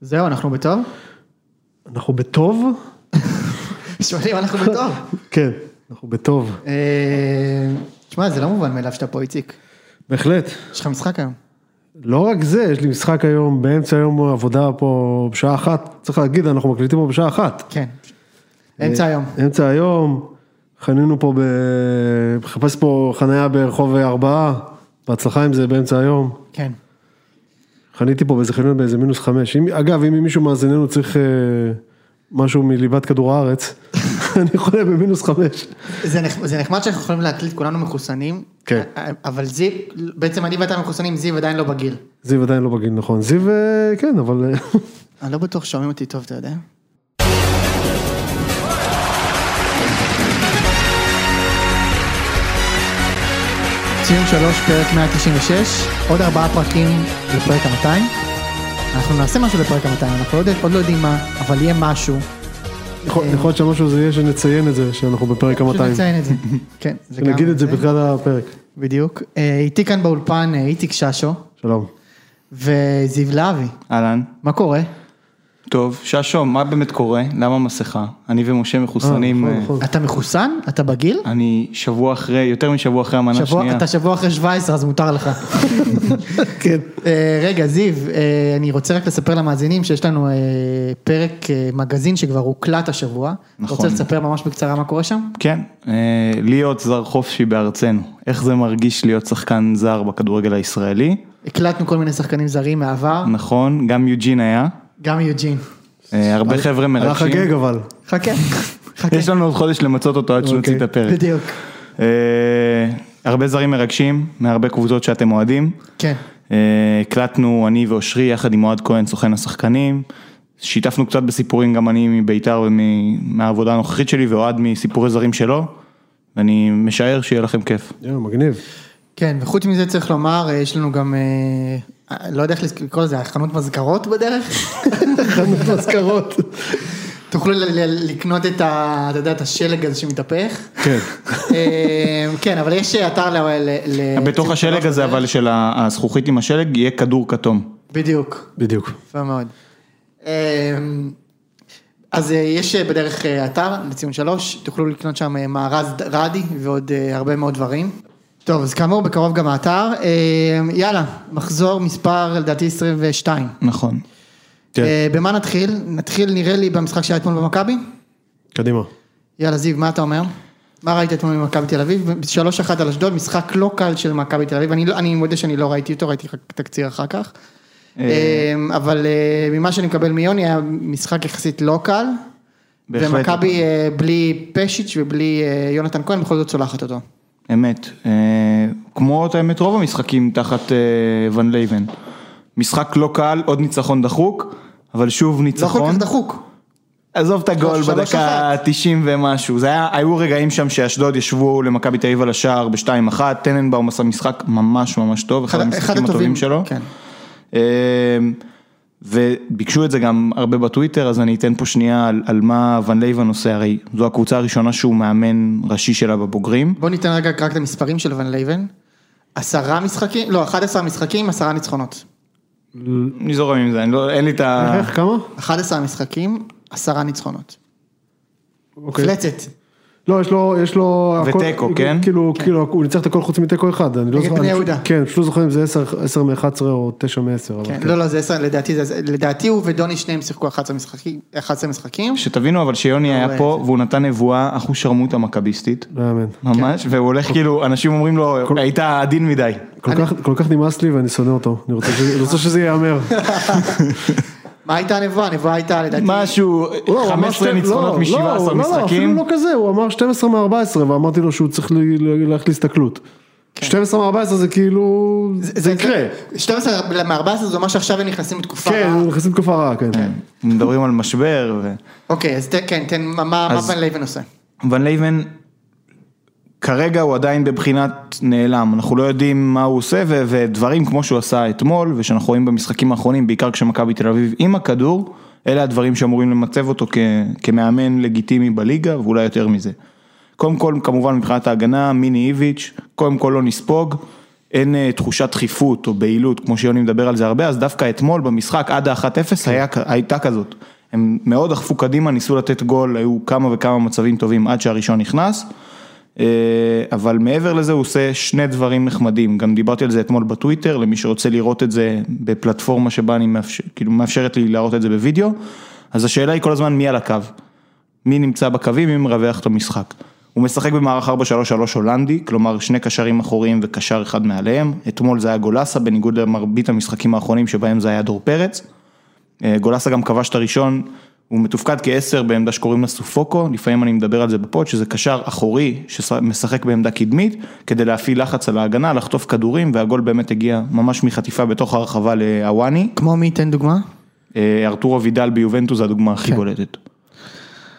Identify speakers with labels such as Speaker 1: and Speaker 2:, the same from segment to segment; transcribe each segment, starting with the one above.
Speaker 1: זהו, אנחנו בטוב?
Speaker 2: אנחנו בטוב?
Speaker 1: שואלים, אנחנו בטוב.
Speaker 2: כן, אנחנו בטוב.
Speaker 1: אה, תשמע, זה לא מובן מאליו שאתה פה, איציק.
Speaker 2: בהחלט.
Speaker 1: יש לך משחק היום.
Speaker 2: לא רק זה, יש לי משחק היום, באמצע היום עבודה פה בשעה אחת. צריך להגיד, אנחנו מקליטים פה בשעה אחת.
Speaker 1: כן. אה, אמצע היום.
Speaker 2: אמצע היום, חנינו פה, ב... מחפש פה חניה ברחוב ארבעה, בהצלחה עם זה באמצע היום.
Speaker 1: כן.
Speaker 2: חניתי פה באיזה חניון באיזה מינוס חמש. אם, אגב, אם מישהו מאזיננו צריך אה, משהו מליבת כדור הארץ, אני חולה במינוס חמש.
Speaker 1: זה נחמד, זה נחמד שאנחנו יכולים להקליט כולנו מחוסנים.
Speaker 2: כן.
Speaker 1: א- א- אבל זיו, בעצם אני ואתה מחוסנים, זיו עדיין לא בגיל.
Speaker 2: זיו עדיין לא בגיל נכון, זיו אה, כן, אבל אה,
Speaker 1: אני לא בטוח שומעים אותי טוב, אתה יודע? ציון שלוש, פרק 196, עוד ארבעה פרקים לפרק ה-200. אנחנו נעשה משהו לפרק ה-200, אנחנו לא יודע- עוד לא יודעים מה, אבל יהיה משהו.
Speaker 2: יכול יכול להיות שהמשהו זה יהיה שנציין את זה, שאנחנו בפרק
Speaker 1: כן. פשוט
Speaker 2: ה-200.
Speaker 1: נציין את זה. כן, זה גם...
Speaker 2: נגיד את זה בתחילת הפרק.
Speaker 1: בדיוק. אה, איתי כאן באולפן אה, איציק ששו
Speaker 2: שלום.
Speaker 1: וזיו להבי.
Speaker 3: אהלן.
Speaker 1: מה קורה?
Speaker 3: טוב, ששו, מה באמת קורה? למה מסכה? אני ומשה מחוסנים.
Speaker 2: אה,
Speaker 3: אה,
Speaker 2: נכון, נכון.
Speaker 1: אתה מחוסן? אתה בגיל?
Speaker 3: אני שבוע אחרי, יותר משבוע אחרי המנה
Speaker 1: שבוע,
Speaker 3: השנייה.
Speaker 1: אתה שבוע אחרי 17 אז מותר לך.
Speaker 2: כן.
Speaker 1: אה, רגע זיו, אה, אני רוצה רק לספר למאזינים שיש לנו אה, פרק אה, מגזין שכבר הוקלט השבוע.
Speaker 3: נכון.
Speaker 1: רוצה לספר ממש בקצרה מה קורה שם?
Speaker 3: כן, אה, להיות זר חופשי בארצנו. איך זה מרגיש להיות שחקן זר בכדורגל הישראלי?
Speaker 1: הקלטנו כל מיני שחקנים זרים מהעבר,
Speaker 3: נכון, גם יוג'ין היה.
Speaker 1: גם יוג'ין.
Speaker 3: אה, הרבה חבר'ה
Speaker 2: הלך
Speaker 3: מרגשים.
Speaker 2: חגג אבל.
Speaker 1: חכה, חכה.
Speaker 3: יש לנו עוד חודש למצות אותו עד שנוציא את
Speaker 2: אוקיי.
Speaker 3: הפרק.
Speaker 1: בדיוק,
Speaker 3: אה, הרבה זרים מרגשים, מהרבה קבוצות שאתם אוהדים.
Speaker 1: כן.
Speaker 3: אה, הקלטנו אני ואושרי יחד עם אוהד כהן, סוכן השחקנים. שיתפנו קצת בסיפורים גם אני מביתר ומהעבודה הנוכחית שלי ואוהד מסיפורי זרים שלו. ואני משער שיהיה לכם כיף.
Speaker 2: יואו, מגניב.
Speaker 1: כן, וחוץ מזה צריך לומר, אה, יש לנו גם, אה, לא יודע איך לקרוא לזה, חנות מזכרות בדרך? חנות מזכרות. תוכלו ל- ל- לקנות את ה... אתה יודע, את השלג הזה שמתהפך?
Speaker 2: כן.
Speaker 1: אה, כן, אבל יש אתר ל... ל- ל-
Speaker 3: אה,
Speaker 1: לא-
Speaker 3: בתוך
Speaker 1: אה,
Speaker 3: השלג הזה אבל של ה- הזכוכית עם השלג יהיה כדור כתום.
Speaker 1: בדיוק,
Speaker 2: בדיוק.
Speaker 1: יפה מאוד. אה, אז אה, יש אה, בדרך אה, אתר לציון שלוש, תוכלו לקנות שם אה, מארז ד- רדי ועוד אה, הרבה מאוד דברים. טוב, אז כאמור, בקרוב גם האתר. אה, יאללה, מחזור מספר לדעתי 22.
Speaker 3: נכון.
Speaker 2: כן,
Speaker 1: אה, במה נתחיל? נתחיל נראה לי במשחק שהיה אתמול במכבי?
Speaker 2: קדימה.
Speaker 1: יאללה זיו, מה אתה אומר? מה ראית אתמול ממכבי תל אביב? 3-1 על אשדוד, משחק לא קל של מכבי תל אביב, אני, לא- אני מודה שאני לא ראיתי אותו, ראיתי רק תקציר אחר כך. אמ, אבל אה, ממה שאני מקבל מיוני היה משחק יחסית לא קל.
Speaker 3: בהחלט.
Speaker 1: ומכבי אה, בלי פשיץ' ובלי אה, יונתן כהן בכל זאת צולחת אותו. לא
Speaker 3: אמת. אה, כמו את האמת רוב המשחקים תחת אה, ון לייבן. משחק לא קל, עוד ניצחון דחוק, אבל שוב
Speaker 1: לא כל
Speaker 3: ניצחון.
Speaker 1: כך דחוק.
Speaker 3: עזוב את הגול
Speaker 1: שלוש
Speaker 3: בדקה
Speaker 1: אחת.
Speaker 3: ה-90 ומשהו, זה היה, היו רגעים שם שאשדוד ישבו למכבי תל אביב על השער ב-2-1, טננבאום עשה משחק ממש ממש טוב, אחד, המשחקים הטובים שלו.
Speaker 1: כן.
Speaker 3: אמ, וביקשו את זה גם הרבה בטוויטר, אז אני אתן פה שנייה על, על מה ון לייבן עושה, הרי זו הקבוצה הראשונה שהוא מאמן ראשי שלה בבוגרים.
Speaker 1: בוא ניתן רגע רק את המספרים של ון לייבן. עשרה משחקים, לא, 11 משחקים, עשרה ניצחונות.
Speaker 3: אני זורם עם זה, אני לא, אין לי את ה...
Speaker 2: איך, אה, כמה?
Speaker 1: 11 משחקים, עשרה ניצחונות.
Speaker 2: אוקיי.
Speaker 1: מפלצת.
Speaker 2: לא, יש לו, יש לו... הכל-
Speaker 3: ותיקו, כן?
Speaker 2: כאילו, כאילו, הוא ניצח את הכל חוץ מתיקו אחד, אני לא
Speaker 1: נגד
Speaker 2: זוכר.
Speaker 1: בני
Speaker 2: אני-
Speaker 1: יהודה.
Speaker 2: כן, פשוט לא זוכר אם זה 10 מ-11 או 9 מ-10.
Speaker 1: כן, לא, לא, זה עשר, לדעתי, זה- זה- לדעתי הוא ודוני שניהם שיחקו 11 משחקים, 11 משחקים.
Speaker 3: שתבינו אבל שיוני
Speaker 1: רואה
Speaker 3: היה
Speaker 1: את
Speaker 3: פה והוא נתן נבואה אחושרמוטה מכביסטית.
Speaker 2: לא יאמן.
Speaker 3: ממש, והוא הולך כאילו, אנשים אומרים לו, היית עדין מדי.
Speaker 2: כל כך- כל כך נמאס לי ואני שונא אותו. אני רוצה שזה- אני רוצה שזה ייאמר.
Speaker 1: מה הייתה הנבואה? הנבואה הייתה לדעתי,
Speaker 3: משהו,
Speaker 2: לא, הוא אמר
Speaker 3: 15
Speaker 2: שתי-
Speaker 3: ניצחונות
Speaker 2: לא, לא,
Speaker 3: מ-17
Speaker 2: לא, לא, אפילו
Speaker 3: משחקים.
Speaker 2: לא כזה, הוא אמר 12 מ-14 ואמרתי לו שהוא צריך ל- ל- ללכת להסתכלות.
Speaker 1: כן.
Speaker 2: 12 מ-14 זה כאילו, זה יקרה.
Speaker 1: 12 מ-14 זה אומר שעכשיו הם נכנסים לתקופה.
Speaker 2: כן,
Speaker 1: רעה.
Speaker 2: הוא נכנסים לתקופה רעה, כן.
Speaker 3: מדברים על משבר. ו-
Speaker 1: אוקיי, אז ת- כן, תן, מה- מה
Speaker 3: אז-
Speaker 1: ון לייבן עושה?
Speaker 3: ון לייבן, כרגע הוא עדיין בבחינת נעלם, אנחנו לא יודעים מה הוא עושה ו- ודברים כמו שהוא עשה אתמול ושאנחנו רואים במשחקים האחרונים, בעיקר כשמכבי תל אביב עם הכדור, אלה הדברים שאמורים למצב אותו כ- כמאמן לגיטימי בליגה ואולי יותר מזה. קודם כל, כמובן מבחינת ההגנה, מיני איביץ', קודם כל לא נספוג. אין אה, תחושת דחיפות או בהילות, כמו שיוני מדבר על זה הרבה, אז דווקא אתמול במשחק עד ה-1-0 היה כ- הייתה כזאת. הם מאוד דחפו קדימה, ניסו לתת גול, היו כמה וכמה מצבים טובים עד שהראשון נכנס. אה, אבל מעבר לזה הוא עושה שני דברים נחמדים, גם דיברתי על זה אתמול בטוויטר, למי שרוצה לראות את זה בפלטפורמה שבה אני מאפשר, כאילו מאפשרת לי להראות את זה בווידאו, אז השאלה היא כל הזמן מי על הקו, מי נמצא בקווים, מי מרווח את המשחק. הוא משחק במערך 4-3-3 הולנדי, כלומר שני קשרים אחוריים וקשר אחד מעליהם, אתמול זה היה גולסה בניגוד למרבית המשחקים האחרונים שבהם זה היה דור פרץ. אה, גולסה גם כבש את הראשון, הוא מתופקד כעשר בעמדה שקוראים לה סופוקו, לפעמים אני מדבר על זה בפוד, שזה קשר אחורי שמשחק בעמדה קדמית, כדי להפעיל לחץ על ההגנה, לחטוף כדורים, והגול באמת הגיע ממש מחטיפה בתוך הרחבה לאוואני.
Speaker 1: כמו מי, תן דוגמה.
Speaker 3: אה, ארתורו וידל ביובנטו זה הדוגמה הכי בולטת.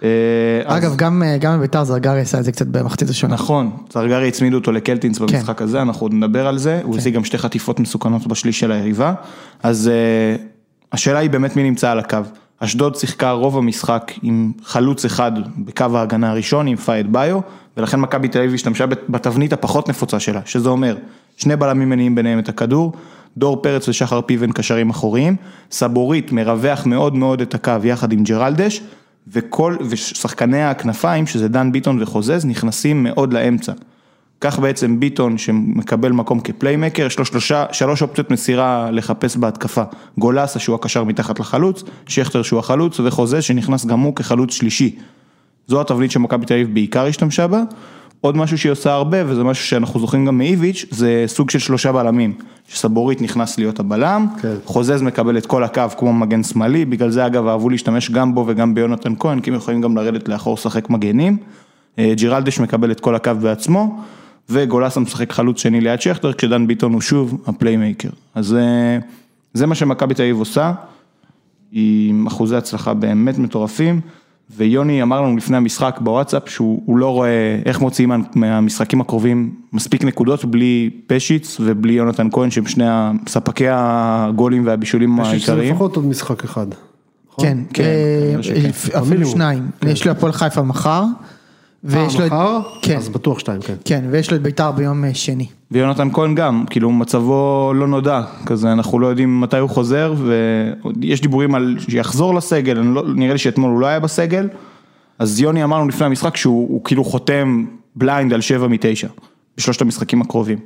Speaker 3: אה, אז-
Speaker 1: אגב, גם אה, גם בביתר זרגרי עשה את זה קצת במחצית השונה.
Speaker 3: נכון, זרגרי הצמידו אותו לקלטינס במשחק הזה, אנחנו עוד נדבר על זה, הוא השיג גם שתי חטיפות מסוכנות בשליש של היריבה, אז אה, השאלה היא באמת מי נמצא על הקו. אשדוד שיחקה רוב המשחק עם חלוץ אחד בקו ההגנה הראשון, עם פאד ביו, ולכן מכבי תל אביב השתמשה בת- בתבנית הפחות נפוצה שלה, שזה אומר, שני בלמים מניעים ביניהם את הכדור, דור פרץ ושחר פיבן קשרים אחוריים, סבורית מרווח מאוד מאוד את הקו יחד עם ג'רלדש, וכל, ושחקני הכנפיים, שזה דן ביטון וחוזז, נכנסים מאוד לאמצע. כך בעצם ביטון שמקבל מקום כפליימקר, יש לו שלושה, שלוש אופציות מסירה לחפש בהתקפה. גולסה שהוא הקשר מתחת לחלוץ, שכטר שהוא החלוץ וחוזז שנכנס גם הוא כחלוץ שלישי. זו התבנית שמכבי תל אביב בעיקר השתמשה בה. עוד משהו שהיא עושה הרבה, וזה משהו שאנחנו זוכרים גם מאיביץ', זה סוג של שלושה בלמים. שסבורית נכנס להיות הבלם,
Speaker 2: כן.
Speaker 3: חוזז מקבל את כל הקו כמו מגן שמאלי, בגלל זה אגב אהבו להשתמש גם בו וגם ביונתן כהן, כי הם יכולים גם לרדת לאחור לשחק מגנים. אה, ג'ירלדש מקבל את כל הקו בעצמו, וגולסה משחק חלוץ שני ליד שכטר, כשדן ביטון הוא שוב הפליימייקר. אז אה, זה מה שמכבי תל אביב עושה. עם אחוזי הצלחה באמת מטורפים, ויוני אמר לנו לפני המשחק בוואטסאפ שהוא הוא לא רואה איך מוציאים מה- מהמשחקים הקרובים מספיק נקודות בלי פשיץ ובלי יונתן כהן שהם שני ספקי הגולים והבישולים
Speaker 2: יש לי
Speaker 3: העיקריים.
Speaker 2: לפחות עוד משחק אחד. נכון?
Speaker 1: כן,
Speaker 3: כן,
Speaker 1: אה,
Speaker 3: כנראה שכן.
Speaker 1: אפ- אפילו
Speaker 2: המינימום.
Speaker 1: שניים. יש לו הפועל חיפה מחר. ויש לו
Speaker 2: כן. אה,
Speaker 1: את-
Speaker 2: מחר?
Speaker 1: כן,
Speaker 2: אז בטוח שתיים, כן.
Speaker 1: כן, ויש לו את ביתר ביום אה, שני.
Speaker 3: ויונתן כהן גם, כאילו מצבו לא נודע, כזה אנחנו לא יודעים מתי הוא חוזר, ויש דיבורים על שיחזור לסגל, אני לא, נראה לי שאתמול הוא לא היה בסגל, אז יוני אמרנו לפני המשחק שהוא הוא כאילו חותם בליינד על 7 מתשע, בשלושת המשחקים הקרובים.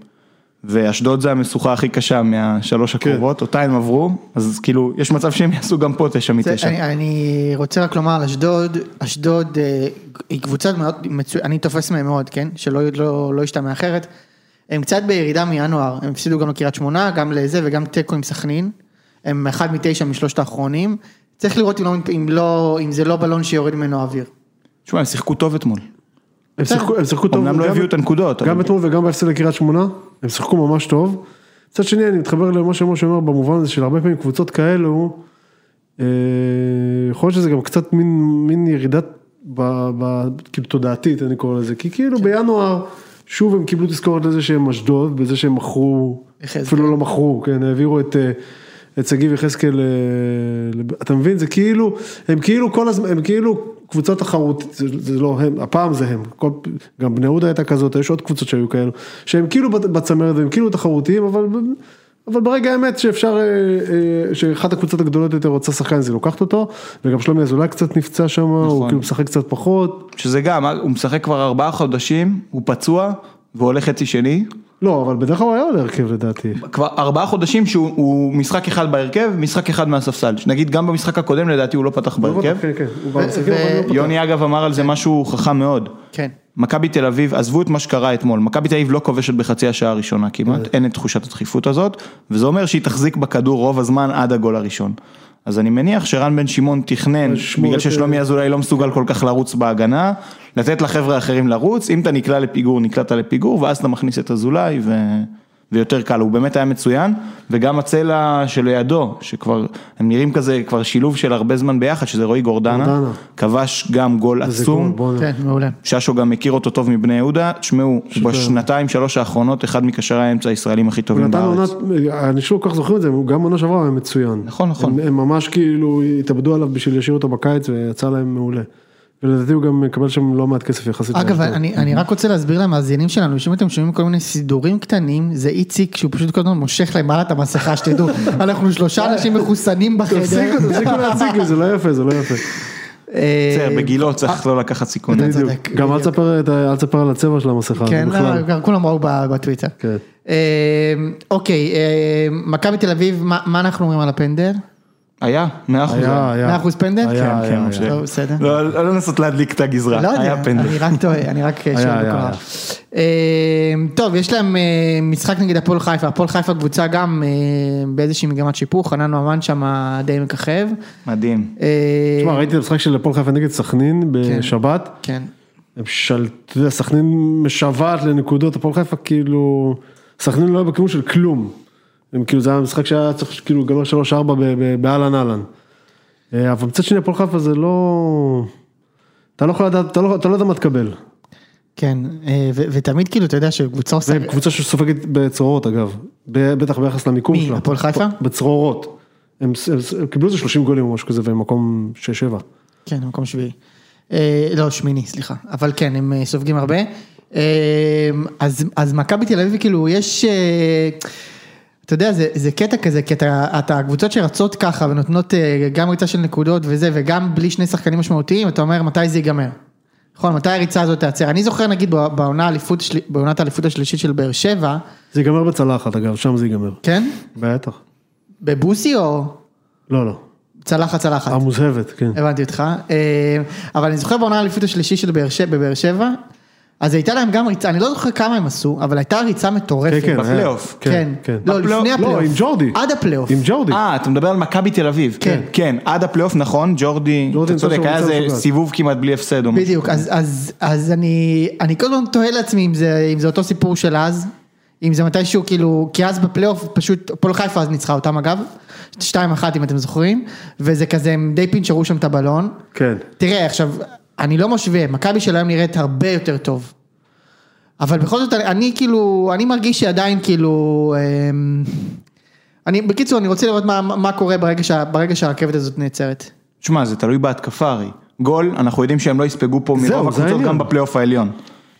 Speaker 3: ואשדוד זה המשוכה הכי קשה מהשלוש
Speaker 1: כן.
Speaker 3: הקרובות, אותה הם עברו, אז כאילו יש מצב שהם יעשו גם פה
Speaker 1: זה-
Speaker 3: תשע מתשע.
Speaker 1: אני, אני רוצה רק לומר על אשדוד, אשדוד אה, היא קבוצה מאוד מצוינת, אני תופס מהם מאוד, כן? שלא לא, לא ישתמע אחרת. הם קצת בירידה מינואר, הם הפסידו גם לקריית שמונה, גם לזה וגם תיקו עם סכנין. הם אחד מתשע משלושת האחרונים. צריך לראות אם, לא, אם, לא, אם זה לא בלון שיורד ממנו אוויר.
Speaker 3: תשמע, הם שיחקו טוב אתמול.
Speaker 2: הם שיחקו הם שיחקו טוב.
Speaker 3: אמנם לא
Speaker 2: גם-
Speaker 3: הביאו את הנקודות,
Speaker 2: גם
Speaker 3: אבל-
Speaker 2: אתמול וגם בהפסד לקריית שמונה, הם שיחקו ממש טוב. מצד שני, אני מתחבר למה שמשה אומר במובן הזה של הרבה פעמים קבוצות כאלו, אה, יכול להיות שזה גם קצת מין, מין ירידת, ב, ב, כאילו תודעתית, אני קורא לזה, כי
Speaker 3: כן.
Speaker 2: כאילו בינואר, שוב הם קיבלו תזכורת לזה שהם אשדוד, בזה שהם מכרו,
Speaker 1: יחזקאל.
Speaker 2: אפילו לא מכרו, כן, העבירו את... אה, את שגיב יחזקאל, אה, לב- אתה מבין, זה כאילו, הם כאילו כל הזמן, הם כאילו קבוצה תחרותית, זה, זה לא הם, הפעם זה הם, כל, גם בני יהודה הייתה כזאת, יש עוד קבוצות שהיו כאלו, שהם כאילו בצ- בצמרת והם כאילו תחרותיים, אבל, אבל ברגע האמת שאפשר, אה, אה, שאחת הקבוצות הגדולות יותר רוצה שחקן, אז היא לוקחת אותו, וגם שלומי אזולאי קצת נפצע שם, הוא
Speaker 3: נכון.
Speaker 2: כאילו משחק קצת פחות,
Speaker 3: שזה גם, אה, הוא משחק כבר ארבעה חודשים, הוא פצוע, והולך חצי שני,
Speaker 2: לא, אבל בדרך כלל הוא היה עולה הרכב לדעתי.
Speaker 3: כבר ארבעה חודשים שהוא הוא משחק אחד בהרכב, משחק אחד מהספסל. נגיד גם במשחק הקודם לדעתי הוא לא פתח כן. בהרכב.
Speaker 2: כן, כן, הוא במשחקים, אבל הוא לא פתח.
Speaker 3: יוני אגב אמר על זה משהו חכם מאוד.
Speaker 1: כן.
Speaker 3: מכבי תל אביב, עזבו את מה שקרה אתמול, מכבי תל אביב לא כובשת בחצי השעה הראשונה כמעט,
Speaker 2: אה.
Speaker 3: אין את תחושת הדחיפות הזאת, וזה אומר שהיא תחזיק בכדור רוב הזמן עד הגול הראשון. אז אני מניח שרן בן שמעון תכנן,
Speaker 2: אה, שמור
Speaker 3: בגלל
Speaker 2: את-
Speaker 3: ששלומי אזולאי לא מסוגל כל כך לרוץ בהגנה, לתת לחבר'ה האחרים לרוץ, אם אתה נקלע לפיגור, נקלעת לפיגור, ואז אתה מכניס את אזולאי ו... ויותר קל, הוא באמת היה מצוין, וגם הצלע שלידו, שכבר, הם נראים כזה, כבר שילוב של הרבה זמן ביחד, שזה רועי גורדנה,
Speaker 2: גורדנה.
Speaker 3: כבש גם גול
Speaker 2: איזה גול,
Speaker 3: עצום,
Speaker 2: בואנה.
Speaker 1: כן, מעולה.
Speaker 3: ששו גם מכיר אותו טוב מבני יהודה, תשמעו, בשנתיים שלוש האחרונות אחד מקשרי האמצע הישראלים הכי
Speaker 2: הוא
Speaker 3: טובים
Speaker 2: נתן עונה,
Speaker 3: בארץ.
Speaker 2: אנשים לא כל כך זוכרים את זה, הוא גם עונה שעברה היה מצוין.
Speaker 3: נכון, נכון.
Speaker 2: הם, הם ממש כאילו התאבדו עליו בשביל להשאיר אותו בקיץ ויצא להם מעולה. ולדעתי הוא גם מקבל שם לא מעט כסף יחסית.
Speaker 1: אגב,
Speaker 2: לאשדוד.
Speaker 1: אני, אני רק רוצה להסביר למאזינים שלנו, שאם אתם שומעים כל מיני סידורים קטנים, זה איציק שהוא פשוט כל הזמן מושך למעלה את המסכה, שתדעו, אנחנו שלושה אנשים מחוסנים בחדר.
Speaker 2: תפסיקו, תפסיקו להציג לי, זה לא יפה, זה לא יפה.
Speaker 1: אה,
Speaker 3: בסדר, בגילו צריך לא לקחת סיכונים.
Speaker 1: אתה
Speaker 2: בדיוק.
Speaker 1: צודק,
Speaker 2: גם אל
Speaker 1: בדיוק.
Speaker 2: תספר את ה- אל תספר על הצבע של המסכה, זה
Speaker 1: כן,
Speaker 2: בכלל.
Speaker 1: לא, גם כולם ראו ב- בטוויטר.
Speaker 2: כן.
Speaker 1: אה, אוקיי, אה, מכבי תל אביב, מה מה אנחנו אומרים על הפנדל?
Speaker 3: היה, מאה אחוז.
Speaker 2: היה, היה.
Speaker 1: 100% פנדל?
Speaker 2: היה,
Speaker 1: כן,
Speaker 2: היה,
Speaker 3: כן,
Speaker 2: היה.
Speaker 3: משה.
Speaker 1: טוב, בסדר.
Speaker 3: לא לא לנסות להדליק את הגזרה,
Speaker 1: לא יודע,
Speaker 3: היה פנדל.
Speaker 1: אני רק טועה, אני רק שואל
Speaker 2: היה,
Speaker 1: בכל
Speaker 2: היה.
Speaker 1: רב. אה, טוב, יש להם אה, משחק נגד הפועל חיפה, הפועל חיפה קבוצה גם אה, באיזושהי מגמת שיפור, חנן ממן שם די מככב.
Speaker 3: מדהים.
Speaker 1: אה,
Speaker 2: תשמע, ראיתי את המשחק של הפועל חיפה נגד סכנין בשבת.
Speaker 1: כן.
Speaker 2: הם של... אתה יודע, סכנין משוועת לנקודות, הפועל חיפה כאילו... סכנין לא היה בכיוון של כלום. הם כאילו, זה היה משחק שהיה צריך כאילו לגמר 3-4 ב- ב- באהלן אהלן. אה, אבל מצד שני, הפועל חיפה זה לא... אתה לא יכול לדעת, אתה לא, אתה לא יודע מה תקבל.
Speaker 1: כן, אה, ו- ותמיד כאילו, אתה יודע שקבוצה עושה...
Speaker 2: זה קבוצה שסופגת בצרורות אגב, ב- בטח ביחס למיקום
Speaker 1: מי,
Speaker 2: שלה.
Speaker 1: הפועל חיפה?
Speaker 2: בצרורות. הם, ס- הם, ס- הם קיבלו איזה 30 גולים או משהו כזה והם מקום 6-7.
Speaker 1: כן, מקום שביעי. אה, לא, שמיני, סליחה. אבל כן, הם אה, סופגים הרבה. אה, אז, אז מכבי תל אביב, כאילו, יש... אה, אתה יודע, זה, זה קטע כזה, כי אתה, אתה הקבוצות שרצות ככה ונותנות אה, גם ריצה של נקודות וזה, וגם בלי שני שחקנים משמעותיים, אתה אומר מתי זה ייגמר. נכון, מתי הריצה הזאת תיעצר. אני זוכר, נגיד, בע- בעונה האליפות השל- בעונת האליפות השלישית של באר שבע,
Speaker 2: זה ייגמר בצלחת אגב, שם זה ייגמר.
Speaker 1: כן?
Speaker 2: בטח.
Speaker 1: בבוסי או
Speaker 2: לא, לא.
Speaker 1: צלחת צלחת?
Speaker 2: המוזהבת, כן.
Speaker 1: הבנתי אותך, אה, אבל אני זוכר בעונה האליפות השלישי של באר שבע, בבאר שבע, אז הייתה להם גם ריצה, אני לא זוכר כמה הם עשו, אבל הייתה ריצה מטורפת.
Speaker 2: כן, כן. היה.
Speaker 3: בפלייאוף.
Speaker 1: כן,
Speaker 2: כן.
Speaker 1: לא,
Speaker 3: בפלייאוף-
Speaker 1: לפני
Speaker 3: לא,
Speaker 1: הפלייאוף.
Speaker 2: לא, עם ג'ורדי.
Speaker 1: עד הפלייאוף.
Speaker 2: עם ג'ורדי.
Speaker 3: אה, אתה מדבר על מכבי תל אביב.
Speaker 1: כן.
Speaker 3: כן, עד הפלייאוף, נכון, ג'ורדי,
Speaker 2: ג'ורדי
Speaker 3: אתה
Speaker 2: נתן
Speaker 3: צודק,
Speaker 2: שם
Speaker 3: היה
Speaker 2: ריצה
Speaker 3: איזה
Speaker 2: משוגעת.
Speaker 3: סיבוב כמעט בלי הפסד או משהו.
Speaker 1: בדיוק, אז, אז, אז אני, אני כל הזמן תוהה לעצמי אם זה, אם זה אותו סיפור של אז, אם זה מתישהו כאילו, כי אז בפלייאוף פשוט, הפועל חיפה אז ניצחה אותם אגב, 2-1 אם אתם זוכרים, וזה כזה, הם די פינצ'רו שם את הבלון.
Speaker 2: כן.
Speaker 1: תראה, עכשיו, אני לא משווה, מכבי של היום נראית הרבה יותר טוב. אבל בכל זאת, אני, אני כאילו, אני מרגיש שעדיין כאילו... אמ, אני, בקיצור, אני רוצה לראות מה, מה קורה ברגע, שה, ברגע שהרכבת הזאת נעצרת.
Speaker 3: תשמע, זה תלוי בהתקפה הרי. גול, אנחנו יודעים שהם לא יספגו
Speaker 2: זהו,
Speaker 3: פה מרוב
Speaker 2: זה
Speaker 3: הקבוצות
Speaker 2: העניין.
Speaker 3: גם בפלייאוף העליון.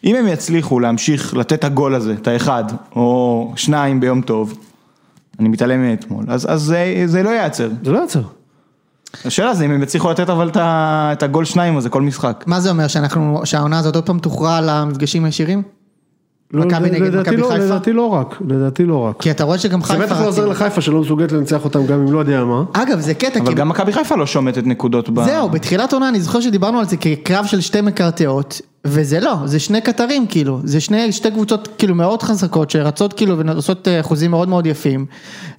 Speaker 3: אם הם יצליחו להמשיך לתת את הגול הזה, את האחד, או שניים ביום טוב, אני מתעלם מאתמול, אז, אז זה, זה לא ייעצר.
Speaker 2: זה לא יצא.
Speaker 3: השאלה זה אם הם יצליחו לתת אבל את ה- את הגול שניים הזה כל משחק.
Speaker 1: מה זה אומר, שאנחנו, שהעונה הזאת עוד פעם תוכרע על המפגשים הישירים?
Speaker 2: לא,
Speaker 1: מכבי
Speaker 2: לד-
Speaker 1: נגד
Speaker 2: לדעתי
Speaker 1: מכבי
Speaker 2: לא-
Speaker 1: חיפה?
Speaker 2: לדעתי לא רק, לדעתי לא רק.
Speaker 1: כי אתה רואה שגם
Speaker 2: זה
Speaker 1: חיפה... כאילו.
Speaker 2: בטח לא עוזר
Speaker 1: רצים.
Speaker 2: לחיפה שלא מסוגלת לנצח אותם גם אם לא יודע מה.
Speaker 1: אגב, זה קטע,
Speaker 3: אבל
Speaker 1: כי...
Speaker 3: גם מכבי חיפה לא שומטת נקודות ב...
Speaker 1: זהו, בתחילת עונה אני זוכר שדיברנו על זה כקרב של שתי מקרטעות, וזה לא, זה שני קטרים כאילו, זה שני, שתי קבוצות כאילו מאוד חזקות שרצות כאילו ועושות אה, אחוזים מאוד מאוד יפים.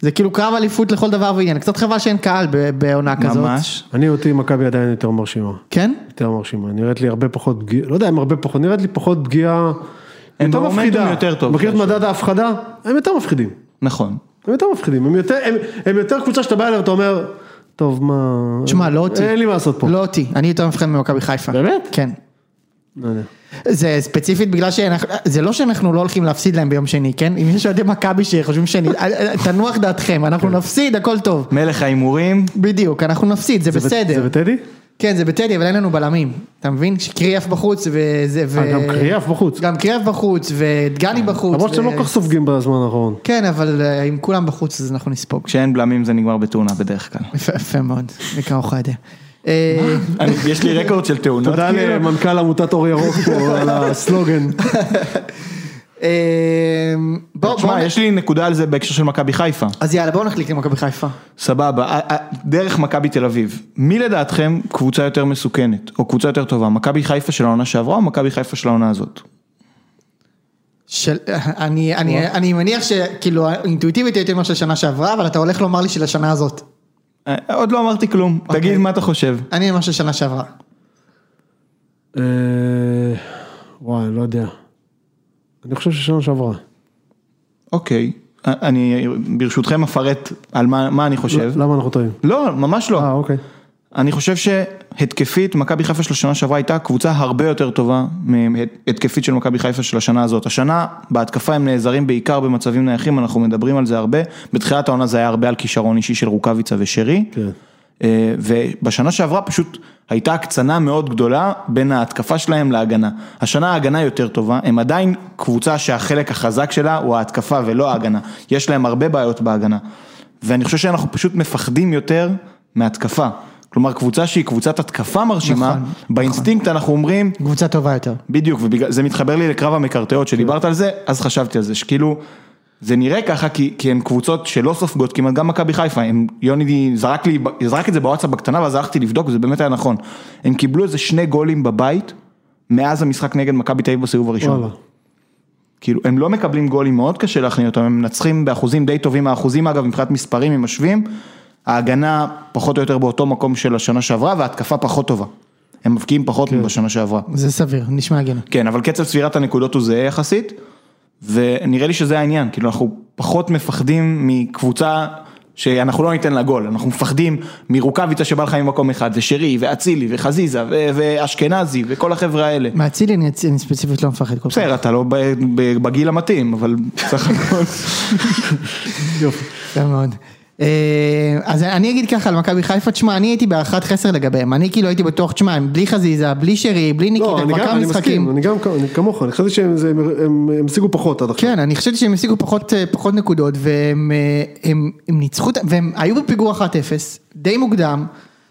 Speaker 1: זה כאילו קרב אליפות לכל דבר ועניין, קצת חבל שאין קהל ב- בעונה כזאת.
Speaker 3: ממש.
Speaker 2: אני אותי מכבי עדיין יותר מרשימה.
Speaker 1: כן?
Speaker 2: יותר מרשימה, נראית לי הרבה פחות פגיעה, לא יודע אם הרבה פחות, נראית לי פחות פגיעה.
Speaker 3: הם
Speaker 2: יותר
Speaker 3: במומנטום
Speaker 2: מפחידה.
Speaker 3: יותר טוב.
Speaker 2: מכיר את מדד ההפחדה? הם יותר מפחידים.
Speaker 3: נכון.
Speaker 2: הם יותר מפחידים, הם יותר, הם, הם יותר קבוצה שאתה בא אליה ואתה אומר, טוב מה,
Speaker 1: תשמע, לא אותי.
Speaker 2: אין לי מה לעשות פה,
Speaker 1: לא אותי, אני יותר מפחד ממכבי חיפה.
Speaker 2: באמת?
Speaker 1: כן.
Speaker 2: לא יודע.
Speaker 1: זה ספציפית בגלל שאנחנו, זה לא שאנחנו לא הולכים להפסיד להם ביום שני, כן? אם יש אוהדי מכבי שחושבים שאני, תנוח דעתכם, אנחנו נפסיד, הכל טוב.
Speaker 3: מלך ההימורים,
Speaker 1: בדיוק, אנחנו נפסיד, זה בסדר.
Speaker 2: זה בטדי?
Speaker 1: כן, זה בטדי, אבל אין לנו בלמים. אתה מבין? קריאף בחוץ וזה... ו...
Speaker 2: אה, גם קריאף בחוץ.
Speaker 1: גם קריאף אה, בחוץ, ודגני בחוץ.
Speaker 2: למרות שאתם לא
Speaker 1: ו-
Speaker 2: כל כך סופגים בזמן האחרון.
Speaker 1: כן, אבל אה, אם כולם בחוץ אז אנחנו נספוג.
Speaker 3: כשאין בלמים זה נגמר בתאונה בדרך כלל.
Speaker 1: יפה- יפה מאוד, אני כמוך יודע. אה,
Speaker 3: אני- יש לי רקורד של תאונות.
Speaker 2: תודה
Speaker 3: כאילו.
Speaker 2: למנכ"ל עמותת אור ירוק פה על הסלוגן.
Speaker 1: אה, בוא, בוא...
Speaker 3: תשמע, יש לי נקודה על זה בהקשר של מכבי חיפה.
Speaker 1: אז יאללה, בואו נחליק למכבי חיפה.
Speaker 3: סבבה, אה, אה, דרך מכבי תל אביב. מי לדעתכם קבוצה יותר מסוכנת, או קבוצה יותר טובה, מכבי חיפה של העונה שעברה, או מכבי חיפה של העונה הזאת?
Speaker 1: של... אני, אני, אני מניח כאילו, שכאילו אינטואיטיבית הייתי אומר של שנה שעברה, אבל אתה הולך לומר לי של השנה הזאת.
Speaker 3: אה, עוד לא אמרתי כלום, תגיד מה אתה חושב.
Speaker 1: אני אומר של שנה שעברה.
Speaker 2: אה, וואי, אני לא יודע. אני חושב ששנה שעברה.
Speaker 3: אוקיי, אה, אני ברשותכם אפרט על מה מה אני חושב.
Speaker 2: למה אנחנו טועים?
Speaker 3: לא, ממש לא.
Speaker 2: אה, אוקיי.
Speaker 3: אני חושב שהתקפית, מכבי חיפה של השנה שעברה הייתה קבוצה הרבה יותר טובה מהתקפית של מכבי חיפה של השנה הזאת. השנה, בהתקפה הם נעזרים בעיקר במצבים נייחים, אנחנו מדברים על זה הרבה. בתחילת העונה זה היה הרבה על כישרון אישי של רוקאביצה ושרי.
Speaker 2: כן.
Speaker 3: אה, ובשנה שעברה פשוט הייתה הקצנה מאוד גדולה בין ההתקפה שלהם להגנה. השנה ההגנה יותר טובה, הם עדיין קבוצה שהחלק החזק שלה הוא ההתקפה ולא ההגנה. יש להם הרבה בעיות בהגנה. ואני חושב שאנחנו פשוט מפחדים יותר מהתקפה. כלומר, קבוצה שהיא קבוצת התקפה מרשימה,
Speaker 1: נכון,
Speaker 3: באינסטינקט אנחנו אומרים,
Speaker 1: קבוצה טובה יותר.
Speaker 3: בדיוק, וזה מתחבר לי לקרב המקרטעות שדיברת על זה, אז חשבתי על זה, שכאילו, זה נראה ככה כי, כי הן קבוצות שלא סופגות כמעט, גם מכבי חיפה, הם, יוני זרק לי, זרק את זה בוואטסאפ בקטנה ואז הלכתי לבדוק וזה באמת היה נכון. הם קיבלו איזה שני גולים בבית, מאז המשחק נגד מכבי תל אביב בסיבוב הראשון.
Speaker 2: וואלה.
Speaker 3: כאילו, הם לא מקבלים גולים, מאוד קשה להכניע אותם, הם מנצחים באחוזים די טובים, האחוזים אגב מבחינת מספרים אם משווים, ההגנה פחות או יותר באותו מקום של השנה שעברה וההתקפה פחות טובה. הם מבקיעים פחות מבשנה שעברה.
Speaker 1: זה סביר, נשמע הגיוני.
Speaker 3: כן, אבל קצב צבירת הנקודות הוא זהה יחסית, ונראה לי שזה העניין, כאילו אנחנו פחות מפחדים מקבוצה שאנחנו לא ניתן לה גול, אנחנו מפחדים מרוקאביצה שבא לך ממקום אחד, ושרי, ואצילי, וחזיזה, ו- ואשכנזי, וכל החבר'ה האלה.
Speaker 1: מאצילי אני, אני ספציפית לא מפחד כל כך.
Speaker 3: בסדר, אתה לא ב- ב- בגיל המתאים, אבל בסך הכל.
Speaker 2: יופי.
Speaker 1: בסדר מאוד. אה, אז אני אגיד ככה על מכבי חיפה, תשמע, אני הייתי בהערכת חסר לגביהם, אני כאילו הייתי בטוח, תשמע, הם בלי חזיזה, בלי שרי, בלי ניקיטה,
Speaker 2: לא,
Speaker 1: כן,
Speaker 2: אני
Speaker 1: כבר
Speaker 2: גם,
Speaker 1: כמה
Speaker 2: אני
Speaker 1: משחקים.
Speaker 2: מסכים, אני גם כ- אני כמוך, אני חשבתי שהם זה- הם- הם הם השיגו פחות עד עכשיו.
Speaker 1: כן, אני חשבתי שהם השיגו פחות, אה, פחות נקודות, והם אה, הם, הם ניצחו, את ה- והם היו בפיגור 1-0, די מוקדם.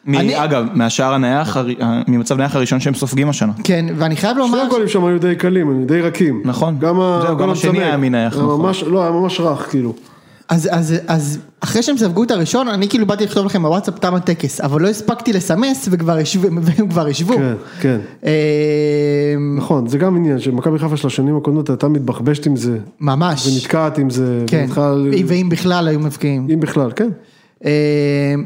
Speaker 3: מ-
Speaker 1: אני-
Speaker 3: אגב, מהשער הנייח, הר- ה- ממצב נייח הראשון שהם סופגים השנה.
Speaker 1: כן, ואני חייב
Speaker 2: שני
Speaker 1: לומר,
Speaker 2: הגולים שם היו די קלים, הם די רכים.
Speaker 3: נכון.
Speaker 2: גם ה-
Speaker 3: זהו, גם השני
Speaker 2: המצמק.
Speaker 3: היה מן היחד,
Speaker 2: היה
Speaker 3: נכון.
Speaker 2: ממש- לא, היה ממש רך, כאילו.
Speaker 1: אז, אז, אז אחרי שהם ספגו את הראשון, אני כאילו באתי לכתוב לכם בוואטסאפ תם הטקס, אבל לא הספקתי לסמס וכבר ישבו, והם כבר ישבו.
Speaker 2: כן, כן.
Speaker 1: אה,
Speaker 2: נכון, זה גם עניין שמכבי חיפה של השנים הקודמות הייתה מתבחבשת עם זה,
Speaker 1: ממש.
Speaker 2: ונתקעת עם זה,
Speaker 1: כן,
Speaker 2: ובכלל-
Speaker 1: ואם בכלל היו מבקיעים.
Speaker 2: אם בכלל, כן.
Speaker 1: אה,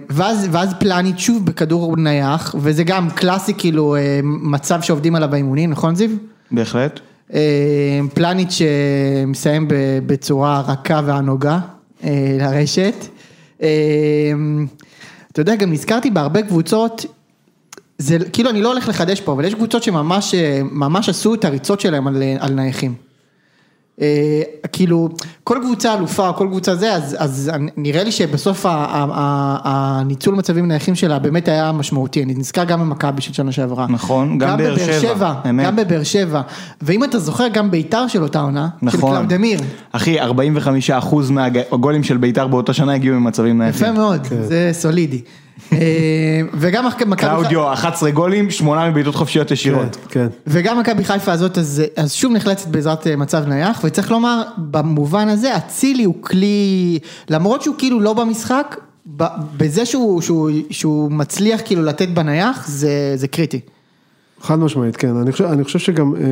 Speaker 1: ואז, ואז פלניץ' שוב בכדור נייח, וזה גם קלאסי כאילו אה, מצב שעובדים עליו באימונים, נכון זיו?
Speaker 3: בהחלט.
Speaker 1: אה, פלניץ' אה, מסיים ב- בצורה רכה והנוגה אה, לרשת. אה, אתה יודע, גם נזכרתי בהרבה קבוצות, זה כאילו אני לא הולך לחדש פה, אבל יש קבוצות שממש אה, ממש עשו את הריצות שלהם על, על נייחים. אה, כאילו, כל קבוצה אלופה, כל קבוצה זה, אז, אז אני- נראה לי שבסוף ה- ה- ה- הניצול מצבים נייחים שלה באמת היה משמעותי, אני נזכר גם במכבי של שנה שעברה.
Speaker 3: נכון, גם באר
Speaker 1: בבאר
Speaker 3: שבע, אמת.
Speaker 1: גם בבאר שבע, ואם אתה זוכר גם ביתר של אותה עונה, של
Speaker 3: נכון.
Speaker 1: קלאודמיר,
Speaker 3: אחי, 45% מהגולים של בית"ר באותה שנה הגיעו ממצבים נייחים.
Speaker 1: יפה מאוד,
Speaker 3: כן.
Speaker 1: זה סולידי. אה, וגם מכבי חיפה-
Speaker 3: קלאודיו, 11 גולים, 8 מבעיטות חופשיות ישירות.
Speaker 2: כן, כן.
Speaker 1: וגם מכבי חיפה הזאת, אז, אז שוב נחלצת בעזרת אה, מצב נייח, וצריך לומר, במובן הזה, אצילי הוא כלי, למרות שהוא כאילו לא במשחק, ב- בזה שהוא, שהוא, שהוא מצליח כאילו לתת בנייח, זה, זה קריטי.
Speaker 2: חד משמעית, כן. אני חושב, אני חושב שגם אה, אה,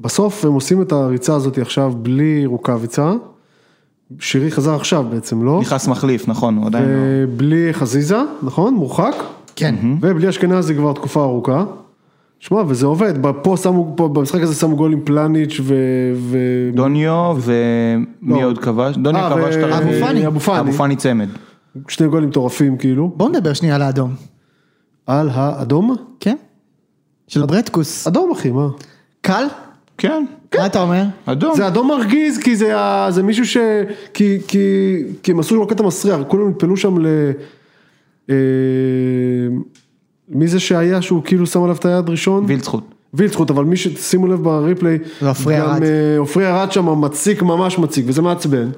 Speaker 2: בסוף הם עושים את הריצה הזאת עכשיו בלי רוקאביצה. שירי חזר עכשיו בעצם, לא?
Speaker 3: נכנס מחליף, נכון, הוא עדיין לא.
Speaker 2: אה, בלי חזיזה, נכון? מורחק.
Speaker 1: כן.
Speaker 2: ובלי אשכנזי כבר תקופה ארוכה. שמע, וזה עובד. פה שמו, פה במשחק הזה שמו גול עם פלניץ' ו... ו...
Speaker 3: דוניו ומי
Speaker 2: לא.
Speaker 3: עוד כבש? דוניו
Speaker 2: אה,
Speaker 3: כבש
Speaker 2: ו-
Speaker 3: את הרביעי.
Speaker 1: אבו פאני.
Speaker 2: אבו פאני.
Speaker 3: אבו פאני צמד.
Speaker 2: שני גולים מטורפים כאילו.
Speaker 1: בואו נדבר שנייה על האדום.
Speaker 2: על האדום?
Speaker 1: כן? של ברטקוס.
Speaker 2: אדום אחי, מה?
Speaker 1: קל?
Speaker 3: כן,
Speaker 1: מה אתה אומר?
Speaker 3: אדום.
Speaker 2: זה אדום מרגיז, כי זה, ה- זה מישהו ש... כי, כי, כי הם עשו לו קטע מסריח, כולם נטפלו שם ל... אה, מי זה שהיה שהוא כאילו שם עליו את היד ראשון?
Speaker 3: וילצחוט.
Speaker 2: וילצחוט, אבל מי ששימו לב בריפליי,
Speaker 1: זה עופרי
Speaker 2: גם,
Speaker 1: ארד.
Speaker 2: אה, עופרי ירד שם מציק, ממש מציק, וזה מעצבן.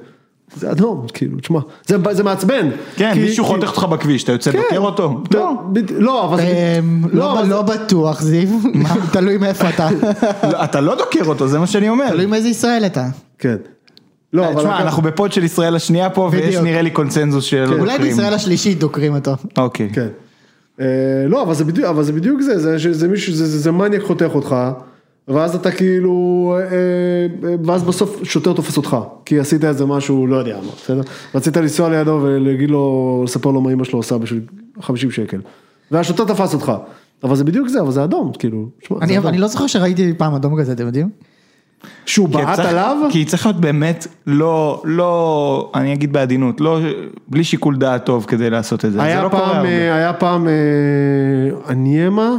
Speaker 2: זה אדום, כאילו, תשמע, זה, זה מעצבן.
Speaker 3: כן,
Speaker 2: כי-
Speaker 3: מישהו
Speaker 2: כי-
Speaker 3: חותך אותך בכביש, אתה יוצא לבקר אותו?
Speaker 2: לא, בד- לא, אבל... זה-
Speaker 1: אמ, לא
Speaker 2: אבל זה-
Speaker 1: לא בטוח, זיו. תלוי מאיפה אתה.
Speaker 3: לא, אתה לא דוקר אותו, זה מה שאני אומר.
Speaker 1: תלוי מאיזה ישראל אתה.
Speaker 2: כן. לא, אבל...
Speaker 3: אה, תשמע, אנחנו בפוד של ישראל השנייה פה, ויש
Speaker 1: בדיוק.
Speaker 3: נראה לי קונצנזוס של...
Speaker 1: אולי
Speaker 3: דוקרים.
Speaker 1: בישראל השלישית דוקרים אותו.
Speaker 3: אוקיי.
Speaker 2: כן. אה, לא, אבל זה בדיוק, אבל זה בדיוק זה, זה, זה, זה מישהו, זה, זה, זה מניאק חותך אותך, ואז אתה כאילו, אה, אה, ואז בסוף שוטר תופס אותך, כי עשית איזה משהו, לא יודע מה, בסדר? רצית לנסוע לידו ולהגיד לו, לספר לו מה אמא שלו עושה בשביל 50 שקל, והשוטר תפס אותך, אבל זה בדיוק זה, אבל זה אדום, כאילו, שמע, זה
Speaker 1: אני
Speaker 2: אדום.
Speaker 1: אני לא זוכר שראיתי פעם אדום כזה, אתם יודעים?
Speaker 2: שהוא
Speaker 3: כי
Speaker 2: בעט
Speaker 3: צריך-
Speaker 2: עליו?
Speaker 3: כי צריך להיות באמת לא, לא, אני אגיד בעדינות, לא, בלי שיקול דעת טוב כדי לעשות את זה. זה
Speaker 2: היה
Speaker 3: לא קורה
Speaker 2: פעם,
Speaker 3: הרבה.
Speaker 2: אה, היה פעם, אה, אניימה,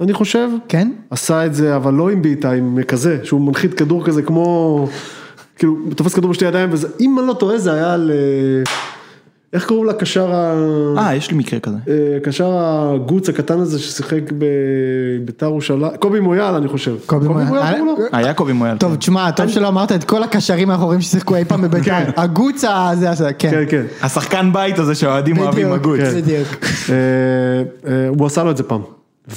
Speaker 2: אני חושב,
Speaker 1: כן?
Speaker 2: עשה את זה, אבל לא עם בעיטה, עם כזה, שהוא מנחית כדור כזה כמו, כאילו, תופס כדור בשתי ידיים, ואם אני לא טועה זה היה על, אה, איך קוראים לקשר ה...
Speaker 3: אה, יש לי מקרה כזה.
Speaker 2: אה, קשר הגוץ הקטן הזה ששיחק בביתר ירושלים, קובי מויאל אני חושב.
Speaker 1: קובי מויאל. אה,
Speaker 2: קוראים לו?
Speaker 3: היה קובי מויאל.
Speaker 1: טוב, תשמע, טוב שלא אמרת את כל הקשרים האחוריים ששיחקו אי פעם בבית"ר. הגוץ הזה, הזה, כן.
Speaker 2: כן, כן.
Speaker 3: השחקן בית הזה שהאוהדים אוהבים
Speaker 1: בדיוק,
Speaker 3: הגוץ.
Speaker 1: בדיוק.
Speaker 2: אה, אה, הוא עשה לו את זה פעם.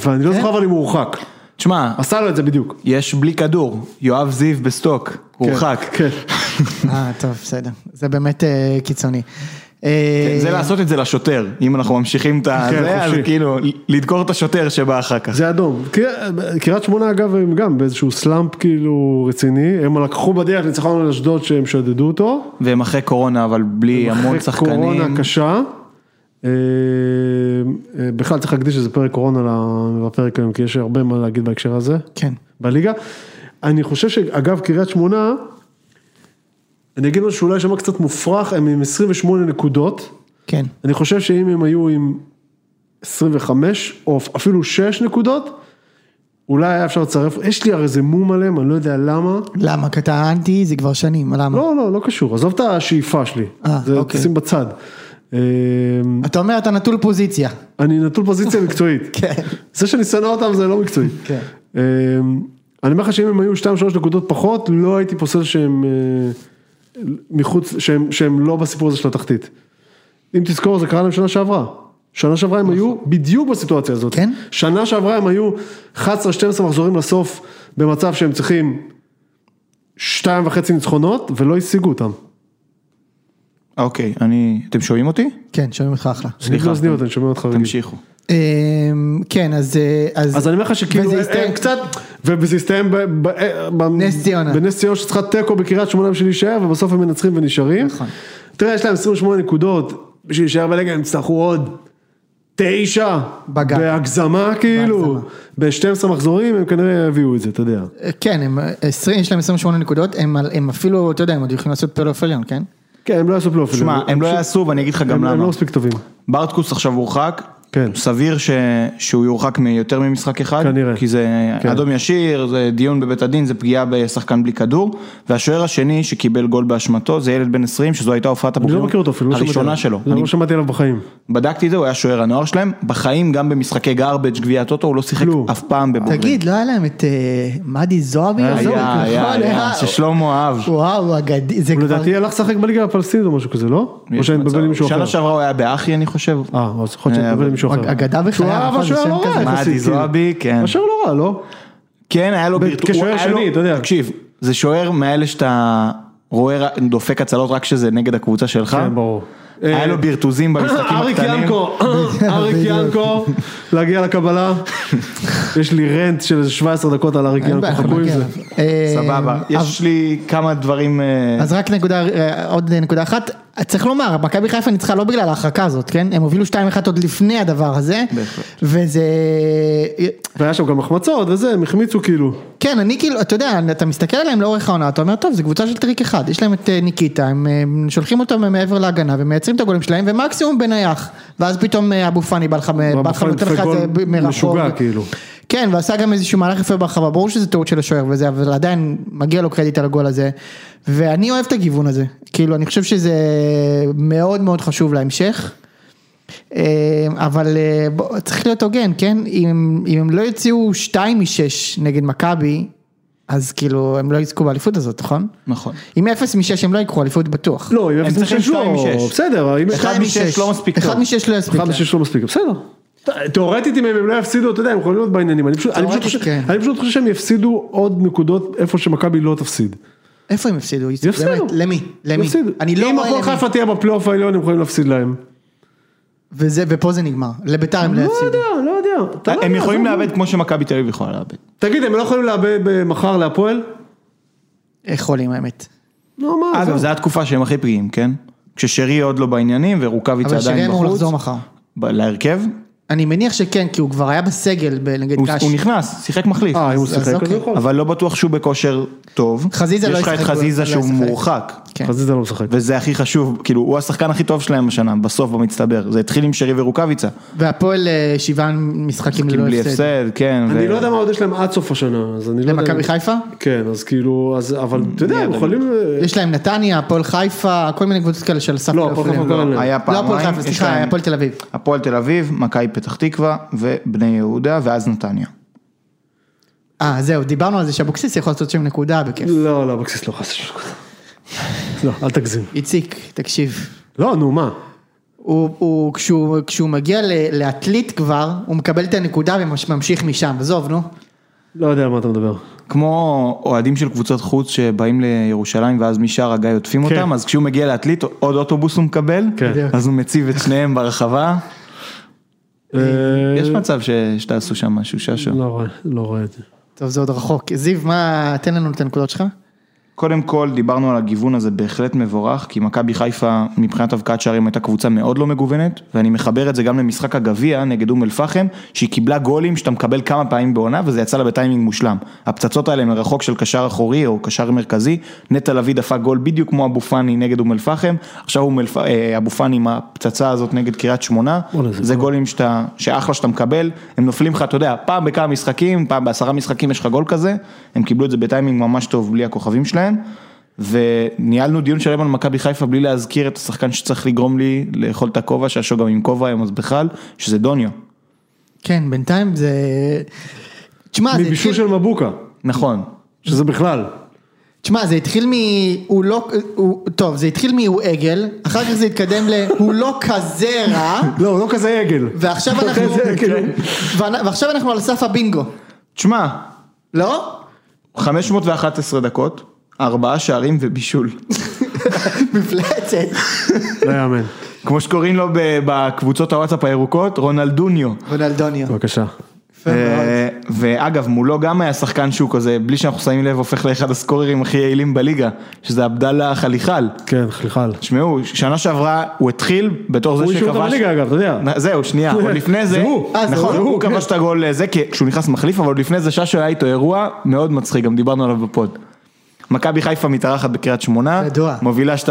Speaker 2: ואני
Speaker 1: כן?
Speaker 2: לא זוכר אבל אם הוא הורחק.
Speaker 3: תשמע,
Speaker 2: עשה לו את זה בדיוק.
Speaker 3: יש בלי כדור, יואב זיו בסטוק, הורחק.
Speaker 2: כן.
Speaker 1: אה, טוב, בסדר. זה באמת אה, קיצוני. אה,
Speaker 3: זה לעשות את זה לשוטר, אם אנחנו ממשיכים את ה...
Speaker 2: כן,
Speaker 3: זה, אז
Speaker 2: חופשי.
Speaker 3: כאילו, לדקור את השוטר שבא אחר כך.
Speaker 2: זה אדום. קר- קריית שמונה אגב הם גם באיזשהו סלאמפ כאילו רציני, הם לקחו בדרך ניצחון על אשדוד שהם שדדו אותו.
Speaker 3: והם אחרי קורונה, אבל בלי המון
Speaker 2: אחרי
Speaker 3: שחקנים.
Speaker 2: קורונה קשה. אה, אה, בכלל צריך להקדיש איזה פרק קורונה ל- לפרק היום, כי יש הרבה מה להגיד בהקשר הזה.
Speaker 1: כן.
Speaker 2: בליגה. אני חושב שאגב קריית שמונה, אני אגיד משהו שאולי שמע קצת מופרך, הם עם 28 נקודות.
Speaker 1: כן.
Speaker 2: אני חושב שאם הם היו עם 25 או אפילו 6 נקודות, אולי היה אפשר לצרף, יש לי הרי איזה מום עליהם, אני לא יודע למה.
Speaker 1: למה? כי אתה אנטי זה כבר שנים, למה?
Speaker 2: לא, לא, לא קשור, עזוב את השאיפה שלי,
Speaker 1: אה,
Speaker 2: זה
Speaker 1: אוקיי.
Speaker 2: תשים בצד. אה,
Speaker 1: אתה אומר אתה נטול פוזיציה.
Speaker 2: אני נטול פוזיציה מקצועית.
Speaker 1: כן.
Speaker 2: זה שאני שונא אותם זה לא מקצועי.
Speaker 1: כן.
Speaker 2: אה, אני אומר לך שאם הם היו 2-3 נקודות פחות, לא הייתי פוסל שהם אה, מחוץ, שהם, שהם לא בסיפור הזה של התחתית. אם תזכור, זה קרה להם שנה שעברה. שנה שעברה הם היו בדיוק בסיטואציה הזאת.
Speaker 1: נכון. כן?
Speaker 2: שנה שעברה הם היו 11-12 מחזורים לסוף במצב שהם צריכים שתיים וחצי ניצחונות ולא השיגו אותם.
Speaker 3: אוקיי, אני... אתם שומעים אותי?
Speaker 1: כן, שומעים אותך אחלה.
Speaker 2: סליחה. אני שומע אותך רגיל.
Speaker 3: תמשיכו.
Speaker 1: אמ, כן, אז... אה,
Speaker 2: אז אני אומר לך שכאילו, אה,
Speaker 1: וזה
Speaker 2: הם
Speaker 1: הסתיים-
Speaker 2: הם קצת, וזה הסתיים ב- אה, ב-
Speaker 1: נס ציונה.
Speaker 2: בנס ציונה שצריכה תיקו בקריית שמונה בשביל להישאר, ובסוף הם מנצחים ונשארים.
Speaker 1: נכון.
Speaker 2: תראה, יש להם 28 נקודות, בשביל להישאר בליגה הם יצטרכו עוד תשע,
Speaker 1: בגג.
Speaker 2: בהגזמה כאילו,
Speaker 1: בהגזמה.
Speaker 2: ב-12 מחזורים הם כנראה יביאו את זה, אתה יודע.
Speaker 1: אה, כן, הם אה, 20, יש להם 28 נקודות, הם על- הם אפילו, אתה יודע, הם עוד יכולים לעשות פלייאוף עליון, כן?
Speaker 2: כן, הם לא יעשו פלייאוף.
Speaker 3: שמע, הם לא יעשו, ואני אגיד לך
Speaker 2: הם-
Speaker 3: גם
Speaker 2: הם
Speaker 3: למה.
Speaker 2: לא מספיק טובים,
Speaker 3: ברטקוס עכשיו הורחק.
Speaker 2: כן.
Speaker 3: סביר ש... שהוא יורחק מיותר ממשחק אחד,
Speaker 2: כנראה.
Speaker 3: כי זה
Speaker 2: כן.
Speaker 3: אדום ישיר, זה דיון בבית הדין, זה פגיעה בשחקן בלי כדור, והשוער השני שקיבל גול באשמתו זה ילד בן 20, שזו הייתה הופעת
Speaker 2: אני לא
Speaker 3: הבוגרים
Speaker 2: מכיר אותו אפילו, לא שמעתי
Speaker 3: הראשונה
Speaker 2: עליו.
Speaker 3: שלו.
Speaker 2: לא
Speaker 3: אני
Speaker 2: לא שמעתי עליו בחיים.
Speaker 3: בדקתי את זה, הוא היה שוער הנוער שלהם, בחיים גם במשחקי גארבג' גביע הטוטו, הוא לא שיחק
Speaker 2: כלום.
Speaker 3: אף פעם בבוגרים.
Speaker 1: תגיד,
Speaker 2: אוקיי.
Speaker 1: לא היה להם את אה, מדי זועבי?
Speaker 2: היה,
Speaker 1: עזוב,
Speaker 3: היה, היה,
Speaker 1: נכון,
Speaker 3: היה, ששלמה אהב.
Speaker 1: וואו, אגדי, זה
Speaker 2: הוא
Speaker 1: כבר...
Speaker 2: לדעתי הלך לשחק בליגה הפלסטינית או משהו כזה, לא? או
Speaker 3: יש
Speaker 2: שאני
Speaker 3: מצב.
Speaker 2: מתבלבל עם מישהו אחר.
Speaker 3: שנה שעברה הוא היה באחי, אני חושב.
Speaker 2: אה, אז יכול להיות שאני
Speaker 3: אה,
Speaker 2: מתבלבל עם
Speaker 3: אבל-
Speaker 2: מישהו אחר.
Speaker 1: אגדה בחיי
Speaker 2: שהוא היה
Speaker 1: הרחוב, זה
Speaker 2: בשוער
Speaker 1: שם
Speaker 2: לא רע
Speaker 1: כזה.
Speaker 2: יחסית,
Speaker 3: מדי
Speaker 2: כאילו.
Speaker 3: זועבי, כן.
Speaker 2: השוער לא רע, לא?
Speaker 3: כן, היה לו
Speaker 2: ב-
Speaker 3: בירטואל.
Speaker 2: כשוער שני, אתה יודע.
Speaker 3: תקשיב, זה שוער מאלה שאתה רואה, ר- דופק הצלות רק כשזה נגד הקבוצה שלך.
Speaker 2: כן, ברור.
Speaker 3: היה
Speaker 2: אה,
Speaker 3: לו בירטוזים במשחקים
Speaker 2: אריק
Speaker 3: הקטנים.
Speaker 2: ינקו, אריק ינקו, להגיע לקבלה. יש לי רנט של איזה 17 דקות על אריק
Speaker 1: אין
Speaker 2: ינקו,
Speaker 1: בעיה,
Speaker 2: חכו עם
Speaker 1: נגיע
Speaker 2: זה.
Speaker 1: אליו. אה,
Speaker 3: סבבה. יש לי כמה דברים... אה,
Speaker 1: אז רק נקודה, אה, עוד נקודה אחת, צריך לומר, מכבי חיפה ניצחה לא בגלל ההרחקה הזאת, כן? הם הובילו 2-1 עוד לפני הדבר הזה,
Speaker 3: בהחלט.
Speaker 1: וזה...
Speaker 2: והיה שם גם החמצות וזה, הם החמיצו כאילו.
Speaker 1: כן, אני כאילו, אתה יודע, אתה מסתכל עליהם לאורך העונה, אתה אומר, טוב, זו קבוצה של טריק אחד, יש להם את אה, ניקיטה, הם אה, שולחים אותו מעבר להגנה, ומייצרים את הגולים שלהם, ומקסימום בנייח, ואז פתאום אה, אבו פאני בא לך, בא לך,
Speaker 2: פאני
Speaker 1: נותן
Speaker 2: דופק
Speaker 1: לך את
Speaker 2: גול
Speaker 1: זה ב- מרחוק.
Speaker 2: משוגע, כאילו.
Speaker 1: כן, ועשה גם איזשהו מהלך יפה ברחבה, ברור שזה טעות של השוער וזה, אבל עדיין מגיע לו קרדיט על הגול הזה. ואני אוהב את הגיוון הזה, כאילו, אני חושב שזה מאוד מאוד חשוב להמשך. אה, אבל אה, בוא, צריך להיות הוגן, כן? אם, אם הם לא יוציאו 2 מ-6 נגד מכבי, אז כאילו, הם לא יזכו באליפות הזאת, נכון?
Speaker 3: נכון.
Speaker 1: אם 0 מ-6 הם לא יקחו אליפות בטוח.
Speaker 2: לא, אם
Speaker 3: הם
Speaker 2: אפס
Speaker 3: צריכים
Speaker 2: משש
Speaker 3: שתיים
Speaker 2: לא,
Speaker 3: משש.
Speaker 2: בסדר, אם
Speaker 3: אחד
Speaker 1: שתיים
Speaker 3: משש לא מספיק
Speaker 1: אחד
Speaker 3: טוב.
Speaker 1: משש לא יספיק.
Speaker 2: אחד
Speaker 1: להם.
Speaker 2: משש לא מספיק, בסדר. תאורטית אם הם לא יפסידו, אתה יודע, הם יכולים להיות בעניינים. אני פשוט- אני פשוט
Speaker 1: תאורטית,
Speaker 2: חושב-
Speaker 1: כן.
Speaker 2: אני פשוט חושב שהם יפסידו עוד נקודות איפה שמכבי לא תפסיד.
Speaker 1: איפה הם יפסידו?
Speaker 2: יפסידו.
Speaker 1: באמת, למי? למי?
Speaker 2: יפסידו.
Speaker 1: אני לא
Speaker 2: אם
Speaker 1: רואה
Speaker 2: הפועל
Speaker 1: למי.
Speaker 2: חיפה תהיה בפלייאוף העליון, הם יכולים להפסיד להם.
Speaker 1: וזה, ופה זה נגמר. לביתר הם לא
Speaker 2: לא
Speaker 1: יפסידו.
Speaker 2: יודע, לא יודע. אתה לא
Speaker 3: הם
Speaker 2: יודע,
Speaker 3: יכולים
Speaker 2: עזוב.
Speaker 3: לאבד כמו שמכבי תל אביב יכולה לאבד.
Speaker 2: תגיד, הם לא יכולים לאבד אה, מחר להפועל?
Speaker 1: יכולים האמת.
Speaker 2: לא, מה,
Speaker 3: אגב,
Speaker 2: עזוב.
Speaker 3: זו התקופה שהם הכי פגיעים, כן? כששרי עוד לא בעניינים ורוקאביצה
Speaker 1: אבל
Speaker 3: עדיין
Speaker 1: שרי
Speaker 3: בחוץ.
Speaker 1: אמור לחזור מחר.
Speaker 3: ב- להרכב?
Speaker 1: אני מניח שכן, כי הוא כבר היה בסגל ב- נגד
Speaker 3: הוא-
Speaker 1: קאש.
Speaker 3: הוא נכנס, שיחק מחליף.
Speaker 2: אה, אם הוא
Speaker 1: אז- אז
Speaker 2: שיחק אז הוא
Speaker 1: אוקיי.
Speaker 2: יכול.
Speaker 3: אבל לא בטוח שהוא בכושר טוב.
Speaker 1: חזיזה לא
Speaker 3: יש לך את
Speaker 1: ישחק,
Speaker 3: חזיזה
Speaker 1: הוא לא
Speaker 3: שהוא
Speaker 1: ישחק.
Speaker 3: מורחק.
Speaker 1: כן.
Speaker 2: חזיזה לא משחק.
Speaker 3: וזה הכי חשוב, כאילו, הוא השחקן הכי טוב שלהם השנה, בסוף במצטבר. זה התחיל עם שרי ורוקאביצה.
Speaker 1: והפועל אה, שבעה משחקים
Speaker 3: כאילו
Speaker 1: ללא
Speaker 3: בלי
Speaker 1: הפסד.
Speaker 3: הפסד, כן.
Speaker 2: לא אני
Speaker 3: ו-
Speaker 2: לא יודע מה עוד יש להם עד סוף השנה, אז אני לא יודע.
Speaker 1: למכבי חיפה?
Speaker 2: כן, אז כאילו, אז, אבל אתה יודע, הם יכולים...
Speaker 1: יש להם נתניה, הפועל חיפה, כל מיני קבוצות כאלה של סף
Speaker 2: לא, הפועל חיפה
Speaker 1: פלייאוף.
Speaker 2: כבר אין להם.
Speaker 3: היה
Speaker 1: לא
Speaker 3: פעמיים.
Speaker 1: הפועל חיפה,
Speaker 3: יש
Speaker 1: סליחה,
Speaker 3: להם
Speaker 1: הפועל תל אביב.
Speaker 3: הפועל תל אביב, מכבי פתח תקווה ובני יהודה, ואז נתניה.
Speaker 1: אה, זהו, דיברנו על זה שאבוקסיס יכול לעשות שם נקודה בכיף.
Speaker 2: לא, לא, אבוקסיס לא חס ושלום. לא, אל תגזים.
Speaker 1: איציק, תקשיב.
Speaker 2: לא, נו, מה?
Speaker 1: הוא, הוא, כשהוא, כשהוא מגיע ל- לעתלית כבר, הוא מקבל את הנקודה וממשיך משם, עזוב נו.
Speaker 2: לא יודע על מה אתה מדבר.
Speaker 3: כמו אוהדים של קבוצות חוץ שבאים לירושלים ואז משער הגיא עוטפים
Speaker 2: כן.
Speaker 3: אותם, אז כשהוא מגיע לעתלית עוד אוטובוס הוא מקבל,
Speaker 2: כן.
Speaker 1: בדיוק.
Speaker 3: אז הוא מציב את שניהם ברחבה.
Speaker 2: אה,
Speaker 3: יש מצב ש- שתעשו שם משהו, ששו.
Speaker 2: לא רואה, לא רואה את זה.
Speaker 1: טוב, זה עוד רחוק. זיו, מה, תן לנו את הנקודות שלך.
Speaker 3: קודם כל דיברנו על הגיוון הזה בהחלט מבורך, כי מכבי חיפה מבחינת הבקעת שערים הייתה קבוצה מאוד לא מגוונת, ואני מחבר את זה גם למשחק הגביע נגד אום אל פחם, שהיא קיבלה גולים שאתה מקבל כמה פעמים בעונה וזה יצא לה בטיימינג מושלם. הפצצות האלה מרחוק של קשר אחורי או קשר מרכזי, נטע לביא דפק גול בדיוק כמו אבו פאני נגד אום אל פחם, עכשיו אום אל פ- אה, אבו פאני עם הפצצה הזאת נגד קריית שמונה,
Speaker 2: וואלה, זה
Speaker 3: זה גולים שאתה, שאחלה שאתה מקבל, הם נופלים לך, אתה יודע, פעם בכמה משחקים, פעם בעשרה משחקים יש לך גול כזה, הם קיבלו את זה בטיימינג ממש טוב בלי הכוכבים שלהם, וניהלנו דיון שלם על מכבי חיפה בלי להזכיר את השחקן שצריך לגרום לי לאכול את הכובע, שהשו גם עם כובע היום אז בכלל, שזה דוניו.
Speaker 1: כן, בינתיים זה... תשמע, זה
Speaker 2: מבישול
Speaker 3: כן.
Speaker 1: התחיל...
Speaker 2: של מבוקה,
Speaker 3: נכון,
Speaker 2: שזה בכלל.
Speaker 1: תשמע, זה התחיל מ... הוא לא... הוא... טוב, זה התחיל מ"הוא עגל", אחר כך זה התקדם ל... הוא לא כזה רע,
Speaker 2: לא, הוא לא כזה עגל.
Speaker 1: ועכשיו אנחנו...
Speaker 2: זה כאילו-
Speaker 1: וענ- ועכשיו אנחנו על סף הבינגו,
Speaker 3: תשמע,
Speaker 1: לא?
Speaker 3: 511 דקות, ארבעה שערים ובישול,
Speaker 1: מפלצת.
Speaker 2: לא יאמן.
Speaker 3: כמו שקוראים לו ב- בקבוצות הוואטסאפ הירוקות, רונלדוניו.
Speaker 1: רונלדוניו.
Speaker 2: בבקשה.
Speaker 1: יפה מאוד.
Speaker 3: אה, ואגב, מולו גם היה שחקן שהוא כזה, בלי שאנחנו שמים לב, הופך לאחד הסקוררים הכי יעילים בליגה, שזה עבדאללה חליחל.
Speaker 2: כן, חלחל.
Speaker 3: תשמעו, שנה שעברה הוא התחיל בתור זה
Speaker 2: הוא
Speaker 3: שכבש...
Speaker 2: אישור אותה בליגה אגב, אתה יודע.
Speaker 3: נ- זהו, שנייה, עוד לפני זה,
Speaker 2: זה הוא.
Speaker 1: אה, זה
Speaker 3: נכון,
Speaker 1: הוא,
Speaker 3: הוא
Speaker 2: כן.
Speaker 3: כבש את הגול אה, זה, כי- כשהוא נכנס מחליף, אבל עוד לפני זה ששו היה איתו אירוע מאוד מצחיק, גם דיברנו עליו בפוד. מכבי חיפה מתארחת בקריית שמונה,
Speaker 1: ידוע.
Speaker 3: מובילה 2-0,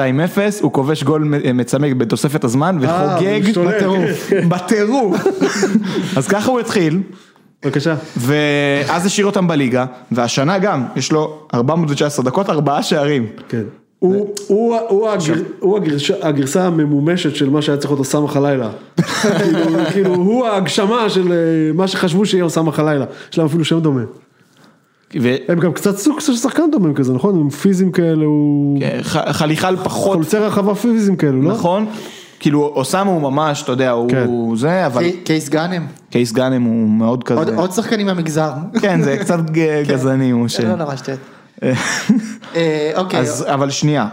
Speaker 3: הוא כובש גול מ- אה, מצמק בתוספת הזמן
Speaker 2: הוא
Speaker 3: וחוגג
Speaker 2: משתולל,
Speaker 3: בטירוף, בטירוף. אז ככה הוא התחיל,
Speaker 2: בבקשה.
Speaker 3: ואז השאיר אותם בליגה, והשנה גם, יש לו 419 דקות, ארבעה שערים.
Speaker 2: כן. הוא- הוא ה- הוא הגר- הוא הגרש- הגרסה הממומשת של מה שהיה צריך להיות אוסאמה חלילה. כאילו- כאילו, הוא ההגשמה של אה, מה שחשבו שיהיה אוסאמה חלילה. יש להם אפילו שם דומה.
Speaker 3: ו-
Speaker 2: הם גם קצת סוג של שחקן דומים כזה, נכון? הם פיזיים כאלה, הוא...
Speaker 3: אה, ח- חליחל פחות,
Speaker 2: חולצי רחבה פיזיים כאלו, לא?
Speaker 3: נכון? כאילו, אוסאמה הוא ממש, אתה יודע, הוא זה, אבל אה.
Speaker 1: קי- קייס גאנם.
Speaker 3: קייס גאנם הוא מאוד
Speaker 1: אה. עוד-
Speaker 3: כזה.
Speaker 1: עוד שחקנים מהמגזר.
Speaker 3: כן, זה קצת ג- גזעני, הוא ש...
Speaker 1: לא נורא שטויות. אה, אוקיי,
Speaker 3: כן. אז אבל שנייה.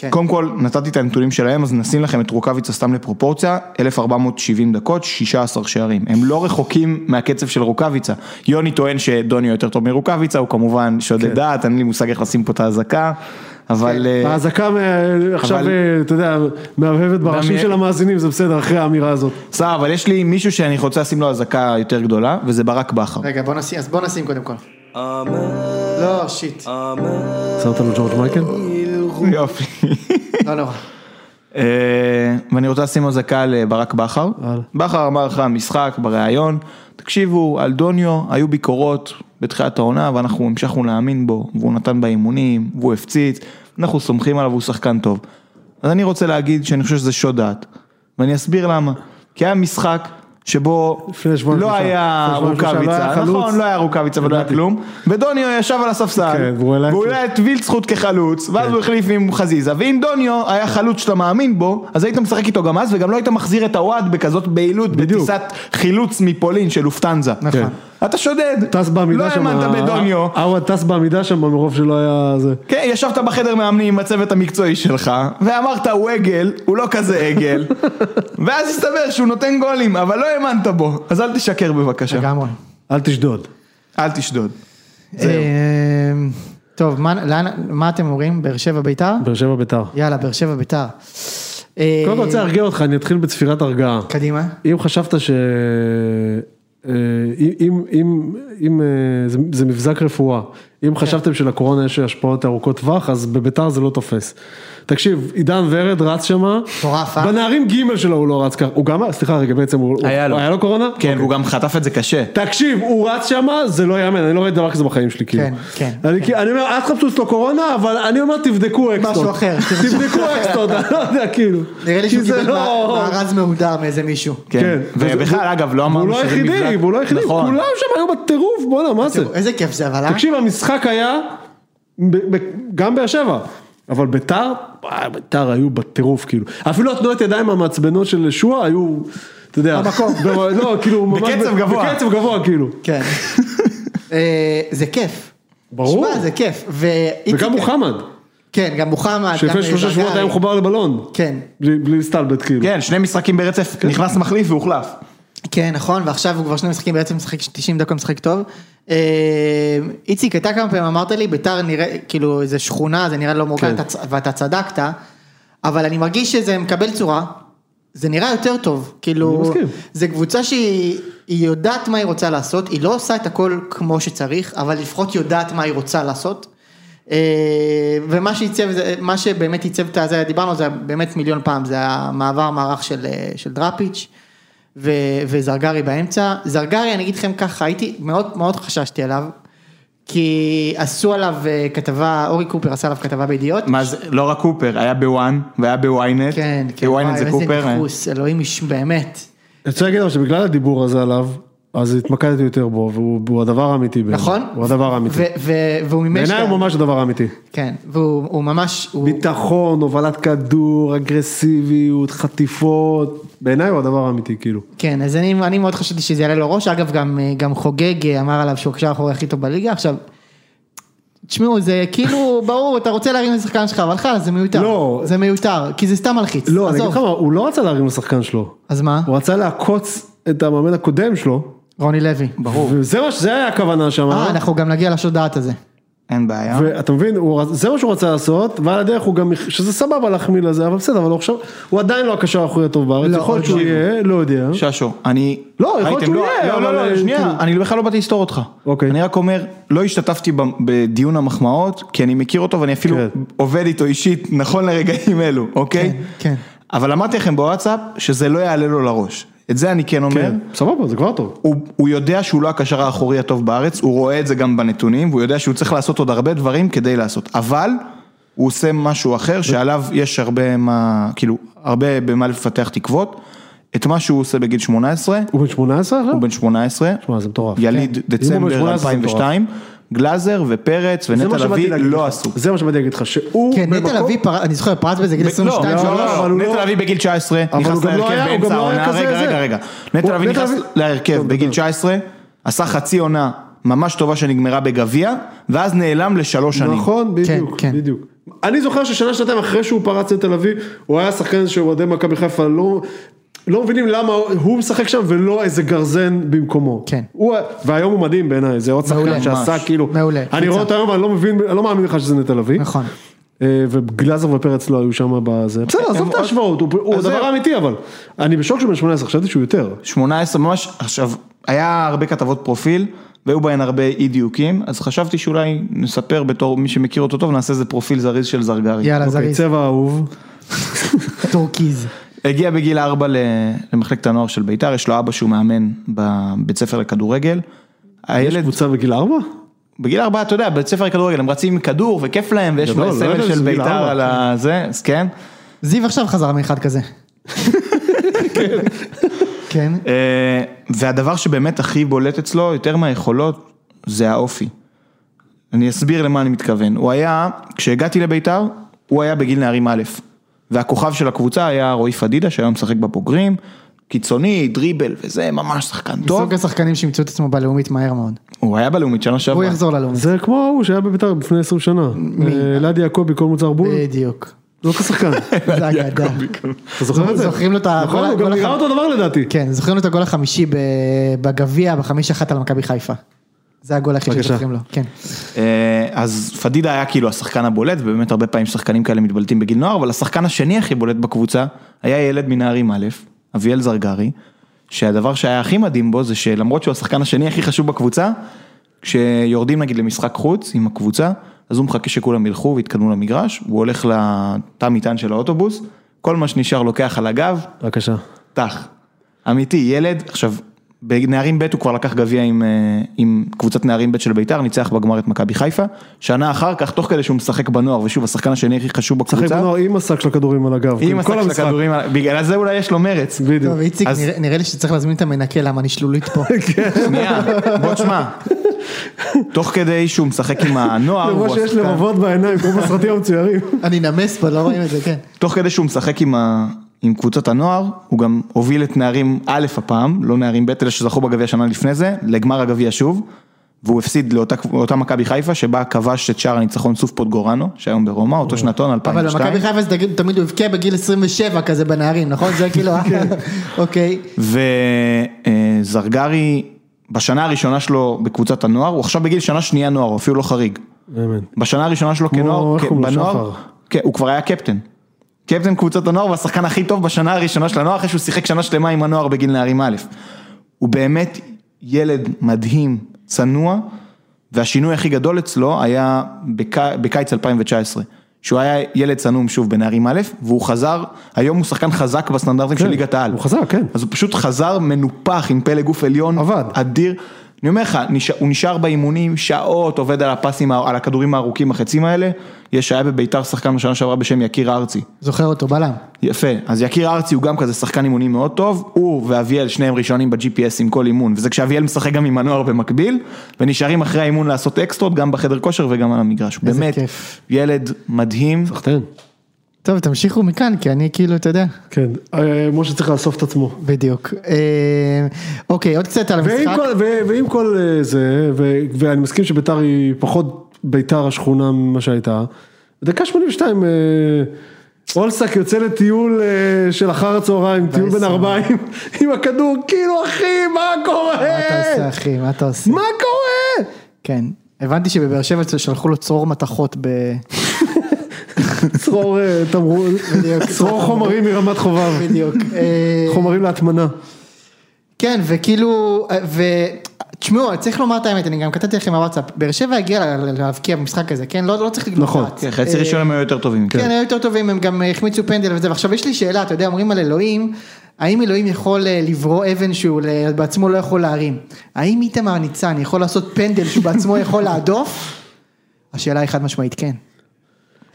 Speaker 1: כן.
Speaker 3: קודם כל, נתתי את הנתונים שלהם, אז נשים לכם את רוקאביצה סתם לפרופורציה, 1470 דקות, 16 שערים. הם לא רחוקים מהקצב של רוקאביצה. יוני טוען שדוניו יותר טוב מרוקאביצה, הוא כמובן שודד דעת, אין לי מושג איך לשים פה את האזעקה, אבל... אה,
Speaker 2: האזעקה אה, עכשיו,
Speaker 3: אבל-
Speaker 2: אה, אתה יודע, מהבהבת בראשים
Speaker 3: גם-
Speaker 2: של המאזינים, זה בסדר, אחרי האמירה הזאת.
Speaker 3: סע, אבל יש לי מישהו שאני רוצה לשים לו אזעקה יותר גדולה, וזה ברק בכר.
Speaker 1: רגע, בוא נשים, אז בוא נשים קודם כל.
Speaker 3: אה,
Speaker 1: לא, שיט,
Speaker 2: שם אותנו ג'ורג' מייקל?
Speaker 3: לא יופי.
Speaker 1: לא נורא.
Speaker 3: אה, ואני רוצה לשים אזעקה לברק בכר.
Speaker 2: הלאה.
Speaker 3: בכר אמר אחרי המשחק, בריאיון, תקשיבו, על דוניו היו ביקורות בתחילת העונה, ואנחנו המשכנו להאמין בו, והוא נתן באימונים, והוא הפציץ, אנחנו סומכים עליו, הוא שחקן טוב. אז אני רוצה להגיד שאני חושב שזה שוד דעת, ואני אסביר למה. כי היה משחק שבו
Speaker 2: לפני שבועיים
Speaker 3: לא
Speaker 2: שלושה.
Speaker 3: היה
Speaker 2: לפני שבועיים שלושה, לא היה
Speaker 3: רוקאביצה,
Speaker 2: חלוץ.
Speaker 3: נכון, לא היה רוקאביצה ולא היה
Speaker 2: ידעתי.
Speaker 3: כלום, ודוניו ישב על הספסל,
Speaker 2: כן, והוא העלה את
Speaker 3: והוא
Speaker 2: זה.
Speaker 3: העלה את וילצחוט כחלוץ, ואז הוא החליף עם חזיזה, ואם דוניו היה חלוץ שאתה מאמין בו, אז היית משחק איתו גם אז, וגם לא היית מחזיר את הוואד בכזאת בהילות,
Speaker 2: בדיוק.
Speaker 3: בטיסת חילוץ מפולין של אופטנזה.
Speaker 1: נכון.
Speaker 3: אתה שודד,
Speaker 2: טס בעמידה שם,
Speaker 3: לא האמנת בדוניו.
Speaker 2: עווד טס בעמידה שם מרוב שלא היה זה.
Speaker 3: כן, ישבת בחדר מאמנים עם הצוות המקצועי שלך, ואמרת הוא עגל, הוא לא כזה עגל, ואז הסתבר שהוא נותן גולים, אבל לא האמנת בו, אז אל תשקר
Speaker 2: כן.
Speaker 3: בבקשה,
Speaker 1: לגמרי.
Speaker 2: אל תשדוד.
Speaker 3: אל תשדוד.
Speaker 1: אה, טוב, מה- לאן- מה אתם אומרים? באר שבע ביתר?
Speaker 3: אה.
Speaker 2: באר שבע ביתר.
Speaker 1: יאללה, באר שבע ביתר. אה,
Speaker 2: קודם כל רוצה להרגיע אותך, אני אתחיל בצפירת הרגעה.
Speaker 1: קדימה.
Speaker 2: אם חשבת ש... אה, אם, אם, אם אה, זה, זה מבזק רפואה,
Speaker 1: כן.
Speaker 2: אם חשבתם שלקורונה יש השפעות ארוכות טווח, אז בביתר זה לא תופס. תקשיב, עידן ורד רץ שמה,
Speaker 1: מטורף, אה?
Speaker 2: בנערים ג' שלו הוא לא רץ ככה, הוא גם, סליחה רגע, בעצם הוא,
Speaker 3: היה
Speaker 2: הוא,
Speaker 3: לו.
Speaker 2: היה לו קורונה? אוקיי.
Speaker 3: כן, והוא גם חטף את זה קשה.
Speaker 2: תקשיב, הוא רץ שמה, זה לא יאמן, אני לא ראיתי דבר כזה בחיים שלי, כאילו.
Speaker 1: כן, כן,
Speaker 2: אני, כן. אני אומר, אל תחפשו אצלו קורונה, אבל אני אומר, תבדקו אקסטוד.
Speaker 1: משהו אחר.
Speaker 2: תבדקו אקסטוד, אני לא יודע, כאילו.
Speaker 1: נראה לי
Speaker 2: כי
Speaker 1: שהוא
Speaker 2: זה
Speaker 1: קיבל
Speaker 2: לא-
Speaker 1: מע- מארז מהודר מאיזה מישהו.
Speaker 3: כן.
Speaker 2: כן.
Speaker 3: ובכלל, אגב, לא
Speaker 2: הוא
Speaker 3: אמרנו
Speaker 2: לא
Speaker 3: שזה
Speaker 2: היחידי,
Speaker 3: מבזק.
Speaker 2: הוא לא היחידי,
Speaker 3: נכון. אוקיי.
Speaker 2: כולם שם היו בטירוף, בואנה, מה זה?
Speaker 1: תראו, איזה כיף זה אבל, אה?
Speaker 2: תקשיב, המשחק היה ב- ב- גם באר שבע, אבל ביתר, אה, ביתר היו בטירוף, כאילו. אפילו התנועות ידיים המעצבנות של שועה היו, אתה יודע,
Speaker 1: במקום.
Speaker 2: ב- לא, כאילו, ממש
Speaker 3: בקצב
Speaker 2: ב-
Speaker 3: גבוה.
Speaker 2: בקצב גבוה, כאילו.
Speaker 1: כן. אה, זה כיף.
Speaker 2: ברור.
Speaker 1: שמע, זה כיף. ואיציק-
Speaker 2: וגם מוחמד,
Speaker 1: כן, גם מוחמד. גם
Speaker 2: שלפני שלושה
Speaker 1: ברגרי.
Speaker 2: שבועות היה מחובר לבלון.
Speaker 1: כן,
Speaker 2: בלי בלי להסתלבט, כאילו.
Speaker 3: כן, שני משחקים ברצף, נכנס מחליף והוחלף.
Speaker 1: כן, נכון, ועכשיו הוא כבר שני משחקים בעצם משחק 90 דקות משחק טוב. אה, איציק, אתה כמה פעמים אמרת לי, ביתר נראה, כאילו, זה שכונה, זה נראה לא מורכב,
Speaker 2: כן.
Speaker 1: אתה צ- ואתה צדקת, אבל אני מרגיש שזה מקבל צורה, זה נראה יותר טוב,
Speaker 2: אני
Speaker 1: כאילו,
Speaker 2: מסכים.
Speaker 1: זה קבוצה שהיא היא יודעת מה היא רוצה לעשות, היא לא עושה את הכל כמו שצריך, אבל לפחות יודעת מה היא רוצה לעשות. אה, ומה שעיצב, זה- מה שבאמת עיצב את הזה, דיברנו על זה באמת מיליון פעם, זה המעבר מערך של, אה, של דראפיץ' ו, וזרגרי באמצע. זרגרי, אני אגיד לכם ככה, הייתי, מאוד מאוד חששתי עליו, כי עשו עליו אה, כתבה, אורי קופר עשה עליו כתבה בידיעות.
Speaker 3: מה זה, לא רק קופר, היה בוואן, והיה בוויינט.
Speaker 1: כן,
Speaker 3: כי
Speaker 1: כן,
Speaker 3: וויינט זה
Speaker 1: איזה
Speaker 3: קופר. אה.
Speaker 1: ניכוס, אלוהים, יש- באמת.
Speaker 2: אני רוצה להגיד אבל שבגלל הדיבור הזה עליו, אז התמקדתי יותר בו, והוא והוא הדבר האמיתי בעיניי.
Speaker 1: נכון?
Speaker 2: הוא הדבר האמיתי.
Speaker 1: ו- ו- והוא מימש...
Speaker 2: בעיניי
Speaker 1: את ה-
Speaker 2: הוא ממש הדבר האמיתי.
Speaker 1: כן, והוא הוא ממש... הוא-
Speaker 2: ביטחון, הובלת כדור, אגרסיביות, חטיפות, בעיניי הוא הדבר האמיתי, כאילו.
Speaker 1: כן, אז אני, אני מאוד חשבתי שזה יעלה לו ראש, אגב גם, אה, גם חוגג אמר עליו שהוא הקשר האחורי הכי טוב בליגה, עכשיו, תשמעו זה כאילו ברור, אתה רוצה להרים לשחקן שלך, אבל חלאס זה מיותר,
Speaker 2: לא.
Speaker 1: זה מיותר, כי זה סתם מלחיץ,
Speaker 2: לא, אני אגיד
Speaker 1: עזוב.
Speaker 2: לך מה, הוא לא רצה להרים לשחקן שלו,
Speaker 1: אז מה,
Speaker 2: הוא רצה לעקוץ את המאמן הקודם שלו,
Speaker 1: רוני לוי,
Speaker 3: ברור,
Speaker 2: וזה מה, זה היה הכוונה שם,
Speaker 1: אה, אנחנו גם נגיע לשוד דעת הזה,
Speaker 3: אין בעיה.
Speaker 2: ואתה מבין, הוא רצ- זה מה שהוא רצה לעשות, ועל הדרך הוא גם, הכ- שזה סבבה להחמיא לזה, אבל בסדר, אבל הוא עכשיו, הוא עדיין לא הקשר האחורי הטוב בארץ,
Speaker 1: לא,
Speaker 2: יכול להיות
Speaker 1: עוד
Speaker 2: שהוא
Speaker 1: לא.
Speaker 2: יהיה, לא יודע,
Speaker 3: ששו, אני...
Speaker 2: לא, יכול להיות
Speaker 3: ראיתם,
Speaker 2: שהוא יהיה,
Speaker 3: לא, לא,
Speaker 2: אבל,
Speaker 3: לא,
Speaker 2: אה,
Speaker 3: לא, שנייה,
Speaker 2: כאילו-
Speaker 3: אני בכלל לא באתי לסתור אותך.
Speaker 2: אוקיי.
Speaker 3: אני רק אומר, לא השתתפתי ב- בדיון המחמאות, כי אני מכיר אותו ואני אפילו
Speaker 2: כן.
Speaker 3: עובד איתו אישית נכון לרגעים אלו, אוקיי?
Speaker 1: כן.
Speaker 3: אבל אמרתי לכם בוואטסאפ, שזה לא יעלה לו לראש. את זה אני כן אומר.
Speaker 2: כן, סבבה, זה כבר טוב.
Speaker 3: הוא, הוא יודע שהוא לא הקשר האחורי הטוב בארץ, הוא רואה את זה גם בנתונים, והוא יודע שהוא צריך לעשות עוד הרבה דברים כדי לעשות, אבל הוא עושה משהו אחר שעליו יש הרבה מה, כאילו, הרבה במה לפתח תקוות. את מה שהוא עושה בגיל 18,
Speaker 2: הוא בן 18 עכשיו?
Speaker 3: הוא בן 18,
Speaker 2: שמע, זה מטורף.
Speaker 3: יליד
Speaker 2: כן. אם הוא בן
Speaker 3: דצמבר
Speaker 2: 18 זה מטורף.
Speaker 3: 2002, גלאזר ופרץ
Speaker 2: זה מה
Speaker 3: ונטע
Speaker 2: שבאתי
Speaker 3: לביא
Speaker 2: להגיד לך.
Speaker 3: לא עשו.
Speaker 2: זה מה שבאתי להגיד לך, שהוא
Speaker 1: כן,
Speaker 2: במקום-
Speaker 1: נטע לביא, פר- אני זוכר פרץ בזה גיל
Speaker 3: לא,
Speaker 1: 22,
Speaker 3: לא,
Speaker 2: שלוש,
Speaker 3: לא,
Speaker 2: אבל הוא
Speaker 3: נטע
Speaker 2: לא-
Speaker 3: לביא בגיל 19,
Speaker 2: אבל הוא
Speaker 3: נכנס
Speaker 2: גם לא
Speaker 3: להרכב
Speaker 2: היה- הוא
Speaker 3: באמצע
Speaker 2: גם לא היה
Speaker 3: העונה,
Speaker 2: כזה
Speaker 3: רגע,
Speaker 2: זה.
Speaker 3: רגע, רגע.
Speaker 2: הוא-
Speaker 3: נטע לביא
Speaker 2: נטע
Speaker 3: נכנס
Speaker 2: לביא- לא,
Speaker 3: להרכב
Speaker 2: טוב,
Speaker 3: בגיל
Speaker 2: טוב.
Speaker 3: 19, עשה חצי עונה ממש טובה שנגמרה בגביע, ואז נעלם לשלוש שנים.
Speaker 2: נכון, בדיוק,
Speaker 1: כן.
Speaker 2: בדיוק. אני זוכר ששנה שנתיים אחרי שהוא פרץ לתל אביב, הוא היה שחקן של אוהדי מכבי חיפה, לא, לא מבינים למה הוא משחק שם ולא איזה גרזן במקומו.
Speaker 1: כן.
Speaker 2: הוא, והיום הוא מדהים בעיניי, זה עוד
Speaker 1: מעולה.
Speaker 2: שחקן שעשה
Speaker 3: ממש.
Speaker 2: כאילו,
Speaker 1: מעולה,
Speaker 2: אני
Speaker 1: קבוצה.
Speaker 2: רואה אותו היום ואני לא מבין, אני לא מאמין לך שזה נטע לביא.
Speaker 1: נכון,
Speaker 2: אה, וגלאזר ופרץ לא היו שם בזה, בסדר,
Speaker 3: הם
Speaker 2: עזוב את
Speaker 3: עוד-
Speaker 2: ההשוואות, הוא- הוא
Speaker 3: אז
Speaker 2: הדבר
Speaker 3: זהו.
Speaker 2: האמיתי אבל. אני בשוק שהוא בן 18, חשבתי שהוא יותר.
Speaker 3: 18 ממש, עכשיו, היה הרבה כתבות פרופיל, והיו בהן הרבה אי דיוקים, אז חשבתי שאולי נספר בתור מי שמכיר אותו טוב, נעשה איזה פרופיל זריז של זרגרי.
Speaker 1: יאללה
Speaker 2: אוקיי,
Speaker 1: זריז,
Speaker 2: צבע אהוב.
Speaker 1: טורקיז,
Speaker 3: הגיע בגיל 4 למחלקת הנוער של בית"ר, יש לו אבא שהוא מאמן בבית ספר לכדורגל.
Speaker 2: יש
Speaker 3: הילד,
Speaker 2: קבוצה בגיל 4?
Speaker 3: בגיל 4, אתה יודע, בית ספר לכדורגל, הם רצים עם כדור וכיף להם, ויש
Speaker 2: גדול,
Speaker 3: לו
Speaker 2: לא ידעתי
Speaker 3: סמל של
Speaker 2: שזה בגיל
Speaker 3: בית"ר
Speaker 2: ארבע.
Speaker 3: על הזה, אז כן.
Speaker 1: זיו עכשיו חזר מאחד כזה, כן,
Speaker 3: אה, והדבר שבאמת הכי בולט אצלו, יותר מהיכולות, זה האופי. אני אסביר למה אני מתכוון. הוא היה, כשהגעתי לביתר, הוא היה בגיל נערים א', והכוכב של הקבוצה היה רועי פדידה, שהיום משחק בבוגרים, קיצוני, דריבל וזה, ממש שחקן טוב.
Speaker 1: סוג השחקנים שימצאו את עצמו בלאומית מהר מאוד,
Speaker 3: הוא היה בלאומית שנה
Speaker 1: הוא
Speaker 3: שעברה.
Speaker 1: יחזור ללאומית,
Speaker 2: זה כמו ההוא שהיה בביתר לפני 20 שנה. אה, אלעד יעקבי, כל מוצר בול.
Speaker 1: אה, בדיוק.
Speaker 2: לא אותו שחקן.
Speaker 1: זה אגדה.
Speaker 2: אתה זוכר את זה?
Speaker 1: זוכרים לו את ה-
Speaker 2: נכון,
Speaker 1: כל ה-
Speaker 2: הוא
Speaker 1: כל
Speaker 2: גם
Speaker 1: ה-
Speaker 2: נראה אותו דבר לדעתי.
Speaker 1: כן, זוכרים לו את הגול החמישי ב- בגביע, בחמש אחת על מכבי חיפה. זה הגול היחיד
Speaker 2: בבקשה.
Speaker 1: שזוכרים לו, כן.
Speaker 3: אה, אז פדידה היה כאילו השחקן הבולט, ובאמת הרבה פעמים שחקנים כאלה מתבלטים בגיל נוער, אבל השחקן השני הכי בולט בקבוצה היה ילד מנערים א', אביאל זרגרי, שהדבר שהיה הכי מדהים בו זה שלמרות שהוא השחקן השני הכי חשוב בקבוצה, כשיורדים נגיד למשחק חוץ עם הקבוצה, אז הוא מחכה שכולם ילכו ויתקדמו למגרש, הוא הולך לתא מטען של האוטובוס, כל מה שנשאר לוקח על הגב,
Speaker 2: בבקשה.
Speaker 3: טח. אמיתי, ילד, עכשיו, בנערים ב' הוא כבר לקח גביע עם, אה, עם קבוצת נערים ב' של ביתר, ניצח בגמר את מכבי חיפה. שנה אחר כך, תוך כדי שהוא משחק בנוער, ושוב, השחקן השני הכי חשוב
Speaker 2: משחק
Speaker 3: בקבוצה.
Speaker 2: בנוער עם השק של הכדורים על הגב. כן,
Speaker 3: עם השק
Speaker 2: כל
Speaker 3: של
Speaker 2: המשחק.
Speaker 3: הכדורים, על- בגלל זה אולי יש לו מרץ.
Speaker 2: בדיוק.
Speaker 1: טוב, איציק,
Speaker 3: אז-
Speaker 1: נראה- נראה לי שצריך להזמין את המנקה, למה אני שלולית פה.
Speaker 3: שנייה, בוא תשמע. תוך כדי שהוא משחק עם הנוער,
Speaker 2: למרות
Speaker 3: הוא
Speaker 2: שיש
Speaker 3: השחקן-
Speaker 2: לבבות בעיניים, כמו בסרטים המצוירים.
Speaker 1: אני נמס פה, לא רואים את זה, כן.
Speaker 3: תוך כדי שהוא משחק עם, ה... עם קבוצת הנוער, הוא גם הוביל את נערים א' הפעם, לא נערים ב', אלה שזכו בגביע שנה לפני זה, לגמר הגביע שוב, והוא הפסיד לאותה, לאותה מכבי חיפה, שבה כבש את שער הניצחון סוף פוטגורנו, שהיום ברומא, אותו שנתון,
Speaker 1: אבל
Speaker 3: 2002.
Speaker 1: במכבי חיפה זה תגיד- תמיד הוא הבקיע בגיל 27 כזה בנערים, נכון? זה כאילו,
Speaker 2: כן.
Speaker 1: אוקיי.
Speaker 3: וזרגרי, בשנה הראשונה שלו בקבוצת הנוער, הוא עכשיו בגיל שנה שנייה נוער, הוא אפילו לא חריג.
Speaker 2: אמן.
Speaker 3: בשנה הראשונה שלו כנוער,
Speaker 2: איך
Speaker 3: כ-
Speaker 2: קוראים לו?
Speaker 3: בנוער,
Speaker 2: שחר.
Speaker 3: כן, הוא כבר היה קפטן. קפטן קבוצת הנוער והשחקן הכי טוב בשנה הראשונה של הנוער, אחרי שהוא שיחק שנה שלמה עם הנוער בגיל נערים א'. הוא באמת ילד מדהים, צנוע, והשינוי הכי גדול אצלו היה בק... בקיץ 2019. שהוא היה ילד צנום שוב בנערים א', והוא חזר, היום הוא שחקן חזק בסטנדרטים
Speaker 2: כן,
Speaker 3: של ליגת העל.
Speaker 2: הוא חזר, כן.
Speaker 3: אז הוא פשוט חזר מנופח עם פלא גוף עליון.
Speaker 2: עבד.
Speaker 3: אדיר. אני אומר לך, נשאר- הוא נשאר באימונים שעות, עובד על הפסים, ה- על הכדורים הארוכים, החצים האלה. יש, היה בביתר שחקן בשנה שעברה בשם יקיר ארצי.
Speaker 1: זוכר אותו, בלם.
Speaker 3: יפה, אז יקיר ארצי הוא גם כזה שחקן אימונים מאוד טוב, הוא ואביאל שניהם ראשונים ב-GPS עם כל אימון, וזה כשאביאל משחק גם עם הנוער במקביל, ונשארים אחרי האימון לעשות אקסטרות גם בחדר כושר וגם על המגרש.
Speaker 1: איזה
Speaker 3: באמת,
Speaker 1: כיף.
Speaker 3: ילד מדהים.
Speaker 2: סחטיין.
Speaker 1: טוב, תמשיכו מכאן, כי אני כאילו, אתה יודע,
Speaker 2: כן. אה, משה צריך לאסוף את עצמו.
Speaker 1: בדיוק. אה, אוקיי, עוד קצת על
Speaker 2: ועם
Speaker 1: המשחק.
Speaker 2: כל, ו, ועם כל אה, זה, ו, ואני מסכים שביתר היא פחות ביתר השכונה ממה שהייתה, בדקה 82, אה, אולסק יוצא לטיול אה, של אחר הצהריים, טיול בן
Speaker 1: בעשר.
Speaker 2: ארבעים, עם הכדור, כאילו אחי, מה קורה?
Speaker 1: מה אתה עושה, אחי? מה אתה עושה?
Speaker 2: מה קורה?
Speaker 1: כן. הבנתי שבבאר שבע שלחו לו צרור מתכות ב...
Speaker 2: צרור אה, תמרור,
Speaker 1: בדיוק.
Speaker 2: צרור חומרים מרמת חובב,
Speaker 1: בדיוק. אה,
Speaker 2: חומרים להטמנה.
Speaker 1: כן, וכאילו, ו... תשמעו, צריך לומר את האמת, אני גם כתבתי לכם בוואטסאפ, באר שבע הגיעה לה- להבקיע במשחק הזה, כן? לא, לא צריך לגמור
Speaker 2: נכון.
Speaker 1: דעת.
Speaker 3: כן, חצי
Speaker 1: אה,
Speaker 3: ראשון הם היו יותר טובים.
Speaker 1: כן, היו יותר טובים, הם גם החמיצו פנדל וזה, ועכשיו יש לי שאלה, אתה יודע, אומרים על אלוהים, האם אלוהים יכול אה, לברוא אבן שהוא ל- בעצמו לא יכול להרים? האם איתמר ניצן יכול לעשות פנדל שהוא בעצמו יכול להדוף? השאלה היא חד משמעית, כן.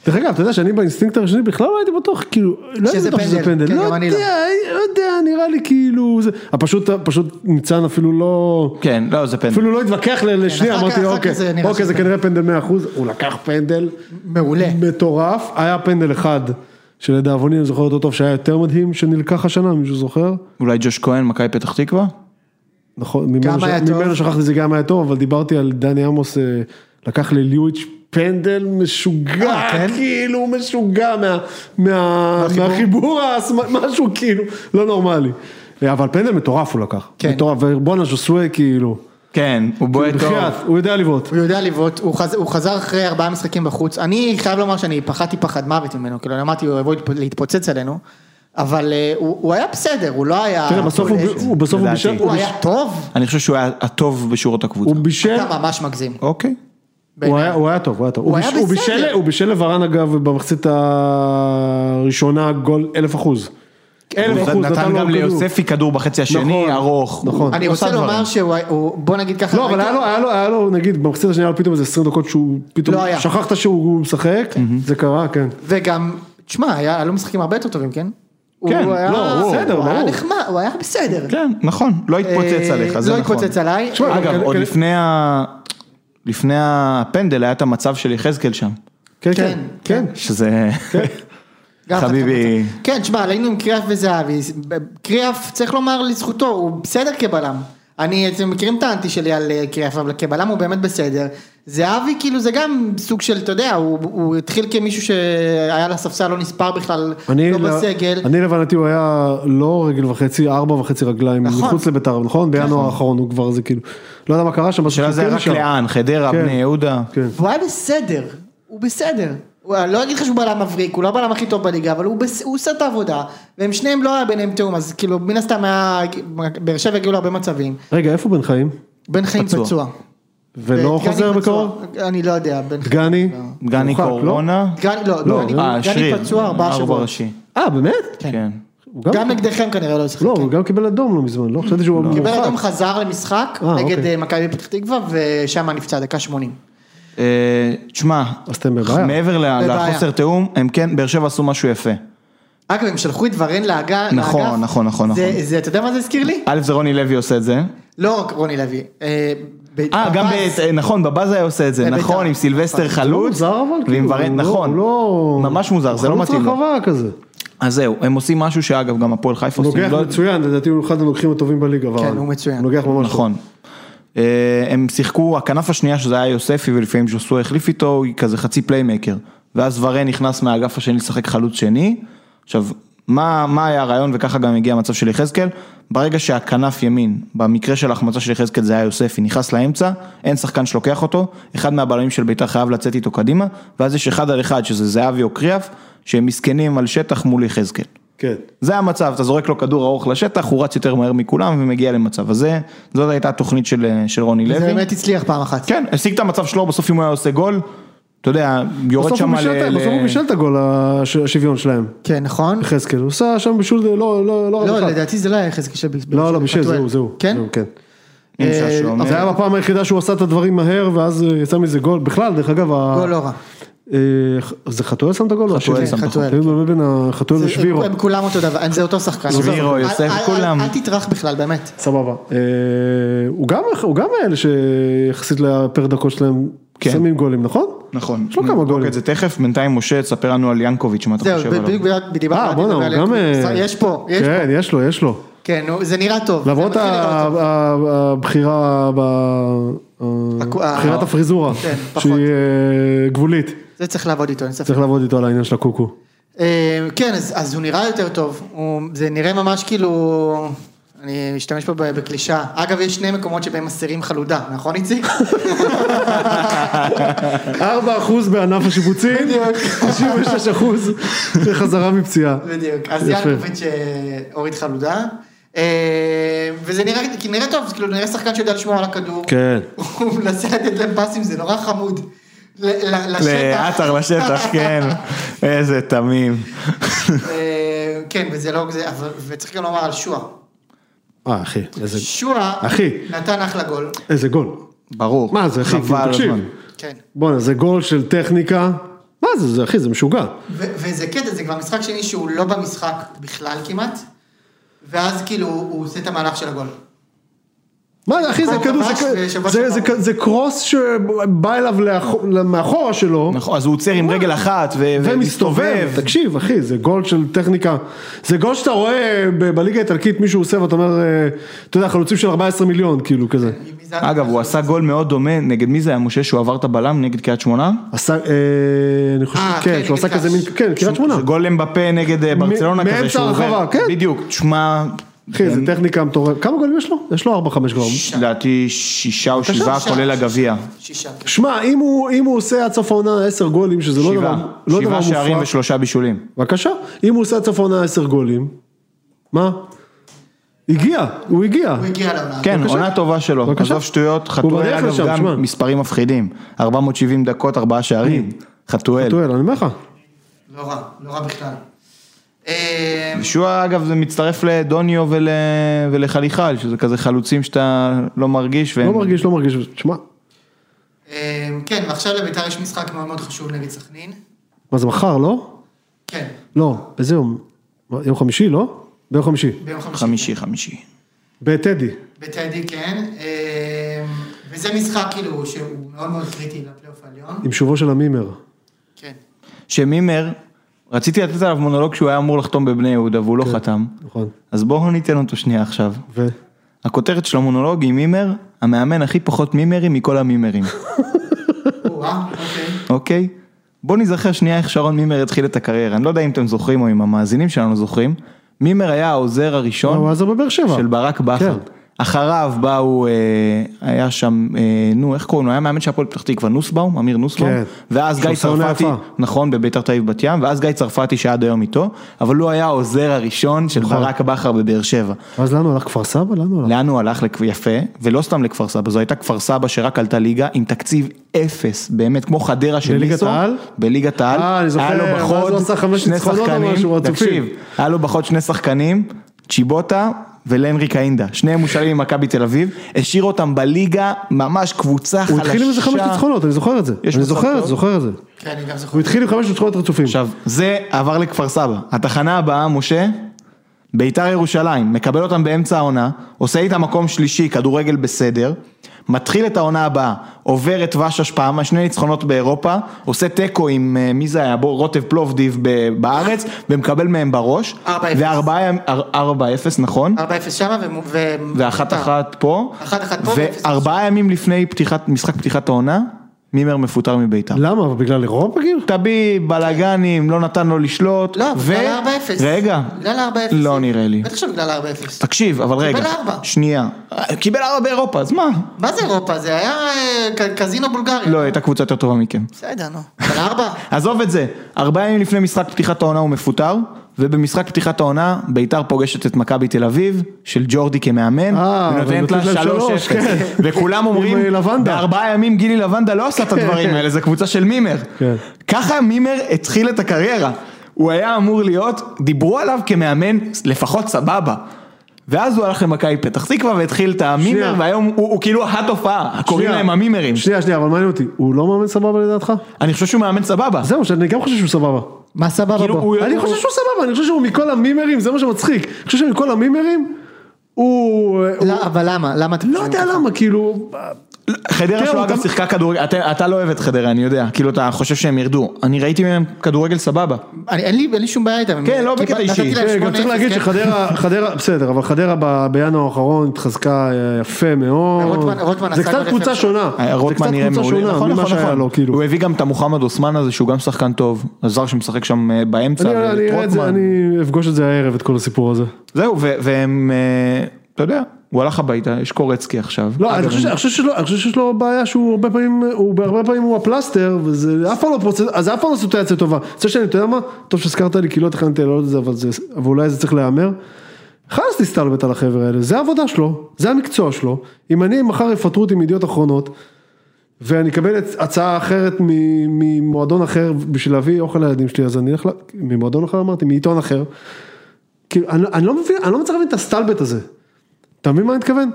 Speaker 2: דרך אגב, אתה יודע שאני באינסטינקט הראשוני בכלל לא הייתי בטוח, כאילו, לא הייתי
Speaker 1: שזה
Speaker 2: בטוח שזה
Speaker 1: פנדל,
Speaker 2: פנדל,
Speaker 1: כן,
Speaker 2: לא
Speaker 1: גם
Speaker 2: יודע,
Speaker 1: אני לא.
Speaker 2: לא יודע, נראה לי כאילו, זה- אה, פשוט, פשוט ניצן אפילו לא,
Speaker 3: כן, לא, זה פנדל.
Speaker 2: אפילו לא התווכח ל- לשנייה,
Speaker 1: כן, אחר כך-
Speaker 2: אמרתי
Speaker 1: אחר כך
Speaker 2: אוקיי,
Speaker 1: זה נראה
Speaker 2: אוקיי,
Speaker 1: שזה
Speaker 2: זה כנראה פנדל 100%, הוא לקח פנדל,
Speaker 1: מעולה.
Speaker 2: מטורף, היה פנדל אחד, שלדאבוני אני זוכר אותו טוב, שהיה יותר מדהים, שנלקח השנה, מישהו זוכר?
Speaker 3: אולי ג'וש כהן, מכבי פתח תקווה?
Speaker 2: נכון, ממנו, ש...
Speaker 1: היה טוב.
Speaker 2: ממנו שכחתי זה גם היה טוב, אבל דיברתי על דני עמוס, אה, לקח לליואיץ' פנדל משוגע,
Speaker 1: אה, כן?
Speaker 2: כן? כאילו משוגע מה, מה, מהחיבור, השמא- משהו כאילו לא נורמלי. אה, אבל פנדל מטורף הוא לקח,
Speaker 1: כן.
Speaker 2: מטורף, ובואנה ז'וסווה כאילו,
Speaker 3: כן, הוא בועט טוב.
Speaker 2: בחייאת, הוא יודע לבעוט.
Speaker 1: הוא יודע לבעוט, הוא, חז, הוא חזר אחרי ארבעה משחקים בחוץ, אני חייב לומר שאני פחדתי פחד מוות ממנו, כאילו אני אמרתי הוא יבוא להתפ- להתפוצץ עלינו, אבל אה, הוא, הוא היה בסדר, הוא לא היה...
Speaker 2: תראה, בסוף הוא-
Speaker 1: פולש.
Speaker 2: הוא בסוף הוא
Speaker 3: לדעתי.
Speaker 2: בישל,
Speaker 1: הוא
Speaker 2: הוא בישל-
Speaker 1: היה טוב,
Speaker 3: אני חושב שהוא היה הטוב בשורות הקבוצה.
Speaker 2: הוא בישל,
Speaker 1: אתה ממש מגזים.
Speaker 3: אוקיי.
Speaker 2: כן. הוא
Speaker 1: בעיניי.
Speaker 2: היה, הוא היה טוב, הוא היה טוב.
Speaker 1: הוא
Speaker 2: הוא,
Speaker 1: היה
Speaker 2: ביש, הוא,
Speaker 1: בסדר.
Speaker 2: בישל, הוא בישל לברן אגב במחצית הראשונה גול אלף אחוז.
Speaker 1: כן.
Speaker 2: אלף אחוז, נתן לו
Speaker 3: נתן גם
Speaker 2: כדור.
Speaker 3: ליוספי כדור בחצי השני,
Speaker 2: נכון,
Speaker 3: ארוך.
Speaker 2: נכון.
Speaker 1: אני
Speaker 3: הוא
Speaker 1: רוצה
Speaker 3: עשה
Speaker 1: לומר
Speaker 3: דברים.
Speaker 1: שהוא, היה- הוא- בוא נגיד ככה,
Speaker 2: לא, אבל
Speaker 1: ראיתי-
Speaker 2: היה לו, היה לו, היה לו, נגיד, במחצית השנייה היה לו פתאום איזה 20 דקות שהוא פתאום,
Speaker 1: לא היה.
Speaker 2: שכחת שהוא משחק, זה קרה, כן.
Speaker 1: וגם, תשמע, היה היה לו משחקים הרבה יותר טובים, כן?
Speaker 3: כן,
Speaker 1: הוא היה,
Speaker 2: לא, הוא- בסדר,
Speaker 1: הוא היה
Speaker 2: ברור.
Speaker 1: נחמד, הוא היה בסדר.
Speaker 3: כן, נכון, לא התפוצץ
Speaker 1: אה,
Speaker 3: עליך, זה
Speaker 1: לא
Speaker 3: נכון.
Speaker 1: התפוצץ עליי.
Speaker 2: תשמע,
Speaker 1: אה,
Speaker 2: אבל
Speaker 3: אגב,
Speaker 2: כן,
Speaker 3: עוד
Speaker 2: כן.
Speaker 3: לפני ה... לפני הפנדל היה את המצב של יחזקאל שם,
Speaker 2: כן,
Speaker 1: כן,
Speaker 2: כן, כן.
Speaker 3: שזה...
Speaker 1: גם חתיכת
Speaker 3: חביבי.
Speaker 1: מצב. כן, תשמע, עלינו עם קריאף וזהבי, קריאף, צריך לומר לזכותו, הוא בסדר כבלם, אני, אתם מכירים את האנטי שלי על אה, קריית ארבע כבלם, הוא באמת בסדר. זהבי כאילו זה גם סוג של, אתה יודע, הוא, הוא התחיל כמישהו שהיה לספסל לא נספר בכלל,
Speaker 2: אני,
Speaker 1: לא
Speaker 2: ל-
Speaker 1: בסגל.
Speaker 2: אני להבנתי הוא היה לא רגל וחצי, ארבע וחצי רגליים,
Speaker 1: נכון.
Speaker 2: מחוץ לביתר, נכון? בינואר האחרון הוא כבר זה כאילו, לא יודע מה קרה שם,
Speaker 3: השאלה זה רק לאן, חדרה,
Speaker 2: כן.
Speaker 3: בני יהודה.
Speaker 2: כן.
Speaker 1: והוא היה בסדר, הוא בסדר. הוא, אני לא אגיד לך שהוא בלם מבריק, הוא לא הבלם הכי טוב בליגה, אבל הוא, בס, הוא עושה את העבודה, והם שניהם לא היה ביניהם תיאום, אז כאילו מן הסתם היה, באר שבע הגיעו להרבה מצבים.
Speaker 2: רגע, איפה בן חיים?
Speaker 1: בן חיים
Speaker 3: פצוע.
Speaker 1: פצוע.
Speaker 3: לא
Speaker 2: ולא
Speaker 1: ודגני
Speaker 2: חוזר
Speaker 1: אה, פצוע.
Speaker 2: בקרוב?
Speaker 1: אני לא יודע, בן חיים.
Speaker 2: דגני?
Speaker 3: דגני
Speaker 2: מורחק, לא?
Speaker 3: קורונה.
Speaker 1: דגני, לא,
Speaker 2: לא,
Speaker 1: דגני-
Speaker 3: אה,
Speaker 1: דגני
Speaker 3: שריר.
Speaker 1: פצוע ארבעה שבועות.
Speaker 3: ראשי.
Speaker 2: אה, באמת?
Speaker 3: כן.
Speaker 2: הוא
Speaker 1: גם נגדכם כנראה לא
Speaker 2: לא,
Speaker 1: ישחק.
Speaker 3: אוקיי.
Speaker 2: הוא גם קיבל אדום לא מזמן, לא חשבתי שהוא
Speaker 1: קיבל
Speaker 3: אה,
Speaker 1: אדום
Speaker 2: מורחק.
Speaker 1: חזר למשחק
Speaker 2: אה,
Speaker 1: נגד
Speaker 2: אוקיי.
Speaker 1: אה, מכבי פתח תקווה ושם נפצע דקה 80.
Speaker 3: אה, תשמע,
Speaker 2: אז אתם בבעיה.
Speaker 3: מעבר ל-
Speaker 1: בבעיה.
Speaker 3: לחוסר תיאום, הם כן, באר שבע עשו משהו יפה.
Speaker 1: אגב הם שלחו את ורן לאגף.
Speaker 3: נכון, נכון, נכון,
Speaker 1: זה-
Speaker 3: נכון.
Speaker 1: זה אתה יודע מה זה הזכיר לי?
Speaker 3: א' זה רוני לוי עושה את זה.
Speaker 1: לא רק רוני לוי. אה, ב-
Speaker 3: אה, גם
Speaker 1: בבאז.
Speaker 3: ב... נכון, בבאז היה עושה
Speaker 2: אה,
Speaker 3: את זה,
Speaker 1: בביתר.
Speaker 3: נכון, עם סילבסטר
Speaker 2: הוא
Speaker 3: חלוץ.
Speaker 2: מוזר אבל,
Speaker 3: ועם
Speaker 2: כאילו,
Speaker 3: ורן,
Speaker 2: הוא לא-
Speaker 3: נכון.
Speaker 2: הוא לא...
Speaker 3: ממש מוזר, זה לא מתאים
Speaker 2: הוא
Speaker 3: לו.
Speaker 2: חלוץ רחבה כזה.
Speaker 3: אז זהו, הם עושים משהו שאגב, גם הפועל חיפה
Speaker 2: הוא
Speaker 3: עושים.
Speaker 2: נוגח
Speaker 3: לא-
Speaker 2: מצוין, לדעתי הוא אחד הנוגחים הטובים בליגה. ורן.
Speaker 1: כן, הוא מצוין.
Speaker 2: הוא נוגח ממש
Speaker 3: נכון. אה, הם שיחקו, הכנף השנייה שזה היה יוספי ולפעמים ז'וסו החליף איתו, היא כזה חצי פליימקר. ואז ורן נכנס מהאגף השני לשחק חלוץ שני. עכשיו, מה, מה היה הרעיון וככה גם הגיע המצב של יחזקאל? ברגע שהכנף ימין, במקרה של ההחמצה של יחזקאל זה היה יוספי, נכנס לאמצע, אין שחקן שלוקח אותו, אחד מהבלמים של בית"ר חייב לצאת איתו קדימה, ואז יש אחד על אחד שזה זהבי או קריאף, שהם מסכנים על שטח מול יחזקאל.
Speaker 2: כן.
Speaker 3: זה המצב, אתה זורק לו כדור ארוך לשטח, הוא רץ יותר מהר מכולם ומגיע למצב הזה. זאת הייתה התוכנית של, של רוני
Speaker 1: זה
Speaker 3: לוי.
Speaker 1: באמת הצליח פעם אחת.
Speaker 3: כן, השיג את המצב שלו, בסוף אם הוא היה עושה גול, אתה יודע, יורד
Speaker 2: בסוף הוא
Speaker 3: שם אה, ל...
Speaker 2: בישל את- בסוף הוא
Speaker 3: ל-
Speaker 2: בישל את הגול, הש- השוויון שלהם.
Speaker 1: כן, נכון.
Speaker 2: יחזקאל, הוא עשה שם בישול, לא, לא, לא,
Speaker 1: לא,
Speaker 2: רחב.
Speaker 1: לדעתי זה לא היה יחזקאל של בישל.
Speaker 2: לא, לא, בישל,
Speaker 1: פטואל.
Speaker 2: זהו, זהו.
Speaker 1: כן?
Speaker 2: זהו, כן.
Speaker 3: עם שעשוע.
Speaker 2: אה, זה היה בפעם היחידה שהוא עשה את הדברים מהר, ואז אה, יצא מזה גול. בכלל, דרך אגב, ה-
Speaker 1: גול לא רע.
Speaker 2: אה, ח- זה חתואל שם את הגול? או
Speaker 3: חתואל
Speaker 2: השני?
Speaker 3: שם את
Speaker 1: החתואל.
Speaker 2: אני מבלבל בין החתואל
Speaker 1: זה-
Speaker 2: ושבירו.
Speaker 1: הם כולם אותו דבר, זה אותו שחקן.
Speaker 3: שבירו,
Speaker 1: אל-
Speaker 3: יוסף,
Speaker 1: אל- אל-
Speaker 3: כולם.
Speaker 1: אל תטרח בכלל, באמת.
Speaker 2: סבבה. אה, הוא גם- הוא גם מאלה שיחסית לפר דקות שלהם
Speaker 3: כן.
Speaker 2: שמים גולים, נכון?
Speaker 3: נכון.
Speaker 2: יש לו כמה
Speaker 3: נבדוק
Speaker 2: גולים.
Speaker 3: את זה תכף, בינתיים משה, תספר לנו על ינקוביץ', מה אתה
Speaker 1: זהו,
Speaker 3: חושב עליו.
Speaker 1: בדיוק בדיוק
Speaker 2: אה, בואנה, הוא גם... אה,
Speaker 1: יש פה, יש פה.
Speaker 2: כן, יש לו, יש לו.
Speaker 1: כן, נו, זה נראה טוב.
Speaker 2: למרות
Speaker 1: זה מתחיל
Speaker 2: ה-
Speaker 1: להיראות טוב.
Speaker 2: ה- הבחירה ב... ה- בחירת
Speaker 1: ה-
Speaker 2: הפריזורה,
Speaker 1: כן, פחות.
Speaker 2: שהיא אה, גבולית,
Speaker 1: זה צריך לעבוד איתו, אין ספק.
Speaker 2: צריך לעבוד איתו על העניין של הקוקו.
Speaker 1: אה, כן, אז אז הוא נראה יותר טוב. הוא- זה נראה ממש כאילו... אני אשתמש פה ב- בקלישאה. אגב, יש שני מקומות שבהם אסירים חלודה, נכון איציק?
Speaker 2: 4% בענף השיפוצים, 96% חזרה מפציעה.
Speaker 1: בדיוק. אז
Speaker 2: יפה.
Speaker 1: ינקוביץ' אה, הוריד חלודה. אה, וזה נראה כי נראה טוב, זה כאילו נראה שחקן שיודע לשמור על הכדור.
Speaker 2: כן.
Speaker 1: הוא מנסה לתת להם פסים, זה נורא חמוד. ל- ל- לשטח.
Speaker 3: לעטר לשטח, כן. איזה תמים.
Speaker 1: אה, כן, וזה לא... זה- אבל- וצריך גם לומר על שועה.
Speaker 2: אה, אחי, איזה-
Speaker 1: שועה
Speaker 2: אחי.
Speaker 1: נתן אחלה גול,
Speaker 2: איזה גול.
Speaker 3: ברור.
Speaker 2: מה זה, אחי, כאילו,
Speaker 3: חבל
Speaker 2: תקשיב.
Speaker 3: הזמן.
Speaker 1: כן.
Speaker 2: בואנה, זה גול של טכניקה. מה זה, זה, אחי, זה משוגע.
Speaker 1: ו- וזה קטע, זה כבר משחק שני שהוא לא במשחק בכלל כמעט, ואז כאילו הוא עושה את המהלך של הגול.
Speaker 2: מה זה, אחי, זה
Speaker 1: הוא
Speaker 2: כדור,
Speaker 1: כבש
Speaker 2: זה-
Speaker 1: ושבש
Speaker 2: זה- זה-
Speaker 1: אותו.
Speaker 2: זה קרוס שבא אליו לאחור- מאחורה שלו.
Speaker 3: נכון, אז הוא עוצר עם רגל אחת ו-
Speaker 2: ומסתובב, תקשיב אחי, זה גול של טכניקה, זה גול שאתה רואה ב- בליגה האיטלקית מישהו עושה ואתה אומר, אה, אתה יודע, חלוצים של 14 מיליון, כאילו כזה.
Speaker 1: מי זה-
Speaker 3: אגב, הוא עשה גול מאוד דומה, נגד מי זה היה משה שהוא עבר את הבלם? נגד קריית שמונה?
Speaker 2: עשה, אה, אני חושב,
Speaker 1: אה,
Speaker 2: כן,
Speaker 1: כן,
Speaker 2: שהוא עשה
Speaker 1: נגד
Speaker 2: כזה מין,
Speaker 1: קאש.
Speaker 2: כן, קריית שמונה.
Speaker 3: זה גול אמבפה נגד אה, ברצלונה
Speaker 2: מאמצע
Speaker 3: כזה שהוא
Speaker 2: הרחבה,
Speaker 3: עובר.
Speaker 2: כן.
Speaker 3: בדיוק, תשמע,
Speaker 2: אחי,
Speaker 3: כן.
Speaker 2: זה טכניקה מטורפת, כמה גולים יש לו? יש לו 4-5 כבר.
Speaker 3: לדעתי שישה או שבעה
Speaker 1: שישה.
Speaker 3: כולל הגביע.
Speaker 2: לא
Speaker 1: שישה. כן.
Speaker 2: שמע, אם הוא אם הוא עושה עד סוף העונה 10 גולים, שזה לא דבר
Speaker 3: שבעה,
Speaker 2: לא דבר
Speaker 3: שבעה שערים
Speaker 2: מופרך,
Speaker 3: ושלושה בישולים.
Speaker 2: בבקשה, אם הוא עושה עד סוף העונה 10 גולים, מה? הגיע, הוא הגיע.
Speaker 1: הוא הגיע לעונה.
Speaker 3: כן,
Speaker 2: בבקשה.
Speaker 3: עונה טובה שלו,
Speaker 2: בבקשה.
Speaker 3: עזוב שטויות,
Speaker 2: הוא
Speaker 3: חתואל
Speaker 2: בדרך
Speaker 3: אגב
Speaker 2: לשם, שמע.
Speaker 3: גם מספרים מפחידים, 470 דקות, ארבעה שערים, חתואל.
Speaker 2: טועל, אני אומר לך.
Speaker 1: לא רע, לא רע בכלל. אה,
Speaker 3: שועה אגב זה מצטרף לדוניו ול... ולחליחל, שזה כזה חלוצים שאתה לא מרגיש.
Speaker 2: לא
Speaker 3: והם-
Speaker 2: מרגיש, לא מרגיש, שמע,
Speaker 1: אה, כן, ועכשיו לביתר יש משחק מאוד מאוד חשוב נגד סכנין.
Speaker 2: מה זה מחר, לא?
Speaker 1: כן,
Speaker 2: לא, איזה יום? מה, יום חמישי, לא? ביום חמישי.
Speaker 1: ביום חמישי.
Speaker 3: חמישי, חמישי.
Speaker 2: בטדי.
Speaker 1: בטדי, כן. אה, וזה משחק כאילו שהוא מאוד מאוד קריטי לפלייאוף העליון.
Speaker 2: עם שובו של המימר.
Speaker 1: כן.
Speaker 3: שמימר, רציתי לתת עליו
Speaker 2: כן.
Speaker 3: מונולוג שהוא היה אמור לחתום בבני יהודה והוא לא חתם.
Speaker 2: נכון.
Speaker 3: אז בואו ניתן אותו שנייה עכשיו.
Speaker 2: ו...
Speaker 3: הכותרת של המונולוג היא מימר, המאמן הכי פחות מימרי מכל המימרים,
Speaker 1: או-אה, אוקיי.
Speaker 3: אוקיי? בוא נזכר שנייה איך שרון מימר התחיל את הקריירה, אני לא יודע אם אתם זוכרים או אם המאזינים שלנו זוכרים, מימר היה העוזר הראשון.
Speaker 2: הוא עזר בבאר שבע.
Speaker 3: נכון. של ברק בכר.
Speaker 2: לא, כן.
Speaker 3: אחריו באו, אה, היה שם, אה, נו, איך קוראים לו? היה מאמן של הפועל פתח תקווה, נוסבאום, אמיר נוסבאום.
Speaker 2: כן.
Speaker 3: ואז גיא
Speaker 2: שעושה עונה
Speaker 3: צרפתי,
Speaker 2: יפה.
Speaker 3: נכון, בביתר תל אביב בת ים, ואז גיא צרפתי שעד היום איתו, אבל הוא היה העוזר הראשון של
Speaker 2: נכון.
Speaker 3: ברק בכר בבאר שבע.
Speaker 2: אז לאן הוא הלך? כפר סבא? לאן הוא הלך?
Speaker 3: לאן הוא הלך? לכ- יפה, ולא סתם לכפר סבא, זו הייתה כפר סבא שרק עלתה ליגה עם תקציב אפס, באמת, כמו חדרה של
Speaker 2: בליגת
Speaker 3: ליסו.
Speaker 2: העל?
Speaker 3: בליגת העל.
Speaker 2: אה, אני זוכר,
Speaker 3: היה לו
Speaker 2: ואז הוא
Speaker 3: בחוד
Speaker 2: עשה חמש
Speaker 3: שני
Speaker 2: ניצחונות או
Speaker 3: שחקנים,
Speaker 2: משהו, רצופים.
Speaker 3: תקשיב, היה לו בחוד שני שחקנים, צ'יבוטה ולנרי קאינדה, שניהם מושאלים ממכבי תל אביב, השאיר אותם בליגה, ממש קבוצה חלשה.
Speaker 2: הוא התחיל עם איזה חמש ניצחונות, אני זוכר את זה.
Speaker 3: יש
Speaker 2: אני
Speaker 3: מצב
Speaker 2: זוכר את
Speaker 3: טוב.
Speaker 2: זה, זוכר את זה.
Speaker 1: כן, אני גם זוכר.
Speaker 2: הוא התחיל עם חמש ניצחונות רצופים.
Speaker 3: עכשיו, זה עבר לכפר סבא. התחנה הבאה, משה, ביתר ירושלים, מקבל אותם באמצע העונה, עושה איתה מקום שלישי, כדורגל בסדר, מתחיל את העונה הבאה, עובר את ושש פעם, שני ניצחונות באירופה, עושה תיקו עם, אה, מי זה היה? בוא, רוטב פלובדיב ב- בארץ, ומקבל מהם בראש.
Speaker 1: 4-0.
Speaker 3: וארבעה ימים- אר- 4-0, נכון.
Speaker 1: 4-0 שמה ומו- ו...
Speaker 3: ואחת אחת פה.
Speaker 1: אה. אחת אחת פה, ואפס
Speaker 3: וארבעה ימים לפני פתיחת, משחק פתיחת העונה, מימר מפוטר מביתר.
Speaker 2: למה? אבל בגלל אירופה כאילו? גיל?
Speaker 3: טביב, בלאגנים, לא נתן לו לשלוט.
Speaker 1: לא,
Speaker 3: ו-
Speaker 1: בגלל ה-4-0.
Speaker 3: רגע.
Speaker 1: בגלל ה-4-0.
Speaker 3: לא נראה לי.
Speaker 1: בטח שבגלל ה-4-0.
Speaker 3: תקשיב, אבל רגע.
Speaker 1: ארבע.
Speaker 3: שנייה. קיבל ארבע באירופה, אז מה?
Speaker 1: מה זה אירופה? זה היה אה, ק- קזינו בולגריה.
Speaker 3: לא, הייתה קבוצה יותר טובה מכם.
Speaker 1: בסדר, נו. אבל ארבע?
Speaker 3: עזוב את זה, ארבעה ימים לפני משחק פתיחת העונה הוא מפוטר, ובמשחק פתיחת העונה ביתר פוגשת את מכבי תל אביב, של ג'ורדי כמאמן,
Speaker 2: אה,
Speaker 3: ונותנת לה
Speaker 2: ונותנת להם
Speaker 3: 3-0,
Speaker 2: כן.
Speaker 3: וכולם אומרים,
Speaker 2: עם, אה, לבנדה.
Speaker 3: בארבעה ימים גילי לבנדה לא עשה את הדברים האלה, זה קבוצה של מימר.
Speaker 2: כן.
Speaker 3: ככה מימר התחיל את הקריירה, הוא היה אמור להיות, דיברו עליו כמאמן לפחות סבבה. ואז הוא הלך למכבי פתח תקווה והתחיל את המימר,
Speaker 2: שנייה.
Speaker 3: והיום הוא, הוא כאילו התופעה, קוראים
Speaker 2: שנייה.
Speaker 3: להם המימרים.
Speaker 2: שנייה, שנייה, אבל מעניין אותי. הוא לא מאמן סבבה לדעתך?
Speaker 3: אני חושב שהוא מאמן סבבה.
Speaker 2: זהו, שאני גם חושב שהוא סבבה.
Speaker 1: מה סבבה
Speaker 3: כאילו,
Speaker 1: בו?
Speaker 3: הוא-
Speaker 2: אני חושב שהוא סבבה, אני חושב שהוא מכל המימרים, זה מה שמצחיק. אני חושב שמכל המימרים, הוא... הוא-
Speaker 1: לא, אבל למה? למה אתם
Speaker 2: לא
Speaker 1: חושבים
Speaker 2: יודע
Speaker 1: ככה? אה,
Speaker 2: למה, כאילו...
Speaker 3: חדרה
Speaker 2: תראה,
Speaker 3: שלו
Speaker 2: כן, הוא
Speaker 3: אגב
Speaker 2: גם-
Speaker 3: שיחקה כדורגל, אתה- אתה לא אוהב את חדרה, אני יודע, כאילו אתה חושב שהם ירדו, אני ראיתי מהם כדורגל סבבה.
Speaker 1: אני- אין לי אין לי שום בעיה איתם.
Speaker 3: כן, לא
Speaker 1: כי
Speaker 3: בקטע
Speaker 1: נתתי
Speaker 3: אישי.
Speaker 1: להם
Speaker 2: כן, גם צריך
Speaker 1: 8-0,
Speaker 2: להגיד
Speaker 1: כן?
Speaker 2: שחדרה, חדרה, בסדר, אבל חדרה ב- בינואר האחרון התחזקה אה, יפה מאוד.
Speaker 1: רוטמן- רוטמן
Speaker 2: זה
Speaker 1: עשה
Speaker 2: קצת
Speaker 1: גול
Speaker 2: קבוצה
Speaker 1: יפה.
Speaker 2: שונה. זה קצת
Speaker 3: אה, רוטמן נראה
Speaker 2: קבוצה
Speaker 3: מעולה,
Speaker 2: שונה
Speaker 3: נכון
Speaker 2: ממה
Speaker 3: נכון
Speaker 2: שהיה לו,
Speaker 3: נכון,
Speaker 2: כאילו.
Speaker 3: הוא הביא גם את המוחמד אוסמן הזה שהוא גם שחקן טוב, הזר שמשחק שם אה, באמצע,
Speaker 2: אני-
Speaker 3: ואת
Speaker 2: אני אראה את זה,
Speaker 3: רוטמן.
Speaker 2: אני אפגוש את זה הערב, את כל הסיפור הזה.
Speaker 3: זהו, ו- והם, אה, אתה יודע, הוא הלך הביתה, יש קורצקי עכשיו.
Speaker 2: לא,
Speaker 3: אגב,
Speaker 2: אני חושב ש- אני חושב שלא- אני חושב שיש לו בעיה שהוא הרבה פעמים, הוא בהרבה פעמים הוא הפלסטר, וזה אף פעם לא פרוצד, אז זה אף פעם לא סיטואציה טובה. אני חושב שאני, אתה יודע מה? טוב שהזכרת לי, כי לא תכננתי להעלות את זה, אבל זה- אבל אולי זה צריך להיאמר. חלאס תסתלבט על החבר'ה האלה, זה העבודה שלו, זה המקצוע שלו. אם אני מחר יפטרו אותי מידיעות אחרונות, ואני אקבל את- הצעה אחרת מ- ממועדון אחר בשביל להביא אוכל לילדים שלי, אז אני אלך, ל- ממועדון אחר אמרתי, מעיתון אחר. כאילו, אני, אני לא מבין, אני לא מצליח להבין את הסטלבט הזה. אתה מבין מה אני מתכוון?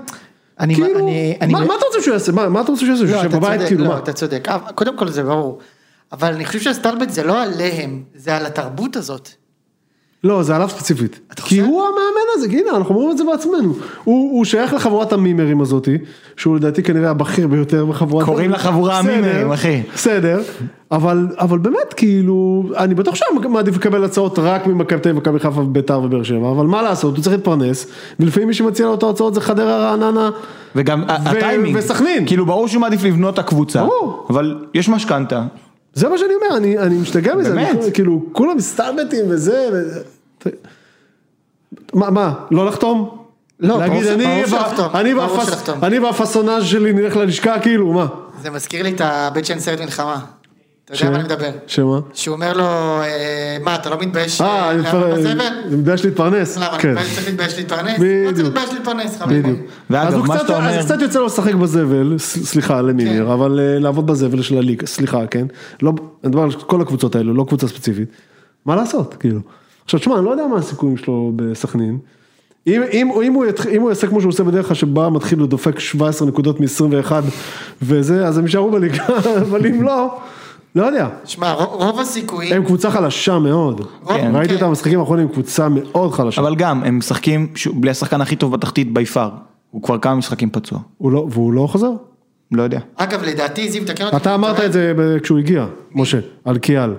Speaker 1: אני-
Speaker 2: כאילו,
Speaker 1: אני- אני-
Speaker 2: מה, מה אתה רוצה שהוא יעשה? מה, מה אתה רוצה שהוא יעשה?
Speaker 1: לא,
Speaker 2: שהוא
Speaker 1: אתה
Speaker 2: יושב בבית,
Speaker 1: צודק,
Speaker 2: כאילו,
Speaker 1: לא,
Speaker 2: מה?
Speaker 1: אתה צודק. אה, קודם כל זה ברור. אבל אני חושב שהסטלבט זה לא עליהם, זה על התרבות הזאת.
Speaker 2: לא, זה עליו ספציפית.
Speaker 1: אתה
Speaker 2: כי
Speaker 1: חושב?
Speaker 2: הוא המאמן הזה, הנה, אנחנו אומרים את זה בעצמנו. הוא, הוא שייך לחבורת המימרים הזאתי, שהוא לדעתי כנראה הבכיר ביותר בחבורת...
Speaker 3: קוראים לחבורה
Speaker 2: בסדר,
Speaker 3: המימרים, אחי.
Speaker 2: בסדר, אבל, אבל באמת, כאילו, אני בטוח שהוא היה מעדיף לקבל הצעות רק ממכבי תל אביב, מכבי חיפה וביתר ובאר שבע, אבל מה לעשות, הוא צריך להתפרנס, ולפעמים מי שמציע לו את ההצעות זה חדרה, רעננה.
Speaker 3: וגם ה- הטיימינג,
Speaker 2: וסכנין.
Speaker 3: כאילו ברור שהוא מעדיף לבנות את הקבוצה,
Speaker 2: ברור.
Speaker 3: אבל יש משכנתה,
Speaker 2: זה מה שאני אומר, אני, אני משתגע מזה, אני,
Speaker 3: באמת?
Speaker 2: כאילו, כולם מסתלבטים וזה, וזה. מה, מה, לא לחתום?
Speaker 1: לא, ברור
Speaker 2: להגיד,
Speaker 1: ש-
Speaker 2: אני
Speaker 1: ברור
Speaker 2: וה-
Speaker 1: שלחתום,
Speaker 2: אני
Speaker 1: ברור
Speaker 2: והפס-
Speaker 1: שלחתום.
Speaker 2: אני והפסונאז' שלי נלך ללשכה, כאילו, מה?
Speaker 1: זה מזכיר לי את הבן שאין סרט מלחמה. אתה
Speaker 2: ש-
Speaker 1: יודע מה אני מדבר?
Speaker 2: שמה?
Speaker 1: שהוא אומר לו, אה, מה, אתה לא מתבייש
Speaker 2: אה,
Speaker 1: אה,
Speaker 2: אני
Speaker 1: לעבוד
Speaker 2: מתפרנס,
Speaker 1: בזבל?
Speaker 2: אני יודע להתפרנס,
Speaker 1: למה, אני
Speaker 2: כן,
Speaker 1: מתבייש- צריך להתבייש להתפרנס? לא צריך
Speaker 2: בדיוק.
Speaker 1: להתבייש להתפרנס, חברים.
Speaker 2: בדיוק.
Speaker 3: נכון. ואגב,
Speaker 2: אז הוא
Speaker 3: מה
Speaker 2: קצת-
Speaker 3: שאתה אומר- כן.
Speaker 2: אז קצת יוצא לו לשחק בזבל, ס- סליחה למימיר, אבל אה, לעבוד בזבל של הליגה, סליחה, כן? לא, אני מדבר על כל הקבוצות האלו, לא קבוצה ספציפית. מה לעשות, כאילו. עכשיו, תשמע, אני לא יודע מה הסיכויים שלו בסכנין. אם, אם, אם, הוא יתח... אם הוא יעשה כמו שהוא עושה בדרך כלל, שבה מתחיל לדופק 17 נקודות מ-21 וזה, אז הם יישארו בליגה, אבל אם לא, לא יודע.
Speaker 1: שמע, רוב- רוב הסיכויים,
Speaker 2: הם קבוצה חלשה מאוד.
Speaker 1: כן.
Speaker 2: ראיתי את
Speaker 1: כן.
Speaker 2: המשחקים האחרונים, קבוצה מאוד חלשה.
Speaker 3: אבל גם הם משחקים ש- בלי השחקן הכי טוב בתחתית בי פאר, הוא כבר כמה משחקים פצוע,
Speaker 2: הוא לא, והוא לא חזר?
Speaker 3: לא יודע.
Speaker 1: אגב, לדעתי, זיו, תקן אותי.
Speaker 2: אתה אמרת את זה ב- כשהוא הגיע, משה, על קיאל.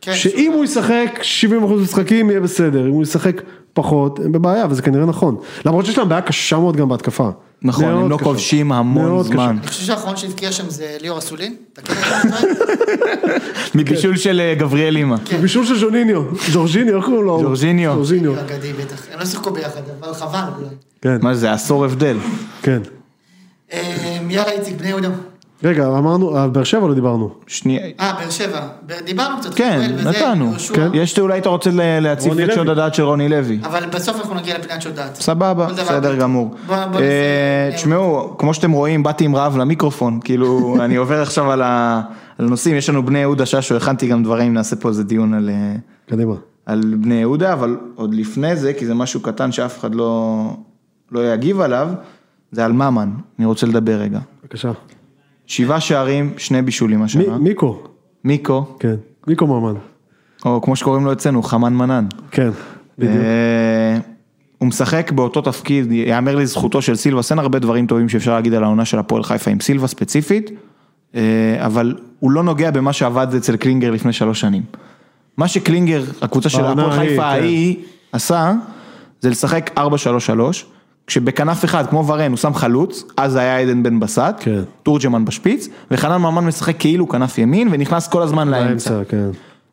Speaker 1: כן,
Speaker 2: שאם הוא ישחק 70% משחקים יהיה בסדר, אם הוא ישחק פחות, הם בבעיה, וזה כנראה נכון. למרות שיש להם בעיה קשה מאוד גם בהתקפה.
Speaker 3: נכון, הם
Speaker 2: מאוד
Speaker 3: לא
Speaker 2: קשה.
Speaker 3: כובשים המון
Speaker 2: מאוד
Speaker 3: זמן.
Speaker 1: אני חושב שהאחרון שהבקיע שם זה ליאור אסולין. תקן אותי אם אני טועה.
Speaker 3: מבישול של אה, גבריאל אימא.
Speaker 2: קשה. בישול של ז'וניניו, ז'ורג'יניו, איך קוראים לו?
Speaker 3: ז'ורג'יניו.
Speaker 2: ז'ורג'יניו,
Speaker 1: אגדי בטח. הם לא שיחקו ביחד, אבל חבל אולי.
Speaker 2: כן,
Speaker 3: מה זה, עשור הבדל.
Speaker 2: כן.
Speaker 1: אה, יאללה איציק, בני יהודה.
Speaker 2: רגע, אמרנו, על באר שבע לא דיברנו.
Speaker 3: שנייה.
Speaker 1: אה, באר שבע. ב- דיברנו קצת.
Speaker 3: כן,
Speaker 1: חתואל וזה,
Speaker 3: נתנו.
Speaker 1: יהושע.
Speaker 3: כן. יש, אולי אתה רוצה ל- להציף
Speaker 2: רוני
Speaker 3: את
Speaker 2: לוי.
Speaker 3: שוד הדעת של רוני לוי.
Speaker 1: אבל בסוף אנחנו נגיע לפינת של דעת.
Speaker 3: סבבה,
Speaker 1: כל דבר.
Speaker 3: בסדר גמור.
Speaker 1: בוא- בוא
Speaker 3: אה,
Speaker 1: נסיים.
Speaker 3: תשמעו, כמו שאתם רואים, באתי עם רעב למיקרופון, כאילו, אני עובר עכשיו על ה- על הנושאים, יש לנו בני יהודה ששו, הכנתי גם דברים, נעשה פה איזה דיון על... אה,
Speaker 2: קדימה.
Speaker 3: על בני יהודה, אבל עוד לפני זה, כי זה משהו קטן שאף אחד לא, לא יגיב עליו, זה על ממן, אני רוצה לדבר רגע.
Speaker 2: בבקשה.
Speaker 3: שבעה שערים, שני בישולים השנה.
Speaker 2: מי- מיקו,
Speaker 3: מיקו,
Speaker 2: כן. מיקו ממן.
Speaker 3: או כמו שקוראים לו אצלנו, חמן מנן.
Speaker 2: כן, בדיוק.
Speaker 3: אה, הוא משחק באותו תפקיד, יאמר לזכותו של סילבס, אין הרבה דברים טובים שאפשר להגיד על העונה של הפועל חיפה עם סילבס ספציפית, אה, אבל הוא לא נוגע במה שעבד אצל קלינגר לפני שלוש שנים. מה שקלינגר, הקבוצה של
Speaker 2: העונה
Speaker 3: הפועל
Speaker 2: ההיא,
Speaker 3: חיפה
Speaker 2: כן.
Speaker 3: ההיא, עשה, זה לשחק 4-3-3, כשבכנף אחד, כמו ורן, הוא שם חלוץ, אז זה היה עדן בן בסט,
Speaker 2: כן.
Speaker 3: תורג'מן בשפיץ, וחנן ממן משחק כאילו כנף ימין, ונכנס כל הזמן לאמצע.
Speaker 2: באמצע, כן.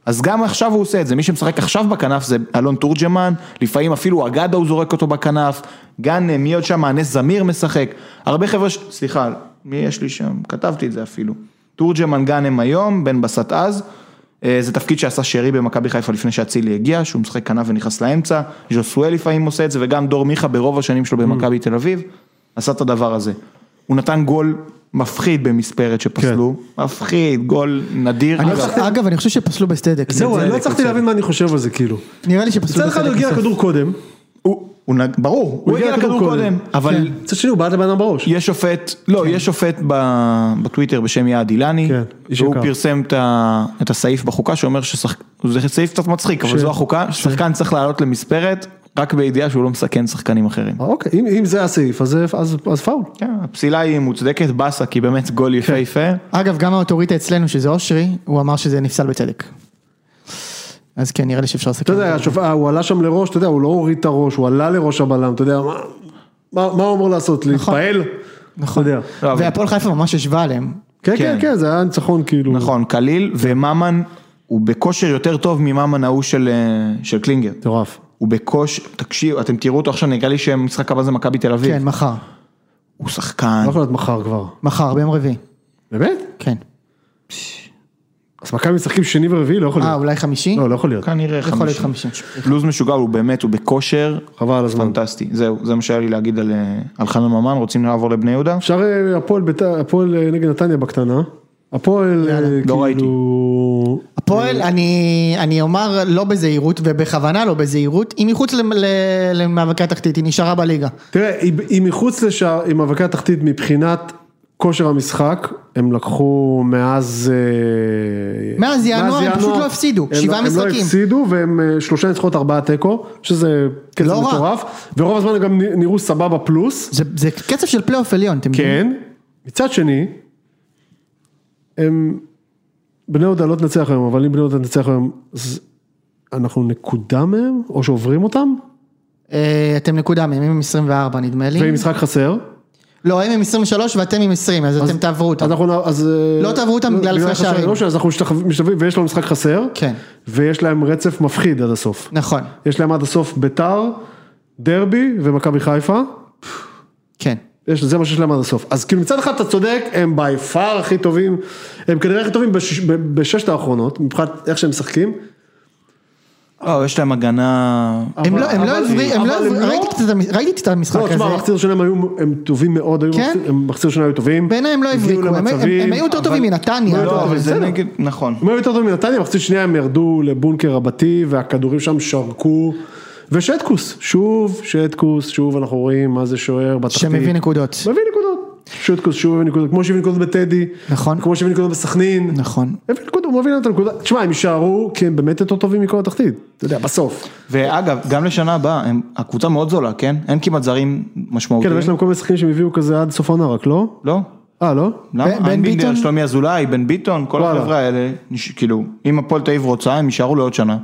Speaker 3: אז גם עכשיו הוא עושה את זה, מי שמשחק עכשיו בכנף זה אלון תורג'מן, לפעמים אפילו אגדה הוא זורק אותו בכנף, גן, אה, מי עוד שם, הנס זמיר משחק, הרבה חבר'ה, ש- סליחה, מי יש לי שם? כתבתי את זה אפילו. תורג'מן גאנם היום, בן בסט אז, אה, זה תפקיד שעשה שרי במכבי חיפה לפני שאצילי הגיע, שהוא משחק כנף ונכנס לאמצע, ז'וסואל לפעמים עושה את זה, וגם דור מיכה ברוב השנים שלו
Speaker 2: Mm.
Speaker 3: במכבי תל אביב, עשה את הדבר הזה. הוא נתן גול מפחיד במספרת שפסלו, מפחיד, גול נדיר.
Speaker 2: כן. אני
Speaker 3: אגב,
Speaker 2: חושב-
Speaker 1: אגב, אני חושב שפסלו בצדק.
Speaker 2: זהו, אני לא הצלחתי להבין מה אני חושב על זה, כאילו.
Speaker 1: נראה לי שפסלו
Speaker 2: מצד אחד הוא הגיע לכדור קודם,
Speaker 3: הוא, הוא נג... ברור, הוא הגיע לכדור קודם, אבל
Speaker 2: כן. מצד שני הוא בעט לבן אדם בראש.
Speaker 3: יש שופט, לא, יש שופט ב- בטוויטר בשם יעד אילני,
Speaker 2: כן, איש
Speaker 3: והוא
Speaker 2: יקר.
Speaker 3: פרסם את, ה... את הסעיף בחוקה שאומר ששחק... זה סעיף קצת מצחיק, אבל
Speaker 2: ש-
Speaker 3: זו החוקה, ששחקן צריך לעלות למספרת, רק בידיעה שהוא לא מסכן שחקנים אחרים.
Speaker 2: אה, אוקיי, אם- אם זה הסעיף, אז זה- אז- אז פאול.
Speaker 3: כן, הפסילה היא מוצדקת, באסה, כי באמת גול
Speaker 2: כן.
Speaker 3: יפהפה.
Speaker 1: אגב, גם האוטוריטה אצלנו, שזה אושרי, הוא אמר שזה נפסל בצדק. אז כן, נראה לי שאפשר לסכם.
Speaker 2: אתה יודע, השופט, אה, הוא עלה שם לראש, אתה יודע, הוא לא הוריד את הראש, הוא עלה לראש הבלם, אתה יודע, מה- מה מה הוא אמור לעשות, להתפעל?
Speaker 1: נכון.
Speaker 2: אתה יודע.
Speaker 3: לא, אבל-
Speaker 1: והפועל חיפה ממש ישבה עליהם.
Speaker 2: כן,
Speaker 3: כן.
Speaker 2: כן, כן, זה היה ניצחון כאילו.
Speaker 3: נכון, קליל, וממן הוא בכושר יותר טוב מממן ההוא של, אה, של קלינגר.
Speaker 2: מטורף.
Speaker 3: הוא בכושר, תקשיב, אתם תראו אותו עכשיו, נראה לי שהמשחק הבא זה מכבי תל אביב.
Speaker 1: כן, מחר.
Speaker 3: הוא שחקן.
Speaker 2: לא יכול להיות מחר כבר.
Speaker 1: מחר, ביום רביעי.
Speaker 2: באמת?
Speaker 1: כן.
Speaker 2: אז מכבי משחקים שני ורביעי, לא יכול
Speaker 1: אה,
Speaker 2: להיות.
Speaker 1: אולי חמישי?
Speaker 2: לא, לא יכול להיות.
Speaker 3: כנראה
Speaker 1: יכול להיות
Speaker 3: חמישי.
Speaker 1: חמישי.
Speaker 3: לוז משוגע, הוא באמת, הוא בכושר.
Speaker 2: חבל על הזמן.
Speaker 3: פנטסטי. זהו, זה מה שהיה לי להגיד על, אה, על חנן ממן, רוצים לעבור לבני יהודה?
Speaker 2: אפשר אה, הפועל ביתר- הפועל אה, נגד נתניה בקטנה. הפועל אה,
Speaker 3: לא ראיתי.
Speaker 2: כאילו...
Speaker 1: הפועל, אני, אני אומר לא בזהירות, ובכוונה לא בזהירות, היא מחוץ למ- ל- למאבקי התחתית, היא נשארה בליגה.
Speaker 2: תראה, היא- היא מחוץ לשער, היא מאבקי התחתית מבחינת כושר המשחק, הם לקחו מאז... אה,
Speaker 1: מאז ינואר הם פשוט
Speaker 2: ינואר,
Speaker 1: לא הפסידו,
Speaker 2: הם
Speaker 1: שבעה
Speaker 2: לא- הם לא
Speaker 1: משחקים.
Speaker 2: הפסידו והם אה, שלושה ניצחונות ארבעה תיקו, שזה קצב
Speaker 1: לא רע.
Speaker 2: מטורף, ורוב הזמן הם גם נ- נראו סבבה פלוס,
Speaker 1: זה, זה קצב של פלייאוף עליון, אתם יודעים?
Speaker 2: כן, מצד שני, הם, בני יהודה לא תנצח היום, אבל אם בני יהודה תנצח היום, אז אנחנו נקודה מהם, או שעוברים אותם,
Speaker 1: אה, אתם נקודה מהם, הם עם 24 נדמה לי.
Speaker 2: ועם משחק חסר,
Speaker 1: לא, הם עם 23 ואתם עם 20, אז אתם תעברו אותם.
Speaker 2: אז אנחנו, אז... אה,
Speaker 1: לא תעברו אותם בגלל הפרש
Speaker 2: חסר,
Speaker 1: שערים.
Speaker 2: לא משנה, אז אנחנו משתח- משתווים, ויש לנו משחק חסר,
Speaker 1: כן.
Speaker 2: ויש להם רצף מפחיד עד הסוף.
Speaker 1: נכון,
Speaker 2: יש להם עד הסוף ביתר, דרבי ומכבי חיפה,
Speaker 1: כן.
Speaker 2: יש, זה מה שיש להם עד הסוף. אז כאילו מצד אחד אתה צודק, הם בי פאר הכי טובים, הם כנראה הכי טובים בשש, ב- בששת האחרונות, מבחינת איך שהם משחקים.
Speaker 3: לא, יש להם הגנה...
Speaker 4: אה,
Speaker 1: הם לא, הם לא
Speaker 2: אבל-
Speaker 1: עברי, הם לא
Speaker 2: אבל הם
Speaker 1: עברי,
Speaker 2: לא-
Speaker 1: ראיתי קצת את המש- ראיתי קצת את המשחק
Speaker 2: לא, תשמע,
Speaker 1: הזה.
Speaker 2: המחציר שלהם היו, הם טובים מאוד, היו
Speaker 1: כן?
Speaker 2: מחציר- הם מחציר שלהם היו טובים.
Speaker 1: בעיניי הם לא
Speaker 2: הגיעו
Speaker 1: הבריקו, הם- הם-
Speaker 2: למצבים,
Speaker 1: הם היו יותר
Speaker 2: אבל-
Speaker 1: טובים מנתניה. אתה
Speaker 2: לא,
Speaker 1: יודע.
Speaker 3: לא, אבל זה
Speaker 2: בסדר.
Speaker 3: נגד... נכון.
Speaker 2: הם היו יותר טובים מנתניה, מחצית שנייה הם ירדו לבונקר רבתי והכדורים שם שרקו. ושטקוס, שוב שטקוס, שוב אנחנו רואים מה זה שוער בתחתית.
Speaker 1: שמביא נקודות.
Speaker 2: מביא נקודות. שטקוס שוב מביא נקודות, כמו שהביא נקודות בטדי.
Speaker 1: נכון.
Speaker 2: כמו שהביא נקודות בסכנין.
Speaker 1: נכון.
Speaker 2: הביא נקודות, הוא מביא להם את הנקודות. תשמע, הם יישארו כי הם באמת יותר טובים מכל התחתית. אתה יודע, בסוף. כן,
Speaker 3: ואגב, גם לשנה הבאה, הם- הקבוצה מאוד זולה, כן? אין כמעט זרים
Speaker 2: כן, אבל
Speaker 1: אוקיי.
Speaker 3: משמעותיים.
Speaker 2: יש להם כל מיני שחקנים שהם הביאו כזה עד סוף העונה רק, לא?
Speaker 3: לא?
Speaker 2: אה, לא?
Speaker 3: למה?
Speaker 4: בן
Speaker 3: איינבינדר,
Speaker 4: ביטון?
Speaker 3: שלומי אזולאי, בן ביטון, כל
Speaker 2: וואלה.
Speaker 3: החבר'ה האלה, נש- כאילו, אם הפועל תל אביב רוצה, הם יישארו לעוד שנה.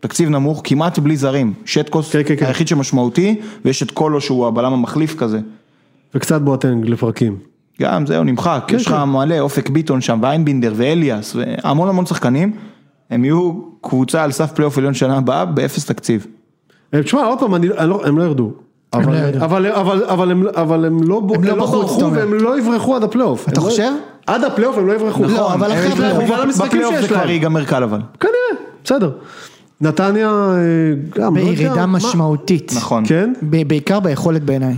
Speaker 3: תקציב נמוך, כמעט בלי זרים. שטקוס
Speaker 2: כן, כן, כן.
Speaker 3: היחיד שמשמעותי, ויש את קולו שהוא הבלם המחליף כזה.
Speaker 2: וקצת בואטנג לפרקים.
Speaker 3: גם זהו, נמחק.
Speaker 2: כן,
Speaker 3: יש לך
Speaker 2: כן.
Speaker 3: מלא, אופק ביטון שם, ואיינבינדר, ואליאס, והמון המון שחקנים. הם יהיו קבוצה על סף פלייאוף עליון שנה הבאה, באפס תקציב.
Speaker 2: אה, תשמע, עוד פעם, אני- אני לא- הם לא ירדו. אבל-
Speaker 4: לא ירדו.
Speaker 2: אבל- אבל- אבל הם- אבל הם לא בו-
Speaker 4: הם
Speaker 2: הם
Speaker 4: לא
Speaker 2: לא
Speaker 4: בחוץ, אתה
Speaker 2: ברחו
Speaker 4: אומר.
Speaker 2: והם לא יברחו עד הפלייאוף.
Speaker 4: אתה
Speaker 2: הם לא-
Speaker 4: חושב?
Speaker 2: עד הפלייאוף הם לא יברחו.
Speaker 4: לא, אבל
Speaker 3: הם
Speaker 4: אחרי
Speaker 3: יצליחו.
Speaker 4: הפלייאוף-
Speaker 2: בגלל המשחקים
Speaker 3: בפלייאוף
Speaker 2: שיש
Speaker 3: זה כבר
Speaker 2: להם.
Speaker 3: ייגמר קל אבל.
Speaker 2: כנראה, בסדר. נתניה אה, גם, לא יודע, מה-
Speaker 4: בירידה משמעותית.
Speaker 3: נכון.
Speaker 2: כן?
Speaker 4: ב- בעיקר ביכולת בעיניי.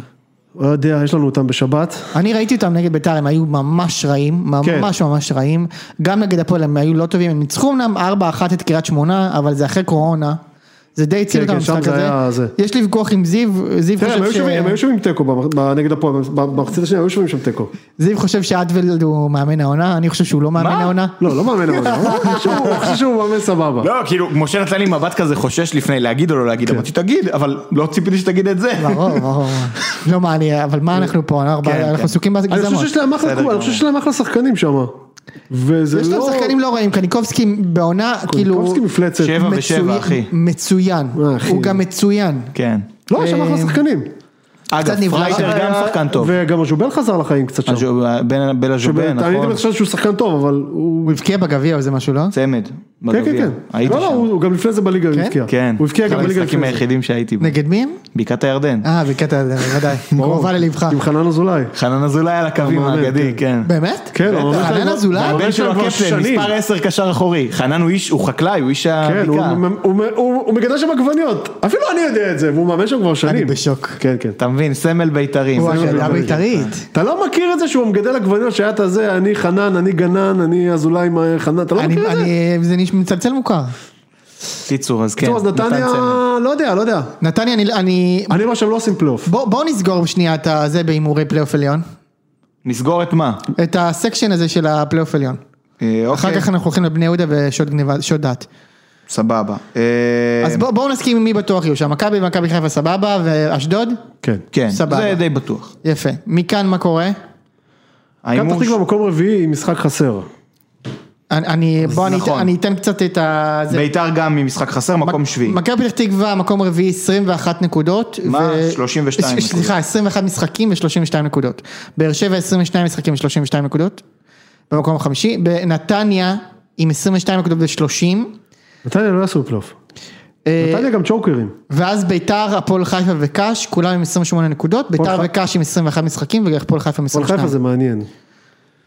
Speaker 2: לא יודע, יש לנו אותם בשבת.
Speaker 4: אני ראיתי אותם נגד ביתר, הם היו ממש רעים,
Speaker 2: כן.
Speaker 4: ממש ממש רעים. גם נגד הפועל הם היו לא טובים, הם ניצחו אמנם 4-1 את קריית שמונה, אבל זה אחרי קורונה. זה די הציל
Speaker 2: כן,
Speaker 4: אותם
Speaker 2: כן, שם
Speaker 4: במשחק
Speaker 2: זה היה זה.
Speaker 4: הזה. יש לי ויכוח עם זיו, זיו
Speaker 2: תראה, הם היו
Speaker 4: חושב ש...
Speaker 2: שווים- הם היו שווים תיקו במח- ב- נגד הפועל, במחצית השנייה היו שווים שם תיקו.
Speaker 4: זיו חושב שאדוולד הוא מאמן העונה, אני חושב שהוא לא מאמן
Speaker 3: מה?
Speaker 4: העונה.
Speaker 2: לא, לא מאמן העונה, הוא חושב שהוא- הוא חושב שהוא מאמן סבבה.
Speaker 3: לא, כאילו, משה נתן לי מבט כזה חושש לפני להגיד או לא להגיד, אמרתי תגיד, אבל לא ציפיתי שתגיד את זה.
Speaker 4: ברור, ברור. לא מה, אני- אבל מה אנחנו פה, אנחנו
Speaker 3: כן, כן.
Speaker 4: אנחנו עסוקים
Speaker 2: אני חושב
Speaker 4: בגזמות.
Speaker 2: שיש להם אחלה-
Speaker 3: בסדר גמור.
Speaker 2: אני חושב שיש להם אחלה שחקנים שם. וזה לא...
Speaker 4: יש להם שחקנים לא רעים, קניקובסקי בעונה, כאילו...
Speaker 2: קובסקי מפלצת.
Speaker 3: שבע ושבע,
Speaker 4: מצוי-
Speaker 3: אחי.
Speaker 4: מצוין,
Speaker 2: אה, אחי.
Speaker 4: הוא גם מצוין.
Speaker 3: כן.
Speaker 2: לא, יש שם אחלה
Speaker 4: אה,
Speaker 2: שחקנים.
Speaker 3: אגב,
Speaker 4: נברא.
Speaker 3: פריידר גם שחקן טוב.
Speaker 2: וגם הז'ובל חזר לחיים קצת שם.
Speaker 3: בין הז'ובה,
Speaker 2: שבאמת, אני
Speaker 3: נכון.
Speaker 2: חושב שהוא שחקן טוב, אבל הוא...
Speaker 4: הוא הבקיע בגביע או איזה משהו, לא?
Speaker 3: צמד.
Speaker 2: כן, כן,
Speaker 3: בגביע.
Speaker 2: כן.
Speaker 3: הייתי
Speaker 2: לא, לא,
Speaker 3: שם.
Speaker 2: הוא גם לפני זה בליגה הוא
Speaker 4: כן?
Speaker 2: הבקיע.
Speaker 3: כן.
Speaker 2: הוא הבקיע גם
Speaker 3: אחד
Speaker 2: בליגה
Speaker 3: המשחקים
Speaker 2: לפני זה.
Speaker 3: היחידים שהייתי בו.
Speaker 4: נגד מי הם?
Speaker 3: בקעת הירדן.
Speaker 4: אה, בקטע הזה, בוודאי. קרובה ללבך.
Speaker 2: עם חנן אזולאי.
Speaker 3: חנן אזולאי על הקווים
Speaker 2: המאמן,
Speaker 3: האגדי, כן.
Speaker 4: באמת?
Speaker 2: כן, הוא
Speaker 4: חנן
Speaker 2: ממש-
Speaker 4: אזולאי?
Speaker 2: הוא
Speaker 3: הבן
Speaker 2: ממש
Speaker 3: שלו
Speaker 2: כבר
Speaker 3: הקפטן,
Speaker 2: שנים.
Speaker 3: מספר 10 קשר אחורי. חנן הוא איש, הוא חקלאי, הוא איש
Speaker 2: כן, הוא-
Speaker 3: הבקעה.
Speaker 2: הוא- הוא- הוא הוא מגדל שם עגבניות. אפילו אני יודע את זה, והוא מאמן שם כבר שנים.
Speaker 4: בשוק.
Speaker 2: כן, כן.
Speaker 3: אתה מבין, סמל בית"רי.
Speaker 4: הוא
Speaker 3: זה
Speaker 2: אגדי.
Speaker 3: שלו.
Speaker 4: הגדלה
Speaker 2: לא
Speaker 4: בית"רית.
Speaker 2: אתה לא מכיר את זה שהוא מגדל עגבניות שהיה את הזה, אני חנן, אני גנן, אני אזולאי מה- חנן, אתה לא
Speaker 4: אני-
Speaker 2: מכיר את זה?
Speaker 4: אני- זה נש- מצלצל מוכר.
Speaker 3: קיצור, אז כן.
Speaker 2: טוב, אז נתניה,
Speaker 3: נתן סמל.
Speaker 2: לא יודע, לא יודע.
Speaker 4: נתניה, אני- אני...
Speaker 2: אני אומר שהם לא עושים פלייאוף.
Speaker 4: בוא- בואו נסגור שנייה את הזה בהימורי פלייאוף עליון.
Speaker 3: נסגור את מה?
Speaker 4: את הסקשן הזה של הפלייאוף עליון.
Speaker 3: אה,
Speaker 4: אחר
Speaker 3: אוקיי,
Speaker 4: כך אנחנו הולכים לבני יהודה ושוד גניבה, שוד דת.
Speaker 3: סבבה. אה,
Speaker 4: אז בוא- בואו נסכים עם מי בטוח יהיו שם. מכבי ומכבי חיפה סבבה, ואשדוד?
Speaker 2: כן.
Speaker 3: כן,
Speaker 4: סבבה.
Speaker 3: זה די בטוח.
Speaker 4: יפה. מכאן מה קורה?
Speaker 2: מכבי
Speaker 3: ההימור
Speaker 2: פתח
Speaker 3: ש-
Speaker 2: תקווה מקום רביעי עם משחק חסר.
Speaker 4: אני- אני, בוא אני
Speaker 3: נכון.
Speaker 4: אתן- אני אתן קצת את ה... זה.
Speaker 3: בית"ר גם ממשחק חסר, מקום שביעי.
Speaker 4: מכבי פתח תקווה, מקום רביעי, 21 נקודות.
Speaker 3: מה? 32
Speaker 4: ש- סליחה, 21 משחקים ו-32 נקודות. באר שבע 22 משחקים ו-32 נקודות. במקום החמישי. בנתניה עם 22 נקודות ו-30.
Speaker 2: נתניה לא יעשו פלייאוף.
Speaker 4: אה,
Speaker 2: נתניה גם צ'וקרים.
Speaker 4: ואז ביתר, הפועל חיפה וקאש, כולם עם 28 נקודות. ביתר
Speaker 2: חיפה-
Speaker 4: וקאש עם 21 משחקים והפועל חיפה
Speaker 2: אבל
Speaker 4: עם 22.
Speaker 2: חיפה זה מעניין.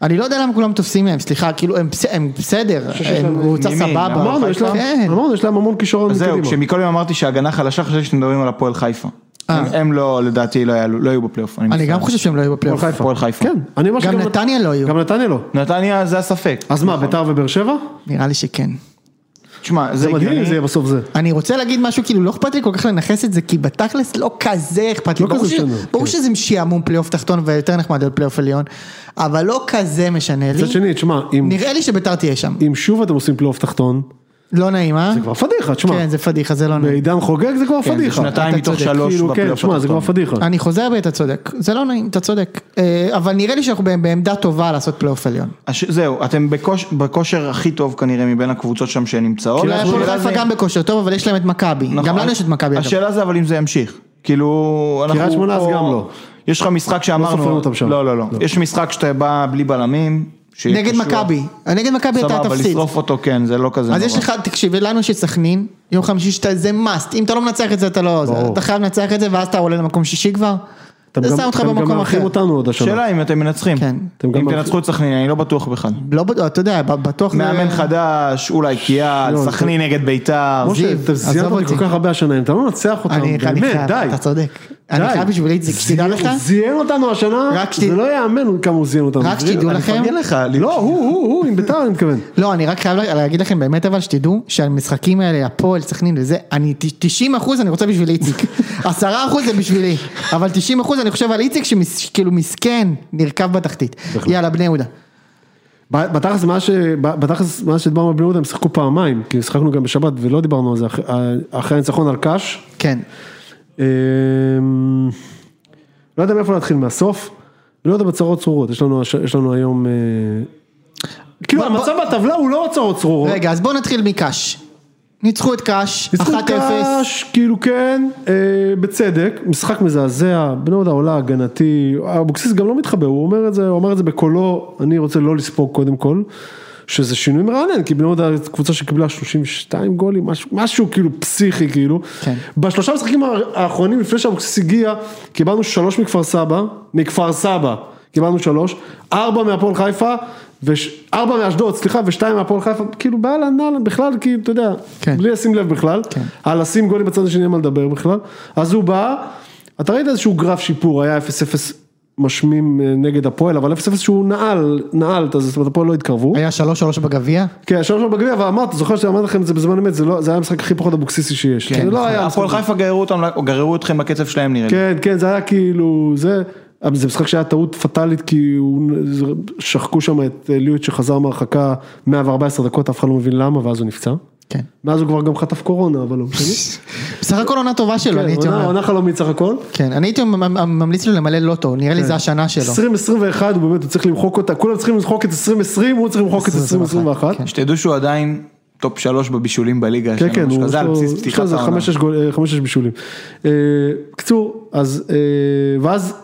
Speaker 4: אני לא יודע למה כולם תופסים להם, סליחה, כאילו הם בס- הם בסדר,
Speaker 2: שיש
Speaker 4: הם
Speaker 2: להם-
Speaker 4: קבוצה
Speaker 3: מימין,
Speaker 4: סבבה.
Speaker 2: אמרנו, יש להם-
Speaker 4: כן.
Speaker 2: אמרנו, יש להם המון כישרון
Speaker 3: אז זהו,
Speaker 2: מקדימה.
Speaker 3: כשמקודם אמרתי שההגנה חלשה, חשבתי שאתם מדברים על הפועל חיפה.
Speaker 4: אה.
Speaker 3: הם הם לא, לדעתי, לא יעלו- לא יהיו בפלייאוף.
Speaker 4: אני
Speaker 3: מצטער.
Speaker 4: גם חושב שהם לא יהיו בפלייאוף.
Speaker 2: חיפה.
Speaker 3: הפועל חיפה.
Speaker 2: כן, אני אומר
Speaker 4: גם
Speaker 2: שגם
Speaker 4: נתניה לא נכון. יהיו,
Speaker 2: גם נתניה לא.
Speaker 3: נתניה זה הספק.
Speaker 2: אז מה, ביתר ובאר שבע?
Speaker 4: נראה לי שכן.
Speaker 3: תשמע, זה
Speaker 2: זה מדהים
Speaker 3: הגיוני.
Speaker 2: אם זה יהיה בסוף זה.
Speaker 4: אני רוצה להגיד משהו, כאילו לא אכפת לי כל כך לנכס את זה, כי בתכלס לא כזה אכפת לי.
Speaker 2: לא
Speaker 4: ברור
Speaker 2: כזה
Speaker 4: ש-
Speaker 2: משנה,
Speaker 4: ברור
Speaker 2: כן.
Speaker 4: שזה שעמום פלייאוף תחתון ויותר נחמד על פלייאוף עליון, אבל לא כזה משנה לי.
Speaker 2: מצד שני, תשמע, אם-
Speaker 4: נראה לי שביתר תהיה שם.
Speaker 2: אם שוב אתם עושים פלייאוף תחתון,
Speaker 4: לא נעים, אה?
Speaker 2: זה כבר פדיחה, תשמע.
Speaker 4: כן, זה פדיחה, זה לא נעים.
Speaker 2: בעידן חוגג זה כבר
Speaker 3: כן, זה
Speaker 2: פדיחה.
Speaker 3: שנתיים
Speaker 4: אתה
Speaker 3: מתוך
Speaker 4: צודק.
Speaker 3: שלוש
Speaker 2: כאילו, כן,
Speaker 3: בפלייאוף
Speaker 2: תשמע, זה כבר
Speaker 3: התחתון.
Speaker 2: פדיחה.
Speaker 4: אני חוזר בי, אתה צודק. זה לא נעים, אתה צודק. אה, אבל נראה לי שאנחנו בעמדה טובה לעשות פלייאוף עליון.
Speaker 3: הש- זהו, אתם בכוש- בכושר הכי טוב כנראה מבין הקבוצות שם שנמצאות.
Speaker 4: אולי הפועל
Speaker 3: השאלה
Speaker 4: חיפה
Speaker 3: זה-
Speaker 4: גם בכושר טוב, אבל יש להם את מכבי.
Speaker 3: נכון.
Speaker 4: גם לנו יש את מכבי. אגב.
Speaker 3: השאלה זה אבל אם זה ימשיך. כאילו, אנחנו...
Speaker 2: קריית שמונה אז
Speaker 3: פה-
Speaker 2: גם לא.
Speaker 3: יש לך משחק
Speaker 2: לא סופרים
Speaker 3: שאמרנו...
Speaker 2: אותם שם.
Speaker 3: לא, לא, לא. יש משחק שאתה בא בלי בלמים. שיהיה
Speaker 4: נגד
Speaker 3: קשוח.
Speaker 4: מכבי. נגד מכבי אתה
Speaker 3: סבבה,
Speaker 4: תפסיד.
Speaker 3: לשרוף אותו כן, זה לא כזה
Speaker 4: אז יש לך, תקשיב, לנו יש את סכנין, יום חמישי שאתה, זה must, אם אתה לא מנצח את זה אתה לא, זה-
Speaker 2: ברור.
Speaker 4: אתה חייב לנצח את זה ואז אתה עולה למקום שישי כבר,
Speaker 2: אתם
Speaker 4: זה
Speaker 2: גם-
Speaker 4: שם אותך
Speaker 2: אתם גם
Speaker 4: במקום
Speaker 2: מארחים
Speaker 4: אחר.
Speaker 2: אותנו עוד השנה.
Speaker 3: שאלה אם אתם מנצחים.
Speaker 4: כן.
Speaker 2: אתם גם
Speaker 3: אם
Speaker 2: מארחים-
Speaker 3: תנצחו את סכנין, אני לא בטוח בכלל.
Speaker 4: לא בטוח, אתה יודע, ב- בטוח, זה-
Speaker 3: מאמן חדש, אולי קיאל,
Speaker 2: לא,
Speaker 3: סכנין נגד ביתר.
Speaker 2: משה,
Speaker 4: זיו,
Speaker 2: אתה זיינת
Speaker 4: עזוב
Speaker 2: אותי כל
Speaker 4: אותי.
Speaker 2: כך הרבה השנה, אם אתה לא מנצח אותם,
Speaker 4: אני אני
Speaker 2: באמת,
Speaker 4: חייב,
Speaker 2: די.
Speaker 4: אתה צודק, אני
Speaker 2: די.
Speaker 4: חייב בשבילי את זה, שתדע
Speaker 2: זיין-
Speaker 4: לך,
Speaker 2: זיין אותנו השנה,
Speaker 4: רק שת-
Speaker 2: זה לא ייאמן כמה הוא זיין אותנו.
Speaker 4: רק שתדעו
Speaker 2: אני
Speaker 4: לכם,
Speaker 2: מפרגן לך, לא, הוא, הוא, הוא, עם ביתר אני מתכוון.
Speaker 4: לא, אני רק חייב לה- להגיד לכם באמת אבל שתדעו שהמשחקים האלה, הפועל, סכנין וזה, אני 90 אחוז אני רוצה בשביל איציק, 10 אחוז זה בשבילי, אבל 90 אחוז אני חושב על איציק שכאילו מסכן, נרקב בתחתית, יאללה בני יהודה,
Speaker 2: ב- בתכלס, מה ש- ב- בתכלס, מאז שדיברנו על בני יהודה הם שיחקו פעמיים, כי שיחקנו גם בשבת ולא דיברנו על זה, אח- אה, אחרי הניצחון על קאש.
Speaker 4: כן,
Speaker 2: אמ, לא יודע מאיפה להתחיל, מהסוף. לא יודע בצרות צרורות, יש לנו, הש- יש לנו היום... אה, כאילו
Speaker 4: בוא-
Speaker 2: המצב בטבלה הוא לא הצרות צרורות.
Speaker 4: רגע, אז בואו נתחיל מקאש. ניצחו את קאש, 1-0.
Speaker 2: משחק קש, כאילו כן, אה, בצדק, משחק מזעזע, בני יהודה עולה הגנתי, אבוקסיס גם לא מתחבא, הוא אומר את זה, הוא אומר את זה בקולו, אני רוצה לא לספוג קודם כל, שזה שינוי מרענן, כי בני יהודה קבוצה שקיבלה 32 גולים, משהו, משהו כאילו פסיכי כאילו.
Speaker 4: כן.
Speaker 2: בשלושה המשחקים האחרונים לפני שאבוקסיס הגיע, קיבלנו שלוש מכפר סבא, מכפר סבא, קיבלנו שלוש, ארבע מהפועל חיפה, וש- ארבע מאשדוד, סליחה, ושתיים מהפועל חיפה, כאילו באהלן, אהלן, בכלל, כאילו, אתה יודע,
Speaker 4: כן.
Speaker 2: בלי לשים לב בכלל,
Speaker 4: כן.
Speaker 2: על לשים גולים בצד השני אין מה לדבר בכלל, אז הוא בא, אתה ראית איזשהו גרף שיפור, היה 0-0 משמים אה, נגד הפועל, אבל 0-0 שהוא נעל, נעל, אתה- זאת אומרת הפועל לא התקרבו,
Speaker 4: היה 3-3 בגביע.
Speaker 2: כן, שלוש שלוש בגביע, אבל אמרת, זוכר שאמרתי לכם את זה בזמן אמת, זה לא- זה היה המשחק הכי פחות אבוקסיסי שיש,
Speaker 4: כן,
Speaker 2: זה
Speaker 4: נכון.
Speaker 2: לא היה,
Speaker 3: הפועל חיפה גררו אותם- גררו אתכם בקצב שלהם נראה לי.
Speaker 2: כן, כן, זה היה כאילו, זה, אבל זה משחק שהיה טעות פטאלית, כי הוא, זה- שחקו שם את אה, ליוט שחזר מהרחקה 114 דקות, אף אחד לא מבין למה, ואז הוא נפצע,
Speaker 4: כן.
Speaker 2: מאז הוא כבר גם חטף קורונה, אבל לא משנה.
Speaker 4: בסך הכל כן, עונה טובה שלו, אני הייתי
Speaker 2: עונה-
Speaker 4: אומר.
Speaker 2: עונה חלומית סך הכל.
Speaker 4: כן, אני הייתי ממ- ממליץ לו למלא לוטו, נראה לי זה השנה שלו.
Speaker 2: 2021 הוא באמת הוא צריך למחוק אותה, כולם צריכים למחוק את 2020, הוא צריך למחוק את 2021.
Speaker 4: 2021,
Speaker 3: שתדעו שהוא עדיין טופ שלוש בבישולים בליגה.
Speaker 2: כן,
Speaker 3: השנה,
Speaker 2: כן,
Speaker 3: משהו
Speaker 2: הוא-
Speaker 3: כזה, על
Speaker 2: יש
Speaker 3: בסיס
Speaker 2: לו- יש לו
Speaker 3: פתיחת
Speaker 2: איזה
Speaker 3: העונה.
Speaker 2: חמש, שש גול- אה, חמש, שש בישולים. אה, קצור, אז, אה, ואז,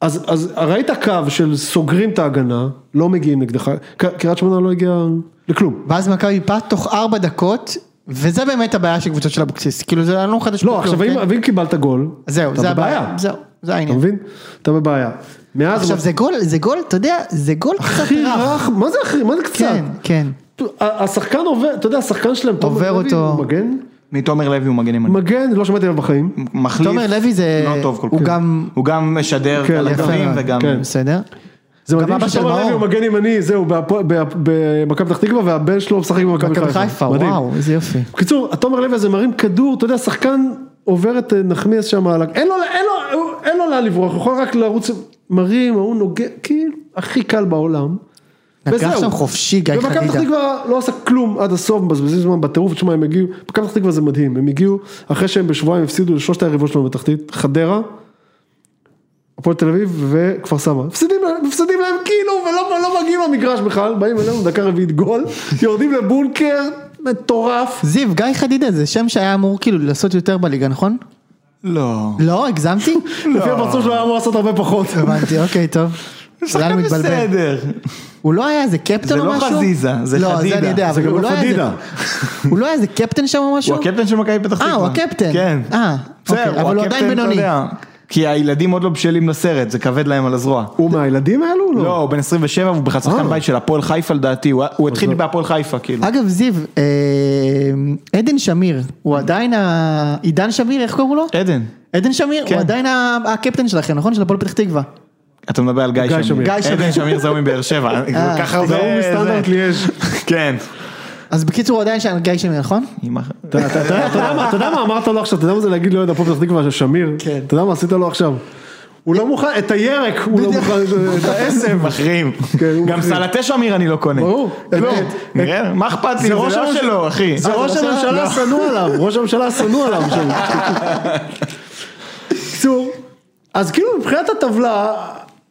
Speaker 2: אז, אז ראית קו של סוגרים את ההגנה, לא מגיעים נגדך, ק- קריית שמונה לא הגיעה לכלום.
Speaker 4: ואז מכבי פת תוך 4 דקות, וזה באמת הבעיה של קבוצות של אבוקסיס. כאילו זה לא חדש.
Speaker 2: לא,
Speaker 4: בכלום,
Speaker 2: עכשיו,
Speaker 4: כן?
Speaker 2: ואם- ואם קיבלת גול,
Speaker 4: זהו,
Speaker 2: אתה
Speaker 4: זה
Speaker 2: בבעיה.
Speaker 4: הבעיה. זהו, זה
Speaker 2: אתה
Speaker 4: העניין.
Speaker 2: מבין? אתה בבעיה. מאז,
Speaker 4: עכשיו זה גול, זה גול, אתה יודע, זה גול קצת
Speaker 2: הכי
Speaker 4: רך.
Speaker 2: רך, מה זה הכי, מה זה קצת?
Speaker 4: כן, כן.
Speaker 2: ה- השחקן עובר, אתה יודע, השחקן שלהם, תומר
Speaker 4: עובר
Speaker 2: לוי,
Speaker 4: אותו.
Speaker 2: הוא מגן?
Speaker 3: מתומר לוי הוא מגן ימני.
Speaker 2: מגן, לא שמעתי עליו בחיים.
Speaker 3: מחליף.
Speaker 4: תומר לוי זה-
Speaker 3: לא טוב כל
Speaker 4: הוא
Speaker 3: כך.
Speaker 4: גם-
Speaker 3: הוא גם משדר
Speaker 2: כן,
Speaker 3: על
Speaker 2: יפה
Speaker 3: הקווים
Speaker 4: מאוד,
Speaker 3: וגם...
Speaker 2: כן.
Speaker 4: בסדר.
Speaker 2: זה
Speaker 4: גם
Speaker 2: מדהים
Speaker 4: אבא של
Speaker 2: שתומר
Speaker 4: מאור.
Speaker 2: לוי הוא מגן ימני, זהו, בהפועל- ב- במכבי פתח תקווה, והבן שלו משחק במכבי
Speaker 4: מכבי חיפה,
Speaker 2: מדהים.
Speaker 4: וואו, איזה יופי.
Speaker 2: בקיצור, התומר לוי הזה מרים כדור, אתה יודע, שחקן עובר את אה, נחמיאס שם, על ה- אין לו, אין לו, הוא- אין לו לאן לברוח, הוא יכול רק לרוץ, מרים, ההוא נוגע, כאילו, הכי קל בעולם.
Speaker 4: לקח
Speaker 2: וזהו.
Speaker 4: שם חופשי גיא
Speaker 2: ומכבי פתח
Speaker 4: חדידה.
Speaker 2: תקווה לא עושה כלום עד הסוף, מבזבזים זמן בטירוף, תשמע הם הגיעו, מכבי פתח תקווה זה מדהים, הם הגיעו אחרי שהם בשבועיים הפסידו לשלושת היריבות שלנו בתחתית, חדרה, הפועל תל אביב וכפר סבא, מפסידים להם- מפסידים להם כאילו ולא לא מגיעים למגרש בכלל, באים אלינו דקה רביעית גול, יורדים לבונקר, מטורף,
Speaker 4: זיו, גיא חדידה זה שם שהיה אמור כאילו לעשות יותר בליגה, נכון?
Speaker 3: לא.
Speaker 4: לא, הגזמתי?
Speaker 2: לפי הפרצוף שלו היה אמור לעשות הרבה פחות,
Speaker 4: הבנתי, אוקיי, טוב.
Speaker 2: לא
Speaker 4: אולי אני מתבלבל.
Speaker 3: בסדר.
Speaker 4: הוא לא היה איזה קפטן
Speaker 3: זה
Speaker 4: או
Speaker 3: לא
Speaker 4: משהו?
Speaker 3: חזיזה, זה
Speaker 4: לא,
Speaker 3: חדידה.
Speaker 4: זה אני יודע,
Speaker 2: זה
Speaker 4: אבל
Speaker 2: גם
Speaker 4: הוא
Speaker 2: לא
Speaker 4: לא היה
Speaker 2: חדידה.
Speaker 4: איזה- הוא לא היה איזה קפטן שם או משהו?
Speaker 3: הוא הקפטן של מכבי פתח תקווה.
Speaker 4: אה, הוא הקפטן.
Speaker 3: כן.
Speaker 4: אה,
Speaker 3: בסדר,
Speaker 4: אוקיי, אבל הוא
Speaker 3: הקפטן,
Speaker 4: עדיין
Speaker 3: אתה
Speaker 4: בינוני.
Speaker 3: יודע, כי הילדים עוד לא בשלים לסרט, זה כבד להם על הזרוע.
Speaker 2: הוא מהילדים האלו?
Speaker 3: לא, הוא בן 27, הוא בכלל
Speaker 4: אה.
Speaker 3: שחקן בית של הפועל חיפה לדעתי, הוא- הוא התחיל
Speaker 4: לא-
Speaker 3: בהפועל חיפה כאילו.
Speaker 4: אגב, זיו, אה, עדן שמיר,
Speaker 2: אוקיי.
Speaker 4: הוא עדיין ה... עידן שמיר, איך קראו לו?
Speaker 3: עדן,
Speaker 4: עדן שמיר,
Speaker 3: כן.
Speaker 4: הוא עדיין ה- הקפטן שלכם, נכון? של הפועל פתח תקווה.
Speaker 3: אתה מדבר על גיא
Speaker 2: גיא
Speaker 3: שמיר.
Speaker 2: שמיר.
Speaker 4: גיא שמיר.
Speaker 3: עדן שמיר זה ההוא מבאר שבע.
Speaker 4: אה,
Speaker 3: ככה
Speaker 2: זה הוא מסטנדרט ליאז'.
Speaker 3: כן.
Speaker 4: אז בקיצור, הוא עדיין שם גיא שמיר, נכון?
Speaker 2: אתה אתה- אתה- אתה יודע מה- אתה יודע מה אמרת לו עכשיו, אתה יודע מה זה להגיד לאוהד הפועל פתח תקווה של שמיר?
Speaker 4: כן.
Speaker 2: אתה יודע מה עשית לו עכשיו? הוא לא מוכן, את הירק הוא לא
Speaker 4: בדיוק.
Speaker 2: מוכן, את העשב.
Speaker 3: מחרים.
Speaker 2: כן, הוא
Speaker 3: גם
Speaker 2: מחרים.
Speaker 3: סלטה שמיר אני לא קונה.
Speaker 2: ברור.
Speaker 3: לא,
Speaker 2: את-
Speaker 3: נראה, מה אכפת לי?
Speaker 2: זה
Speaker 3: זה
Speaker 2: ראש
Speaker 3: לא
Speaker 2: הממשלה- אה,
Speaker 3: שלו, אחי.
Speaker 2: זה לא ראש הממשלה שנוא עליו, ראש הממשלה שנוא עליו שם. קיצור, אז כאילו מבחינת הטבלה,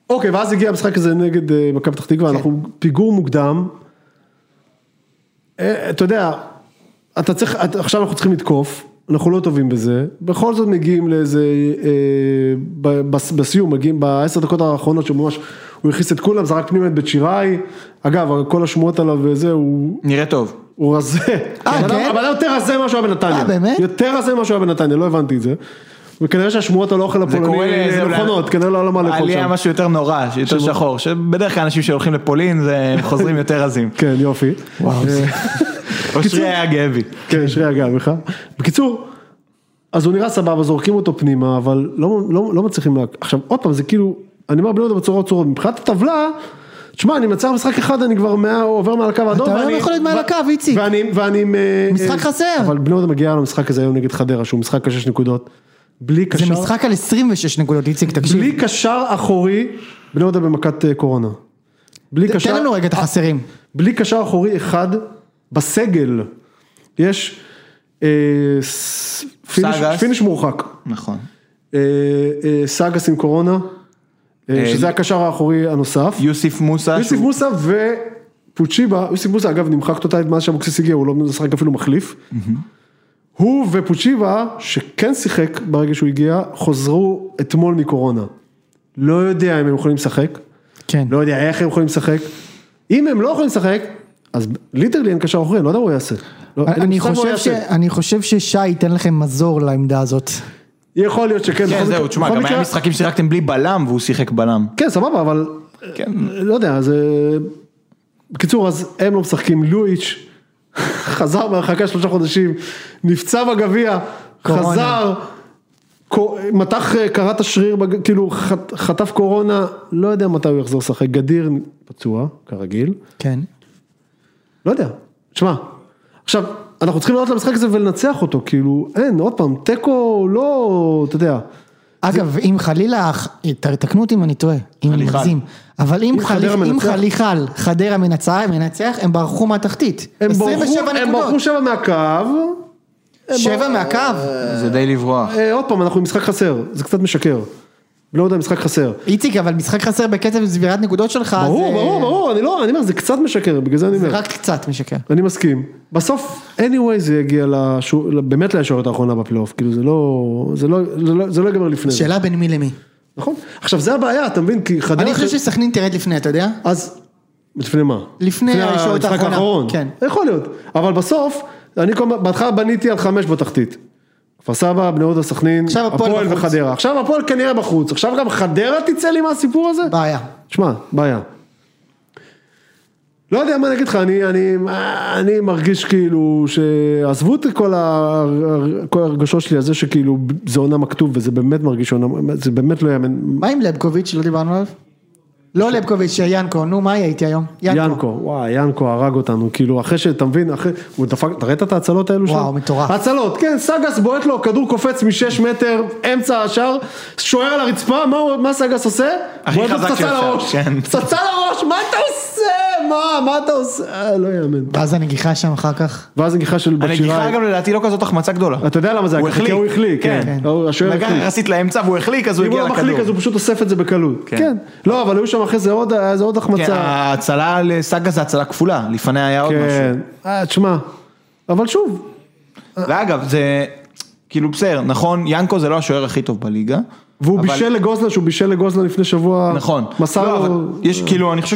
Speaker 2: אוקיי, ואז הגיע המשחק הזה נגד אה, מכבי פתח תקווה, אנחנו פיגור מוקדם. אה, אתה יודע, אתה צריך, את- עכשיו אנחנו צריכים לתקוף, אנחנו לא טובים בזה, בכל זאת מגיעים לאיזה, אה, ב- בס- בסיום, מגיעים בעשר דקות האחרונות שממש, הוא הכניס את כולם, זרק פנימה את בית שיראי, אגב, כל השמועות עליו וזה, הוא,
Speaker 3: נראה טוב.
Speaker 2: הוא רזה. הבן
Speaker 4: כן?
Speaker 2: אדם- הבן אדם יותר רזה ממה שהוא היה בנתניה.
Speaker 4: אה, באמת?
Speaker 2: יותר רזה ממה שהוא היה בנתניה, לא הבנתי את זה. וכנראה שהשמועות על האוכל
Speaker 3: זה קורה
Speaker 2: הפולני
Speaker 3: לאיזה-
Speaker 2: נכונות, כנראה לא היה לו מה לאכול
Speaker 3: לי היה
Speaker 2: שם.
Speaker 3: משהו יותר נורא, יותר שחור, שבדרך כלל אנשים שהולכים לפולין זה- הם חוזרים יותר רזים.
Speaker 2: כן, יופי. אה,
Speaker 3: אושרי היה גאה בי.
Speaker 2: כן, שרי הגעה בך. בקיצור, אז הוא נראה סבבה, זורקים אותו פנימה, אבל לא, לא, לא מצליחים, לה... עכשיו עוד פעם, זה כאילו, אני אומר בני יהודה בצורה צורות, מבחינת הטבלה, תשמע, אני מצליח משחק אחד, אני כבר מה, עובר מעל הקו האדום,
Speaker 4: היום
Speaker 2: ואני-
Speaker 4: לא יכול להיות מעל
Speaker 2: ו-
Speaker 4: הקו, איציק.
Speaker 2: ואני, ואני, אה,
Speaker 4: משחק
Speaker 2: אה,
Speaker 4: חסר.
Speaker 2: אבל בני יהודה מגיעה למשחק הזה היום נגד חדרה, שהוא משחק קשה שש נקודות, בלי
Speaker 4: זה
Speaker 2: קשר,
Speaker 4: משחק על 26 נקודות, איציק, תקשיב.
Speaker 2: בלי קשר אחורי, בני יהודה במכת אה, קורונה. בלי קשר,
Speaker 4: תן לנו רגע את החסרים.
Speaker 2: בלי קשר אחורי אחד בסגל. יש אה, ס- פיניש,
Speaker 3: סאגס.
Speaker 2: פיניש מורחק,
Speaker 3: נכון.
Speaker 2: אה, אה, סאגס עם קורונה, אה, שזה הקשר האחורי הנוסף.
Speaker 3: יוסיף מוסא,
Speaker 2: יוסיף
Speaker 3: שהוא-
Speaker 2: מוסא ופוצ'יבה, יוסיף מוסא אגב נמחק טוטלית מאז שאבוקסיס הגיע, הוא לא משחק אפילו מחליף. הוא ופוצ'יבה, שכן שיחק ברגע שהוא הגיע, חוזרו אתמול מקורונה. לא יודע אם הם יכולים לשחק,
Speaker 1: כן.
Speaker 2: לא יודע איך הם יכולים לשחק. אם הם לא יכולים לשחק, אז ליטרלי אין קשר אחורי, אני לא יודע מה הוא יעשה. לא, אין לי
Speaker 1: אני
Speaker 2: מושג מה הוא
Speaker 1: חושב ש-
Speaker 2: יעשה.
Speaker 1: אני חושב ששי ייתן לכם מזור לעמדה הזאת.
Speaker 2: יכול להיות שכן.
Speaker 3: כן
Speaker 2: בכל
Speaker 3: זהו,
Speaker 2: מקרה-
Speaker 3: תשמע,
Speaker 2: בכל
Speaker 3: גם היה
Speaker 2: מקרה-
Speaker 3: משחקים ששיחקתם בלי בלם והוא שיחק בלם.
Speaker 2: כן, סבבה, אבל...
Speaker 3: כן.
Speaker 2: לא יודע, אז... אה, בקיצור, אז הם לא משחקים, לואיץ' חזר מהרחקה שלושה חודשים, נפצע בגביע,
Speaker 1: קורונה.
Speaker 2: חזר, קו- מתח, אה, קרע את השריר, בג- כאילו חט- חטף קורונה, לא יודע מתי הוא יחזור לשחק, גדיר פצוע, כרגיל,
Speaker 1: כן.
Speaker 2: לא יודע, תשמע, עכשיו, אנחנו צריכים לעלות למשחק הזה ולנצח אותו, כאילו, אין, עוד פעם, תיקו לא, אתה יודע,
Speaker 1: אגב, אם חלילה, ת- תקנו אותי אם אני טועה, אם אני
Speaker 3: חליחל.
Speaker 1: מגזים, אבל אם
Speaker 2: אם חדרה
Speaker 1: חליח- אם
Speaker 2: מנצח-
Speaker 1: חליחל חדרה מנצח, מנצח, הם ברחו מהתחתית.
Speaker 2: הם
Speaker 1: 27
Speaker 2: ברחו, הם
Speaker 1: נקודות.
Speaker 2: ברחו שבע מהקו,
Speaker 1: שבע מהקו.
Speaker 3: זה די לברוח.
Speaker 2: אה, עוד פעם, אנחנו עם משחק חסר, זה קצת משקר. לא יודע, משחק חסר.
Speaker 1: איציק, אבל משחק חסר בקצב צבירת נקודות שלך,
Speaker 2: ברור,
Speaker 1: זה-
Speaker 2: ברור, ברור, אני לא, אני אומר, זה קצת משקר, בגלל זה אני
Speaker 1: אה, זה
Speaker 2: אומר.
Speaker 1: רק קצת משקר.
Speaker 2: אני מסכים. בסוף, anyway, זה יגיע לשו- באמת לישורת האחרונה בפלייאוף, כאילו זה לא, זה לא, זה לא- זה לא ייגמר לפני זה,
Speaker 1: שאלה בין מי למי.
Speaker 2: נכון? עכשיו, זה הבעיה, אתה מבין? כי חדרה...
Speaker 1: אני חושב שסכנין תרד לפני, אתה יודע?
Speaker 2: אז, לפני מה?
Speaker 1: לפני הישורת
Speaker 2: המשחק
Speaker 1: האחרונה,
Speaker 2: האחרון.
Speaker 1: כן.
Speaker 2: יכול להיות. אבל בסוף, אני כל הזמן- בהתחלה בניתי על חמש בתחתית. כפר סבא, בני יהודה, סכנין,
Speaker 1: עכשיו הפועל
Speaker 2: הפועל
Speaker 1: בחוץ.
Speaker 2: וחדרה. עכשיו הפועל כנראה בחוץ. עכשיו גם חדרה תצא לי מהסיפור הזה?
Speaker 1: בעיה.
Speaker 2: שמע, בעיה. לא יודע מה אני אגיד לך, אני, אני, אני מרגיש כאילו שעזבו את כל, ה, כל הרגשות שלי על זה שכאילו זה עונה מכתוב וזה באמת מרגיש עונה, זה באמת לא יאמן.
Speaker 1: מה עם לבקוביץ' שלא דיברנו עליו? לא לבקוביץ', ינקו, נו מה היה איתי היום?
Speaker 2: ינקו, וואי, ינקו הרג אותנו, כאילו אחרי שאתה מבין, אחרי, הוא דפק, אתה ראית את ההצלות האלו שלו?
Speaker 1: וואו, מטורף.
Speaker 2: הצלות, כן, סגס בועט לו, כדור קופץ משש מטר, אמצע השער, שוער על הרצפה, מה, הוא- מה סגס עושה?
Speaker 3: הכי
Speaker 2: בועט לו
Speaker 3: חזק
Speaker 2: פצצה
Speaker 3: שאפשר,
Speaker 2: לראש.
Speaker 3: כן.
Speaker 2: פצצה לראש, מה אתה עושה? מה, מה אתה עושה? אה, לא יאמן.
Speaker 1: ואז הנגיחה שם אחר כך.
Speaker 2: ואז נגיחה של בת
Speaker 3: הנגיחה
Speaker 2: שיראי.
Speaker 3: גם לדעתי לא כזאת החמצה גדולה.
Speaker 2: אתה יודע למה זה היה
Speaker 3: הוא
Speaker 2: ככה? כי
Speaker 3: החליק.
Speaker 2: הוא החליק, כן. הוא- השוער
Speaker 3: לקח
Speaker 2: החליק.
Speaker 3: יחסית לאמצע והוא החליק אז הוא
Speaker 2: אם הוא
Speaker 3: הגיע
Speaker 2: לא
Speaker 3: לכדור.
Speaker 2: מחליק אז הוא פשוט אוסף את זה בקלות.
Speaker 3: כן.
Speaker 2: כן. לא, אבל היו שם אחרי זה עוד, היה איזה עוד
Speaker 3: כן,
Speaker 2: החמצה.
Speaker 3: ההצלה לסאגה זה הצלה כפולה, לפניה היה עוד משהו.
Speaker 2: כן. אה, תשמע. אבל שוב,
Speaker 3: ואגב, זה כאילו בסדר, נכון, ינקו זה לא השוער הכי טוב בליגה.
Speaker 2: והוא
Speaker 3: אבל-
Speaker 2: בישל לגוזלן, שהוא בישל לגוזלן לפני שבוע.
Speaker 3: נכון.
Speaker 2: מסר
Speaker 3: לא,
Speaker 2: לו...
Speaker 3: אבל יש כאילו, אני חושב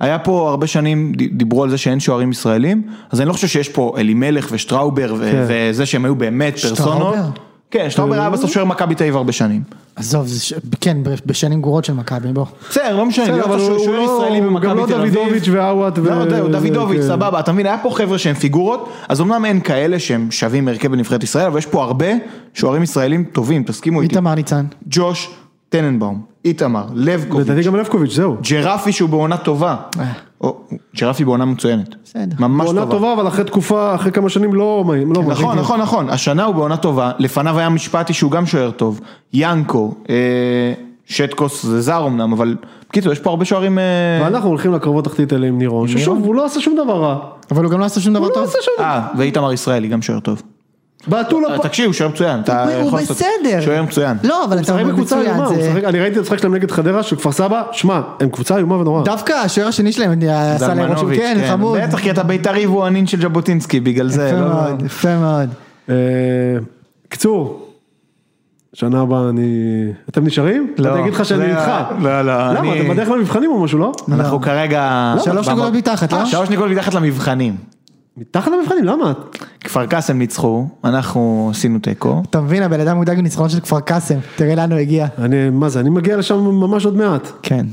Speaker 3: שהיה פה הרבה שנים, ד- דיברו על זה שאין שוערים ישראלים, אז אני לא חושב שיש פה אלימלך ושטראובר ו-
Speaker 2: כן. אה?
Speaker 3: וזה שהם היו באמת פרסונות. כן, שטראובר היה בסוף שוער מכבי תל אביב הרבה שנים.
Speaker 1: עזוב, זה ש- כן, ב- בשנים גרועות של מכבי, בוא.
Speaker 3: בסדר, לא משנה,
Speaker 2: בסדר,
Speaker 3: להיות
Speaker 2: אבל
Speaker 3: השוער-
Speaker 2: הוא
Speaker 3: שוער
Speaker 2: לא-
Speaker 3: ישראלי
Speaker 2: הוא
Speaker 3: במכבי
Speaker 2: גם לא
Speaker 3: תל אביב.
Speaker 2: דוידוביץ' ועווד ו-
Speaker 3: לא, זהו,
Speaker 2: זה,
Speaker 3: דוידוביץ',
Speaker 2: כן.
Speaker 3: סבבה, אתה מבין, היה פה חבר'ה שהם פיגורות, אז אמנם אין כאלה שהם שווים הרכב בנבחרת ישראל, אבל יש פה הרבה שוערים ישראלים טובים, תסכימו איתי.
Speaker 1: איתמר ניצן.
Speaker 3: ג'וש טננבאום, איתמר, לבקוביץ',
Speaker 2: לדעתי גם לבקוביץ', זהו.
Speaker 3: ג'רפי שהוא בעונה טובה. או, ג'רפי בעונה מצוינת.
Speaker 1: בסדר.
Speaker 3: ממש
Speaker 2: עונה
Speaker 3: טובה.
Speaker 2: אה. טובה, אבל אחרי תקופה, אחרי כמה שנים לא... לא מרגיש.
Speaker 3: נכון, נכון, נכון. השנה הוא בעונה טובה, לפניו היה משפטי שהוא גם שוער טוב. ינקו, אה, שטקוס זה זר אמנם, אבל בקיצור, יש פה הרבה שוערים... אה,
Speaker 2: ואנחנו הולכים לקרבות תחתית האלה עם נירון, ששוב, הוא לא עשה שום דבר רע.
Speaker 1: אבל הוא גם לא עשה שום
Speaker 2: הוא
Speaker 1: דבר
Speaker 2: לא
Speaker 1: טוב.
Speaker 2: עשה שום דבר.
Speaker 3: אה, ואיתמר ישראלי גם שוער טוב.
Speaker 2: בעטו לו...
Speaker 3: אה,
Speaker 2: פה-
Speaker 3: תקשיב, הוא שוער מצוין. אתה
Speaker 2: אה,
Speaker 1: הוא- הוא
Speaker 3: יכול לעשות-
Speaker 1: בסדר.
Speaker 3: שוער מצוין.
Speaker 1: לא, אבל אתה
Speaker 2: משחק
Speaker 1: אומר
Speaker 2: בקבוצה
Speaker 1: מצוין,
Speaker 2: איומה, הוא
Speaker 1: זה...
Speaker 2: משחק- אני ראיתי את המשחק שלהם נגד חדרה, של כפר סבא, שמע, הם קבוצה איומה ונוראה.
Speaker 1: דווקא השוער השני שלהם עשה להם משהו,
Speaker 3: זלמנוביץ',
Speaker 1: כן, חמוד.
Speaker 3: בטח, כי אתה בית"רי והוא הנין של ז'בוטינסקי, בגלל זה.
Speaker 1: יפה
Speaker 3: לא-
Speaker 1: מאוד, יפה מאוד.
Speaker 2: אה, קיצור, שנה הבאה אני... אתם נשארים?
Speaker 3: לא.
Speaker 2: אני אגיד לך שאני
Speaker 3: לא,
Speaker 2: איתך.
Speaker 3: לא, לא,
Speaker 2: למה?
Speaker 3: אני-
Speaker 2: אתם בדרך למבחנים או משהו, לא?
Speaker 3: אנחנו כרגע...
Speaker 1: שלוש נקודות מתחת, לא?
Speaker 3: שלוש נקודות מתחת למבחנים.
Speaker 2: מתחת למבחנים, למה?
Speaker 3: כפר קאסם ניצחו, אנחנו עשינו תיקו.
Speaker 1: אתה מבין, הבן אדם מודאג מניצחון של כפר קאסם, תראה לאן הוא הגיע.
Speaker 2: אני, מה זה, אני מגיע לשם ממש עוד מעט.
Speaker 3: אה,
Speaker 1: כן.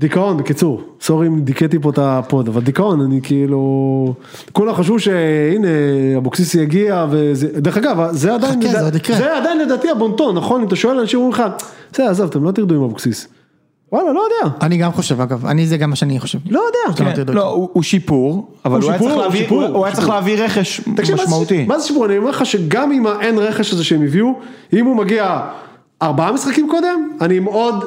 Speaker 2: דיכאון, בקיצור. סורי אם דיכאתי פה את הפוד, אבל דיכאון, אני כאילו... כולם חשבו שהנה, אבוקסיס יגיע וזה... דרך אגב, זה עדיין...
Speaker 1: חכה,
Speaker 2: לדע-
Speaker 1: זה עוד יקרה.
Speaker 2: זה עדיין לדעתי הבונטון, נכון? אם אתה שואל אנשים, אומרים לך, בסדר, עזוב, אתם לא תרדו עם אבוקסיס. וואלה, לא יודע.
Speaker 1: אני גם חושב, אגב, אני זה גם מה שאני חושב.
Speaker 2: לא יודע.
Speaker 1: כן. תרדו
Speaker 3: לא, הוא הוא שיפור, אבל
Speaker 2: הוא
Speaker 3: הוא היה
Speaker 2: שיפור,
Speaker 3: צריך
Speaker 2: הוא
Speaker 3: להביא-
Speaker 2: שיפור,
Speaker 3: הוא- הוא
Speaker 2: הוא
Speaker 3: היה צריך
Speaker 2: שיפור.
Speaker 3: להביא רכש
Speaker 2: תקשיב, מה זה-
Speaker 3: משמעותי.
Speaker 2: מה זה שיפור? אני אומר לך שגם עם האין רכש הזה שהם הביאו, אם הוא מגיע ארבעה משחקים קודם, אני עם עוד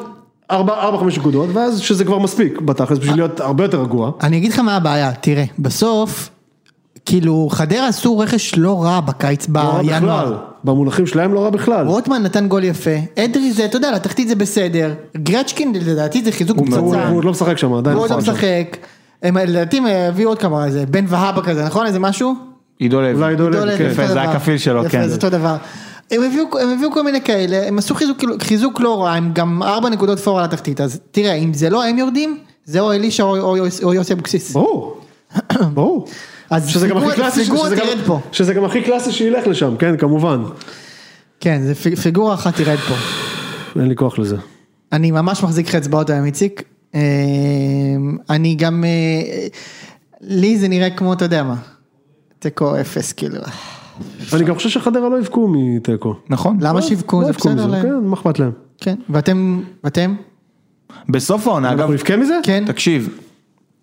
Speaker 2: ארבע, ארבע, חמש נקודות, ואז שזה כבר מספיק בתכלס בשביל להיות הרבה יותר רגוע.
Speaker 1: אני אגיד לך מה הבעיה, תראה, בסוף
Speaker 4: כאילו, חדרה עשו רכש לא רע בקיץ,
Speaker 2: לא רע
Speaker 4: בינואר.
Speaker 2: בכלל, במונחים שלהם לא רע בכלל.
Speaker 4: רוטמן נתן גול יפה, אדרי זה, אתה יודע, לתחתית זה בסדר, גרצ'קין לדעתי זה חיזוק
Speaker 2: הוא- הוא
Speaker 4: פצצה,
Speaker 2: הוא עוד לא משחק שם, עדיין.
Speaker 4: הוא עוד לא
Speaker 2: נכון.
Speaker 4: משחק, הם לדעתי הם הביאו עוד כמה, איזה בן והבה כזה, נכון? איזה משהו?
Speaker 3: עידו לוי.
Speaker 2: אולי עידו
Speaker 4: דולב,
Speaker 2: לוי, כן.
Speaker 4: אותו
Speaker 3: יפה, זה
Speaker 4: דבר.
Speaker 3: הכפיל שלו,
Speaker 4: יפה,
Speaker 3: כן.
Speaker 4: זה אותו דבר. הם הביאו, הם הביאו כל מיני כאלה, הם עשו חיזוק, כאילו, חיזוק לא רע, הם גם ארבע נקודות פור על התחתית, אז תראה, אם זה לא הם יורדים, זה או אלישע או, או, יוס- או יוסי אבוקסיס.
Speaker 2: ברור, ברור.
Speaker 4: אז
Speaker 2: שזה גם
Speaker 4: פיגוע-
Speaker 2: הכי קלאסי,
Speaker 4: פיגוע
Speaker 2: שזה גם-
Speaker 4: תרד פה.
Speaker 2: שזה גם הכי קלאסי שילך לשם, כן, כמובן.
Speaker 4: כן, זה פיג- פיגורה אחת תרד פה.
Speaker 2: אין לי כוח לזה.
Speaker 4: אני ממש מחזיק לך אצבעות היום, איציק. אה, אני גם, אה, לי זה נראה כמו, אתה יודע מה, תיקו אפס, כאילו.
Speaker 2: אני גם חושב שחדרה לא יבכו מתיקו.
Speaker 3: נכון.
Speaker 4: למה שיווקו?
Speaker 2: לא
Speaker 4: זה
Speaker 2: יבכו
Speaker 4: בסדר
Speaker 2: מזה,
Speaker 4: להם.
Speaker 2: כן, מה אכפת להם?
Speaker 4: כן, ואתם, ואתם?
Speaker 3: בסוף העונה, אגב,
Speaker 2: אנחנו נבכה מזה?
Speaker 4: כן.
Speaker 3: תקשיב,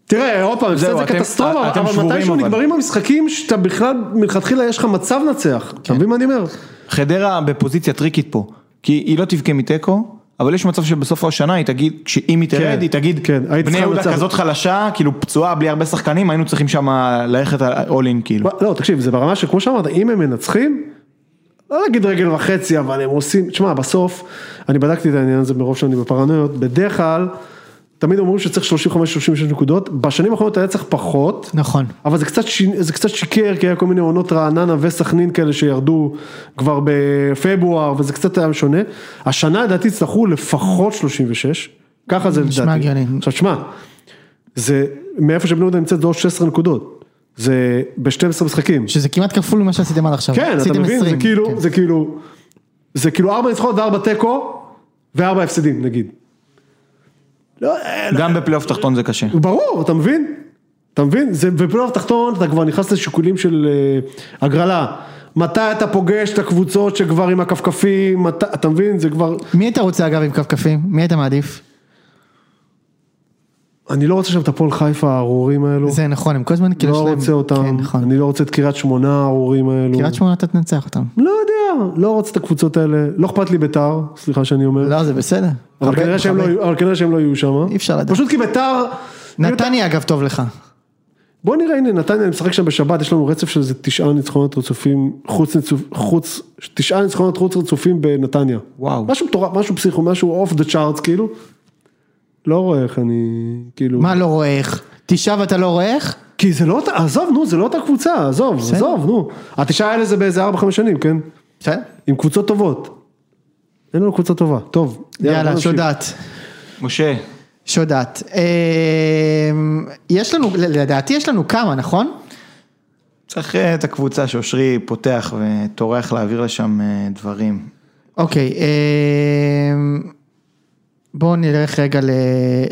Speaker 2: תראה, עוד פעם, הפסד
Speaker 3: זהו,
Speaker 2: זה
Speaker 3: אתם- אה,
Speaker 2: קטסטרופה,
Speaker 3: אתם
Speaker 2: אבל
Speaker 3: שבורים,
Speaker 2: מתישהו
Speaker 3: אבל.
Speaker 2: נגמרים המשחקים שאתה בכלל, מלכתחילה יש לך מצב לנצח.
Speaker 3: כן.
Speaker 2: אתה מבין מה אני אומר?
Speaker 3: חדרה בפוזיציה טריקית פה, כי היא לא תבכה מתיקו, אבל יש מצב שבסוף השנה היא תגיד, כשאם היא תרד,
Speaker 2: כן,
Speaker 3: היא תגיד,
Speaker 2: כן, היית
Speaker 3: בני
Speaker 2: צריכה
Speaker 3: יהודה
Speaker 2: לנצח."
Speaker 3: כזאת חלשה, כאילו פצועה, בלי הרבה שחקנים, היינו צריכים שם ללכת all in, כאילו.
Speaker 2: מה- לא, תקשיב, זה ברמה שכמו שאמרת, אם הם מנצחים, לא נגיד רגל וחצי, אבל הם עושים, תשמע, בסוף, אני בדקתי את העניין הזה מרוב שאני בפרנויות, bדרך כלל, תמיד אומרים שצריך 35-36 נקודות, בשנים האחרונות היה צריך פחות.
Speaker 4: נכון.
Speaker 2: אבל זה קצת, שי- זה קצת שיקר, כי היה כל מיני עונות רעננה וסכנין כאלה שירדו כבר בפברואר, וזה קצת היה שונה. השנה לדעתי יצטרכו לפחות 36, ככה זה לדעתי.
Speaker 4: נשמע הגיוני.
Speaker 2: עכשיו שמע, זה מאיפה שבני יהודה נמצאת זה עוד 16 נקודות, זה ב-12 משחקים.
Speaker 4: שזה כמעט כפול ממה שעשיתם עד עכשיו.
Speaker 2: כן, אתה
Speaker 4: עשיתם
Speaker 2: מבין, זה
Speaker 4: 20,
Speaker 2: כאילו,
Speaker 4: כן.
Speaker 2: זה כאילו, זה כאילו ארבע ניצחונות וארבע תיקו, וארבע הפסדים נגיד. לא,
Speaker 3: גם בפלייאוף תחתון זה קשה.
Speaker 2: ברור, אתה מבין? אתה מבין? זה בפלייאוף תחתון, אתה כבר נכנס לשיקולים של אה, הגרלה. מתי אתה פוגש את הקבוצות שכבר עם הכפכפים, מת... אתה מבין? זה כבר...
Speaker 4: מי היית רוצה אגב עם כפכפים? מי היית מעדיף?
Speaker 2: אני לא רוצה שם את הפועל חיפה הארורים האלו.
Speaker 4: זה נכון, הם כל הזמן כאילו
Speaker 2: לא
Speaker 4: יש להם-
Speaker 2: רוצה אותם.
Speaker 4: כן, נכון.
Speaker 2: אני לא רוצה את קריית שמונה הארורים האלו.
Speaker 4: קריית שמונה אתה תנצח אותם.
Speaker 2: לא יודע, לא רוצה את הקבוצות האלה. לא אכפת לי ביתר, סליחה שאני אומר.
Speaker 4: לא, זה בסדר.
Speaker 2: אבל
Speaker 4: מכבד,
Speaker 2: כנראה שהם לא
Speaker 4: מכבד.
Speaker 2: יהיו- אבל כנראה שהם לא יהיו שם.
Speaker 4: אי אפשר לדעת.
Speaker 2: פשוט כי ביתר...
Speaker 4: נתניה אגב טוב לך.
Speaker 2: בוא נראה, הנה, נתניה, אני משחק שם בשבת, יש לנו רצף של איזה תשעה ניצחונות רצופים, חוץ, ניצופ, חוץ, תשעה ניצחונות חוץ רצופים בנתניה.
Speaker 3: וואו.
Speaker 2: משהו מטורף, משהו פסיכו, משהו אוף דה צ'ארטס, כאילו. לא רואה איך אני, כאילו.
Speaker 4: מה לא רואה איך? תשעה ואתה לא רואה איך?
Speaker 2: כי זה לא, אותה- עזוב, נו, זה לא אותה קבוצה, עזוב, עזוב, נו. התשעה האלה זה באיזה ארבע, חמש שנים, כן?
Speaker 4: בסדר.
Speaker 2: עם קבוצות טובות. אין לנו קבוצה טובה, טוב. בוא
Speaker 4: יאללה,
Speaker 2: נמשיך.
Speaker 4: שודעת.
Speaker 3: משה,
Speaker 4: שודעת. אמ, יש לנו, לדעתי יש לנו כמה, נכון?
Speaker 3: צריך אה, את הקבוצה שאושרי פותח וטורח להעביר לשם אה, דברים.
Speaker 4: אוקיי, אמ, בואו נלך רגע ל-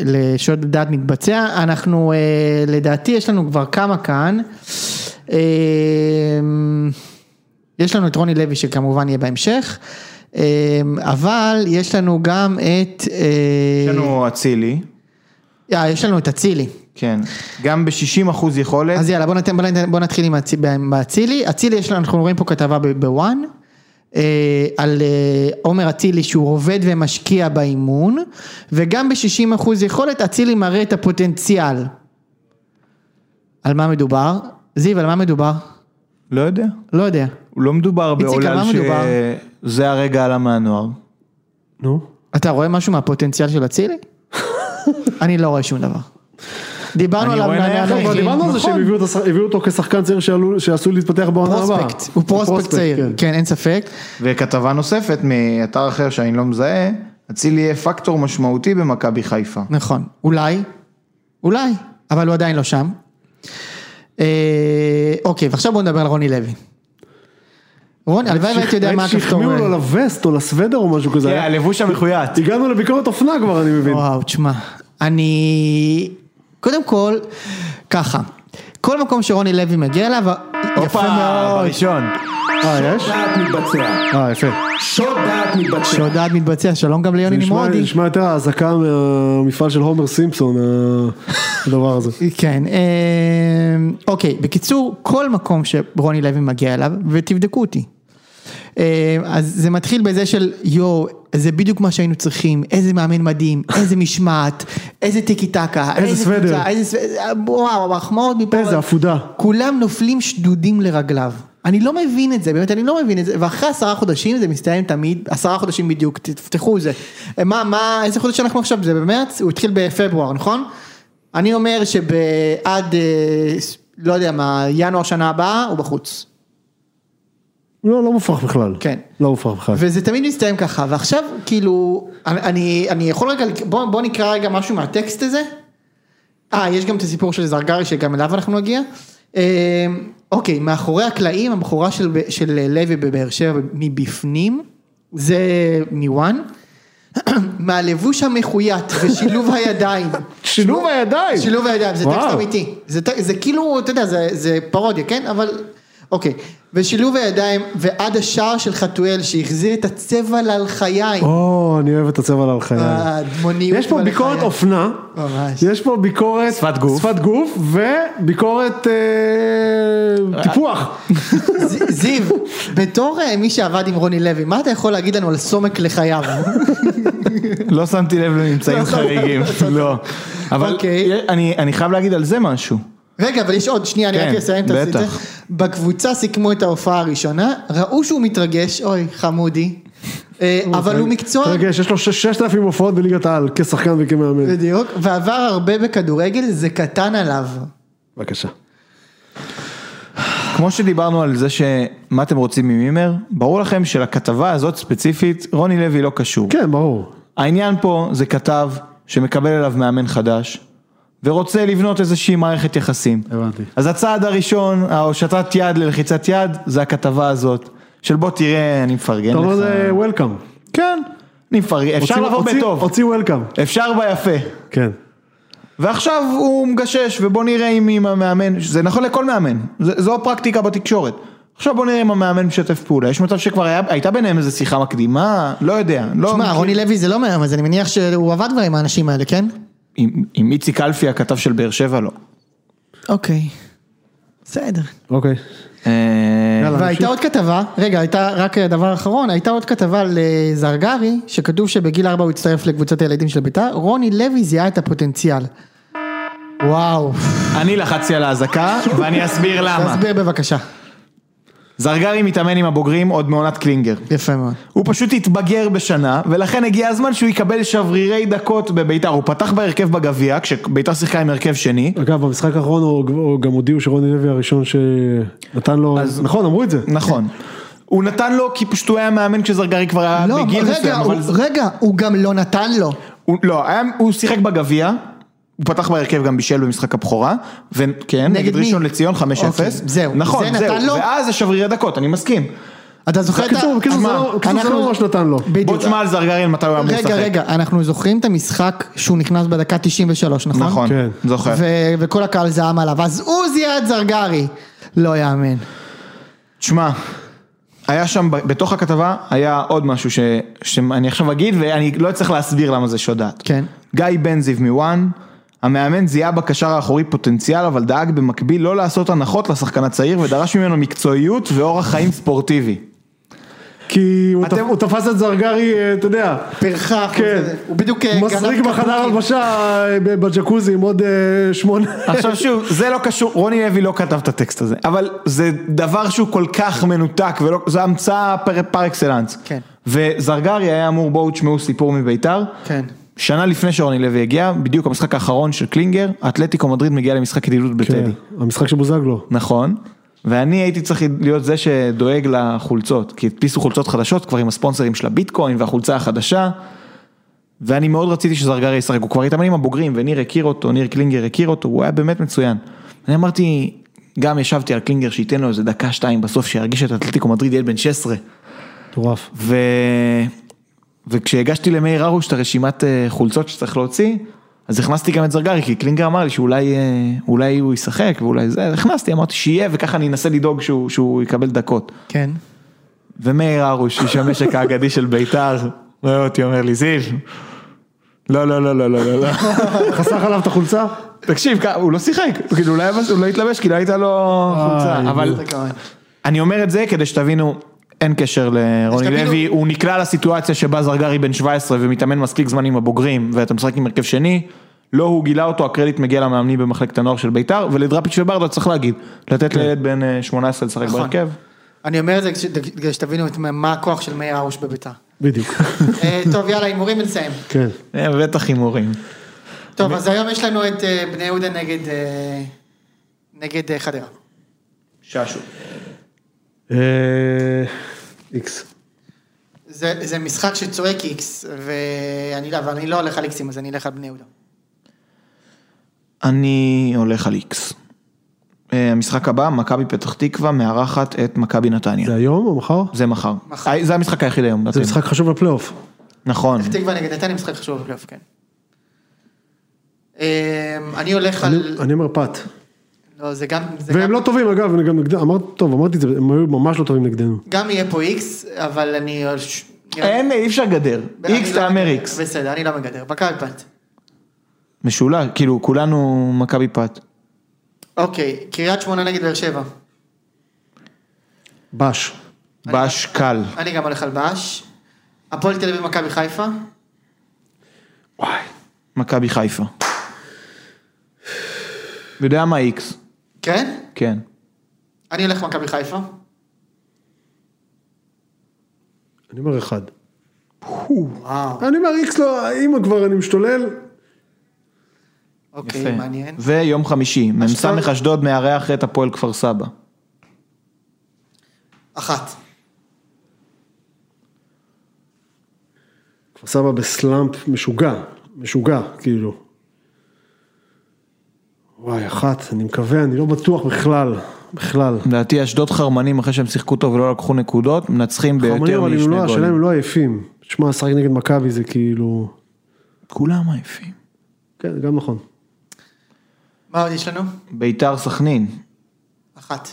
Speaker 4: לשוד דעת מתבצע, אנחנו אה, לדעתי יש לנו כבר כמה כאן, אמ, יש לנו את רוני לוי שכמובן יהיה בהמשך, אמ, אבל יש לנו גם את, אה,
Speaker 3: יש לנו אצילי,
Speaker 4: אה, יש לנו את אצילי,
Speaker 3: כן, גם ב-60% יכולת,
Speaker 4: אז יאללה בוא, נת, בוא, נת, בוא נתחיל עם הצ- עם אצילי, אצילי יש לנו, אנחנו רואים פה כתבה ב- בוואן, אה, על אה, עומר אצילי שהוא עובד ומשקיע באימון, וגם ב-60% יכולת אצילי מראה את הפוטנציאל. על מה מדובר? זיו, על מה מדובר?
Speaker 3: לא יודע.
Speaker 4: לא יודע.
Speaker 3: לא מדובר
Speaker 4: איציק, על
Speaker 3: בעולל
Speaker 4: מה מדובר?
Speaker 3: שזה הרגע עלה מהנוער.
Speaker 2: נו.
Speaker 4: אתה רואה משהו מהפוטנציאל של אצילי? אני לא רואה שום דבר. דיברנו
Speaker 3: אני
Speaker 4: עליו
Speaker 3: רואה נייח,
Speaker 4: מהנערים.
Speaker 2: כבר
Speaker 3: אחי,
Speaker 2: דיברנו על זה
Speaker 4: נכון.
Speaker 2: שהם הביאו אותו- הביאו אותו כשחקן צעיר שעלול- שעשוי להתפתח בעונה הבאה.
Speaker 4: פרוספקט, הוא פרוספקט צעיר,
Speaker 2: כן.
Speaker 4: כן אין ספק.
Speaker 3: וכתבה נוספת מאתר אחר שאני לא מזהה, אצילי יהיה פקטור משמעותי במכבי חיפה.
Speaker 4: נכון, אולי, אולי, אבל הוא עדיין לא שם. אה, אוקיי, ועכשיו בואו נדבר על רוני לוי. רוני, הלוואי והייתי לא יודע מה
Speaker 2: ראיתי
Speaker 4: הכפתור.
Speaker 2: שהחמיאו לו לווסט או לסוודר או משהו כזה.
Speaker 3: כן, הלבוש המחויט.
Speaker 2: הגענו לביקורת אופנה כבר, אני מבין.
Speaker 4: וואו, תשמע, אני... קודם כל, ככה, כל מקום שרוני לוי מגיע אליו, יפה מאוד,
Speaker 3: בראשון.
Speaker 2: אה, יש?
Speaker 5: דעת מתבצע.
Speaker 2: אה, יפה.
Speaker 5: שוד דעת מתבצע.
Speaker 4: שהודעת מתבצע, שלום גם ליוני
Speaker 2: נשמע-
Speaker 4: נמרודי.
Speaker 2: נשמע יותר האזעקה מהמפעל של הומר סימפסון, ה- הדבר הזה.
Speaker 4: כן, אה, אוקיי, בקיצור, כל מקום שרוני לוי מגיע אליו, ותבדקו אותי. אה, אז זה מתחיל בזה של יואו, זה בדיוק מה שהיינו צריכים, איזה מאמן מדהים, איזה משמעת, איזה טיקי טקה,
Speaker 2: איזה סוודר.
Speaker 4: קבוצה, איזה סוודר, אה, וואו, מחמאות מפה.
Speaker 2: איזה עפודה.
Speaker 4: כולם נופלים שדודים לרגליו. אני לא מבין את זה, באמת, אני לא מבין את זה, ואחרי עשרה חודשים זה מסתיים תמיד, עשרה חודשים בדיוק, תפתחו את זה. מה, מה, איזה חודש אנחנו עכשיו? זה במרץ? הוא התחיל בפברואר, נכון? אני אומר שבעד, אה, לא יודע מה, ינואר שנה הבאה, הוא בחוץ.
Speaker 2: לא, לא מופרך בכלל.
Speaker 4: כן.
Speaker 2: לא מופרך בכלל.
Speaker 4: וזה תמיד מסתיים ככה, ועכשיו כאילו, אני, אני, אני יכול רגע, בוא, בוא נקרא רגע משהו מהטקסט הזה. אה, יש גם את הסיפור של זרגרי שגם אליו אנחנו נגיע. אה, אוקיי, מאחורי הקלעים, הבכורה של, של לוי בבאר שבע מבפנים, זה מוואן. מהלבוש המחוית ושילוב הידיים.
Speaker 2: שילוב הידיים.
Speaker 4: שילוב הידיים, לא זה טקסט
Speaker 2: וואו.
Speaker 4: אמיתי. זה, ט- זה כאילו, אתה יודע, זה, זה פרודיה, כן? אבל, אוקיי. ושילוב הידיים, ועד השער של חתואל שהחזיר את הצבע לעל חיי.
Speaker 2: או, אני אוהב את הצבע על
Speaker 4: אה,
Speaker 2: חיי.
Speaker 4: הדמוניות
Speaker 2: יש פה
Speaker 4: ועל
Speaker 2: ביקורת
Speaker 4: חיי.
Speaker 2: אופנה,
Speaker 4: ממש.
Speaker 2: יש פה ביקורת,
Speaker 3: שפת גוף.
Speaker 2: שפת גוף, וביקורת אה, טיפוח.
Speaker 4: ז- זיו, בתור אה, מי שעבד עם רוני לוי, מה אתה יכול להגיד לנו על סומק לחייו?
Speaker 3: לא שמתי לב לממצאים חריגים, לא. אבל אה,
Speaker 4: אוקיי.
Speaker 3: אני אני חייב להגיד על זה משהו.
Speaker 4: רגע, אבל יש עוד, שנייה, אני
Speaker 3: כן,
Speaker 4: רק אסיים את
Speaker 3: בטח.
Speaker 4: זה. בקבוצה סיכמו את ההופעה הראשונה, ראו שהוא מתרגש, אוי, חמודי. אה, אבל הוא מקצוען.
Speaker 2: רגע, יש לו שש- 6,000 הופעות בליגת העל, כשחקן וכמאמן.
Speaker 4: בדיוק, ועבר הרבה בכדורגל, זה קטן עליו.
Speaker 2: בבקשה.
Speaker 3: כמו שדיברנו על זה שמה אתם רוצים ממימר, ברור לכם שלכתבה הזאת ספציפית, רוני לוי לא קשור.
Speaker 2: כן, ברור.
Speaker 3: העניין פה זה כתב שמקבל אליו מאמן חדש, ורוצה לבנות איזושהי מערכת יחסים.
Speaker 2: הבנתי.
Speaker 3: אז הצעד הראשון, ההושטת יד ללחיצת יד, זה הכתבה הזאת, של בוא תראה, אני מפרגן לך.
Speaker 2: אתה אומר זה וולקאם.
Speaker 3: כן, אני מפרגן, אפשר
Speaker 2: הוציא-
Speaker 3: לבוא
Speaker 2: הוציא-
Speaker 3: בטוב,
Speaker 2: הוציא וולקאם.
Speaker 3: אפשר ביפה.
Speaker 2: כן.
Speaker 3: ועכשיו הוא מגשש, ובוא נראה אם עם המאמן, זה נכון לכל מאמן, זה, זו הפרקטיקה בתקשורת. עכשיו בוא נראה אם המאמן משתף פעולה, יש מצב שכבר היה, הייתה ביניהם איזו שיחה מקדימה, לא יודע. לא
Speaker 4: תשמע,
Speaker 3: מכיר.
Speaker 4: רוני לוי זה לא מהיום, אז אני מניח שהוא עבד כבר עם האנשים האלה, כן?
Speaker 3: עם, עם איציק אלפי הכתב של באר שבע לא.
Speaker 4: אוקיי. בסדר.
Speaker 2: אוקיי.
Speaker 3: אה,
Speaker 2: יאללה,
Speaker 4: והייתה
Speaker 2: נמשיך.
Speaker 4: עוד כתבה, רגע, הייתה רק דבר אחרון, הייתה עוד כתבה על אה, זרגרי, שכתוב שבגיל ארבע הוא הצטרף לקבוצת הילדים של בית"ר, רוני לוי זיהה את הפוטנציאל. וואו,
Speaker 3: אני לחצתי על האזעקה, ואני אסביר למה.
Speaker 4: תסביר בבקשה.
Speaker 3: זרגרי מתאמן עם הבוגרים עוד מעונת קלינגר.
Speaker 4: יפה מאוד.
Speaker 3: הוא פשוט התבגר בשנה, ולכן הגיע הזמן שהוא יקבל שברירי דקות בביתר. הוא פתח בהרכב בגביע, כשביתר שיחקה עם הרכב שני.
Speaker 2: אגב, במשחק האחרון הוא- הוא גם הודיעו שרוני לוי הראשון שנתן לו, נכון, אמרו את זה.
Speaker 3: נכון. הוא נתן לו כי פשוט הוא היה מאמן כשזרגרי כבר
Speaker 2: אה,
Speaker 3: היה
Speaker 4: לא,
Speaker 3: בגיל
Speaker 4: רגע,
Speaker 3: מסוים,
Speaker 4: הוא-
Speaker 3: אבל... זה-
Speaker 4: רגע, הוא גם לא נתן לו.
Speaker 3: הוא- לא, היה- הוא שיחק בגביע, הוא פתח בהרכב גם בישל במשחק הבכורה, וכן,
Speaker 4: כן, נגד
Speaker 3: נגד
Speaker 4: מי?
Speaker 3: ראשון לציון 5-0.
Speaker 4: אוקיי, זהו.
Speaker 3: נכון,
Speaker 4: זה נתן לו?
Speaker 3: זהו. ואז זה שברירי דקות, אני מסכים.
Speaker 4: אתה זוכר את ה...
Speaker 2: בקיצור, בקיצור, זה
Speaker 4: מה?
Speaker 2: לא- בקיצור, זה
Speaker 4: אנחנו-
Speaker 2: לא ממש נתן לו.
Speaker 4: בדיוק.
Speaker 3: בוא תשמע על זרגרי על מתי הוא היה אמור לשחק.
Speaker 4: רגע, רגע, אנחנו זוכרים את המשחק שהוא נכנס בדקה 93, נכון?
Speaker 3: נכון,
Speaker 2: כן.
Speaker 3: זוכר.
Speaker 4: ו- וכל הקהל זעם עליו, אז הוא זיהה את זרגרי. לא יאמן.
Speaker 3: תשמע, היה שם, ב- בתוך הכתבה, היה עוד משהו ש, שאני עכשיו אגיד, ואני לא צריך להסביר למה זה שודד.
Speaker 4: כן.
Speaker 3: גיא בן זיו מוואן, המאמן זיהה בקשר האחורי פוטנציאל, אבל דאג במקביל לא לעשות הנחות לשחקן הצעיר, ודרש ממנו מקצועיות ואורח חיים ספורטיבי.
Speaker 2: כי הוא
Speaker 3: אתם-
Speaker 2: תפ- הוא תפס את זרגרי, אה, אתה יודע.
Speaker 4: פרחח,
Speaker 2: כן.
Speaker 4: הוא בדיוק אה,
Speaker 2: מסריק
Speaker 4: את
Speaker 2: בחדר
Speaker 4: הבקבוקים.
Speaker 2: הלבשה אה, ב- בג'קוזי עם עוד אה, שמונה.
Speaker 3: עכשיו שוב, זה לא קשור, רוני לוי לא כתב את הטקסט הזה, אבל זה דבר שהוא כל כך מנותק, ולא- זו המצאה פר, פר אקסלנס.
Speaker 4: כן.
Speaker 3: וזרגרי היה אמור, בואו תשמעו סיפור מביתר.
Speaker 4: כן.
Speaker 3: שנה לפני שרוני לוי הגיע, בדיוק המשחק האחרון של קלינגר, אתלטיקו מדריד מגיע למשחק ידידות
Speaker 2: כן,
Speaker 3: בטדי.
Speaker 2: המשחק שבוזגלו.
Speaker 3: נכון. ואני הייתי צריך להיות זה שדואג לחולצות, כי הדפיסו חולצות חדשות כבר עם הספונסרים של הביטקוין והחולצה החדשה. ואני מאוד רציתי שזרגרי ישחק, הוא כבר התאמן עם הבוגרים, וניר הכיר אותו, ניר קלינגר הכיר אותו, הוא היה באמת מצוין. אני אמרתי, גם ישבתי על קלינגר שייתן לו איזה דקה שתיים בסוף, שירגיש את אתלטיקו מדריד ילד בן 16.
Speaker 2: מטורף.
Speaker 3: ו... וכשהגשתי למאיר הרוש את הרשימת אה, חולצות שצריך להוציא, אז הכנסתי גם את זרגרי, כי קלינגר אמר לי שאולי אה, אולי הוא ישחק ואולי זה, אז הכנסתי, אמרתי שיהיה, וככה אני אנסה לדאוג שהוא, שהוא יקבל דקות.
Speaker 4: כן.
Speaker 3: ומאיר הרוש, איש המשק האגדי של בית"ר, רואה אותי, אומר לי, זיו, לא, לא, לא, לא, לא, לא, לא.
Speaker 2: חסך עליו את החולצה?
Speaker 3: תקשיב, כ- הוא לא שיחק, הוא כאילו, אולי הוא לא התלבש, כאילו הייתה לו חולצה,
Speaker 2: איי,
Speaker 3: אבל
Speaker 4: זה כמובן.
Speaker 3: אני אומר את זה כדי שתבינו אין קשר לרוני
Speaker 1: שתבינו-
Speaker 3: לוי, הוא נקלע לסיטואציה שבה זרגרי בן 17 ומתאמן מספיק זמן עם הבוגרים, ואתה משחק עם הרכב שני, לא הוא גילה אותו, הקרדיט מגיע למאמנים במחלקת הנוער של ביתר, ולדראפיץ' וברדה צריך להגיד, לתת לילד בן אה, 18 לשחק
Speaker 1: נכון.
Speaker 3: בהרכב.
Speaker 1: אני אומר את זה כש- כדי שתבינו את מה- מה הכוח של מאיר הרוש בביתר.
Speaker 2: בדיוק,
Speaker 1: אה, טוב, יאללה, הימורים ונסיים.
Speaker 2: כן.
Speaker 3: אה, בטח הימורים.
Speaker 1: טוב, אז היום יש לנו את אה, בני יהודה נגד, אה, נגד אה, חדרה.
Speaker 3: שעשו.
Speaker 2: אה, איקס.
Speaker 1: זה זה משחק שצועק איקס, ואני לא, אבל אני לא הולך על איקסים, אז אני אלך על בני יהודה.
Speaker 3: אני הולך על איקס. אה, המשחק הבא, מכבי פתח תקווה מארחת את מכבי נתניה.
Speaker 2: זה היום או מחר?
Speaker 3: זה מחר.
Speaker 1: מחר.
Speaker 3: אה, זה המשחק היחיד היום.
Speaker 2: זה
Speaker 3: לדעתי.
Speaker 2: משחק חשוב לפלייאוף.
Speaker 3: נכון.
Speaker 1: פתח תקווה נגד נתניה משחק חשוב בפלייאוף, כן. אה, אני הולך על...
Speaker 2: אני- אני אומר פת.
Speaker 1: לא, זה גם... זה
Speaker 2: והם
Speaker 1: גם-
Speaker 2: לא טובים אגב, אני גם נגדם, אמרתי, טוב, אמרתי את זה, הם היו ממש לא טובים נגדנו.
Speaker 1: גם יהיה פה איקס, אבל אני...
Speaker 3: אין, אי אפשר גדר.
Speaker 1: אני
Speaker 3: איקס
Speaker 1: לא
Speaker 3: תאמר
Speaker 1: מגדר.
Speaker 3: איקס.
Speaker 1: בסדר, אני לא מגדר. מכבי פת.
Speaker 3: משולש, כאילו כולנו מכבי פת.
Speaker 1: אוקיי, קריית שמונה נגד באר שבע.
Speaker 2: בש.
Speaker 3: בש קל.
Speaker 1: אני גם הולך על בש. הפועל תל אביב מכבי חיפה.
Speaker 2: וואי.
Speaker 3: מכבי חיפה. יודע מה איקס?
Speaker 1: כן?
Speaker 3: כן.
Speaker 1: אני הולך מכבי חיפה.
Speaker 2: אני אומר אחד.
Speaker 1: וואו.
Speaker 2: אני אומר איקס לא, אם כבר אני משתולל,
Speaker 1: אוקיי, מעניין.
Speaker 3: ויום חמישי, מ"ס
Speaker 1: אשדוד.
Speaker 3: אשדוד מארח את הפועל כפר סבא.
Speaker 1: אחת.
Speaker 2: כפר סבא בסלאמפ משוגע, משוגע, כאילו. וואי, אחת, אני מקווה, אני לא בטוח בכלל, בכלל.
Speaker 3: לדעתי אשדוד חרמנים אחרי שהם שיחקו טוב ולא לקחו נקודות, מנצחים
Speaker 2: חמורים,
Speaker 3: ביותר
Speaker 2: אבל
Speaker 3: משני
Speaker 2: אם לא, השאלה אם
Speaker 3: גולים.
Speaker 2: הם לא עייפים. שמע, לשחק נגד מכבי זה כאילו...
Speaker 3: כולם עייפים.
Speaker 2: כן, גם נכון.
Speaker 1: מה עוד יש לנו?
Speaker 3: ביתר סכנין,
Speaker 1: אחת.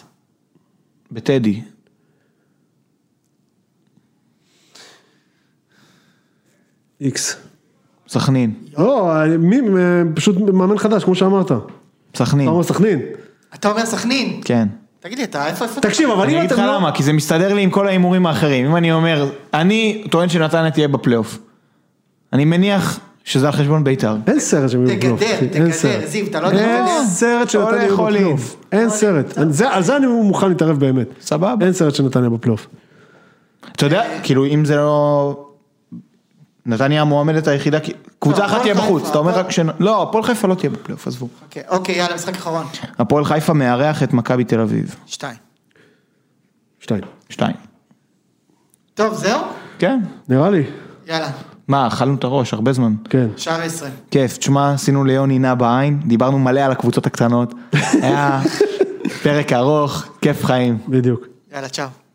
Speaker 3: בטדי.
Speaker 2: איקס.
Speaker 3: סכנין.
Speaker 2: לא, אני- מי, מ- פשוט מאמן חדש, כמו שאמרת. אתה
Speaker 3: סכנין.
Speaker 2: אומר סכנין.
Speaker 1: אתה אומר סכנין?
Speaker 3: כן.
Speaker 1: תגיד לי, אתה איפה איפה...
Speaker 2: תקשיב, אבל
Speaker 3: אני
Speaker 2: אם
Speaker 3: אגיד לך
Speaker 2: אתם לא...
Speaker 3: למה, כי זה מסתדר לי עם כל ההימורים האחרים. אם אני אומר, אני טוען שנתניה תהיה בפלייאוף. אני מניח שזה על חשבון ביתר.
Speaker 2: אין סרט שהם יהיו
Speaker 1: תגדר,
Speaker 2: בפלייאוף. אחי, אין
Speaker 1: תגדר,
Speaker 2: סרט.
Speaker 1: זיו, אתה לא יודע מה אתה
Speaker 2: אין
Speaker 1: יודע.
Speaker 2: סרט
Speaker 3: הולך
Speaker 2: שנתניה יהיו
Speaker 3: הולך.
Speaker 2: בפלייאוף. אין סרט. אני- זה- על זה אני מוכן להתערב באמת.
Speaker 3: סבבה.
Speaker 2: אין סרט שנתניה בפלייאוף.
Speaker 3: אתה יודע, כאילו אם זה לא... נתניה המועמדת היחידה, כי-
Speaker 1: לא,
Speaker 3: קבוצה אחת תהיה
Speaker 1: הפועל
Speaker 3: בחוץ,
Speaker 1: חיפה,
Speaker 3: אתה אומר
Speaker 1: הפועל-
Speaker 3: רק ש... לא, הפועל חיפה לא תהיה בפלייאוף, עזבו.
Speaker 1: אוקיי, אוקיי, יאללה, משחק אחרון.
Speaker 3: הפועל חיפה מארח את מכבי תל אביב.
Speaker 1: שתיים.
Speaker 2: שתיים.
Speaker 3: שתיים.
Speaker 1: טוב, זהו?
Speaker 3: כן.
Speaker 2: נראה לי.
Speaker 1: יאללה,
Speaker 3: מה, אכלנו את הראש הרבה זמן.
Speaker 2: כן.
Speaker 1: שער עשרה.
Speaker 3: כיף, תשמע, עשינו ליוני נע בעין, דיברנו מלא על הקבוצות הקטנות. היה פרק ארוך, כיף חיים.
Speaker 2: בדיוק.
Speaker 1: יאללה, צ'או.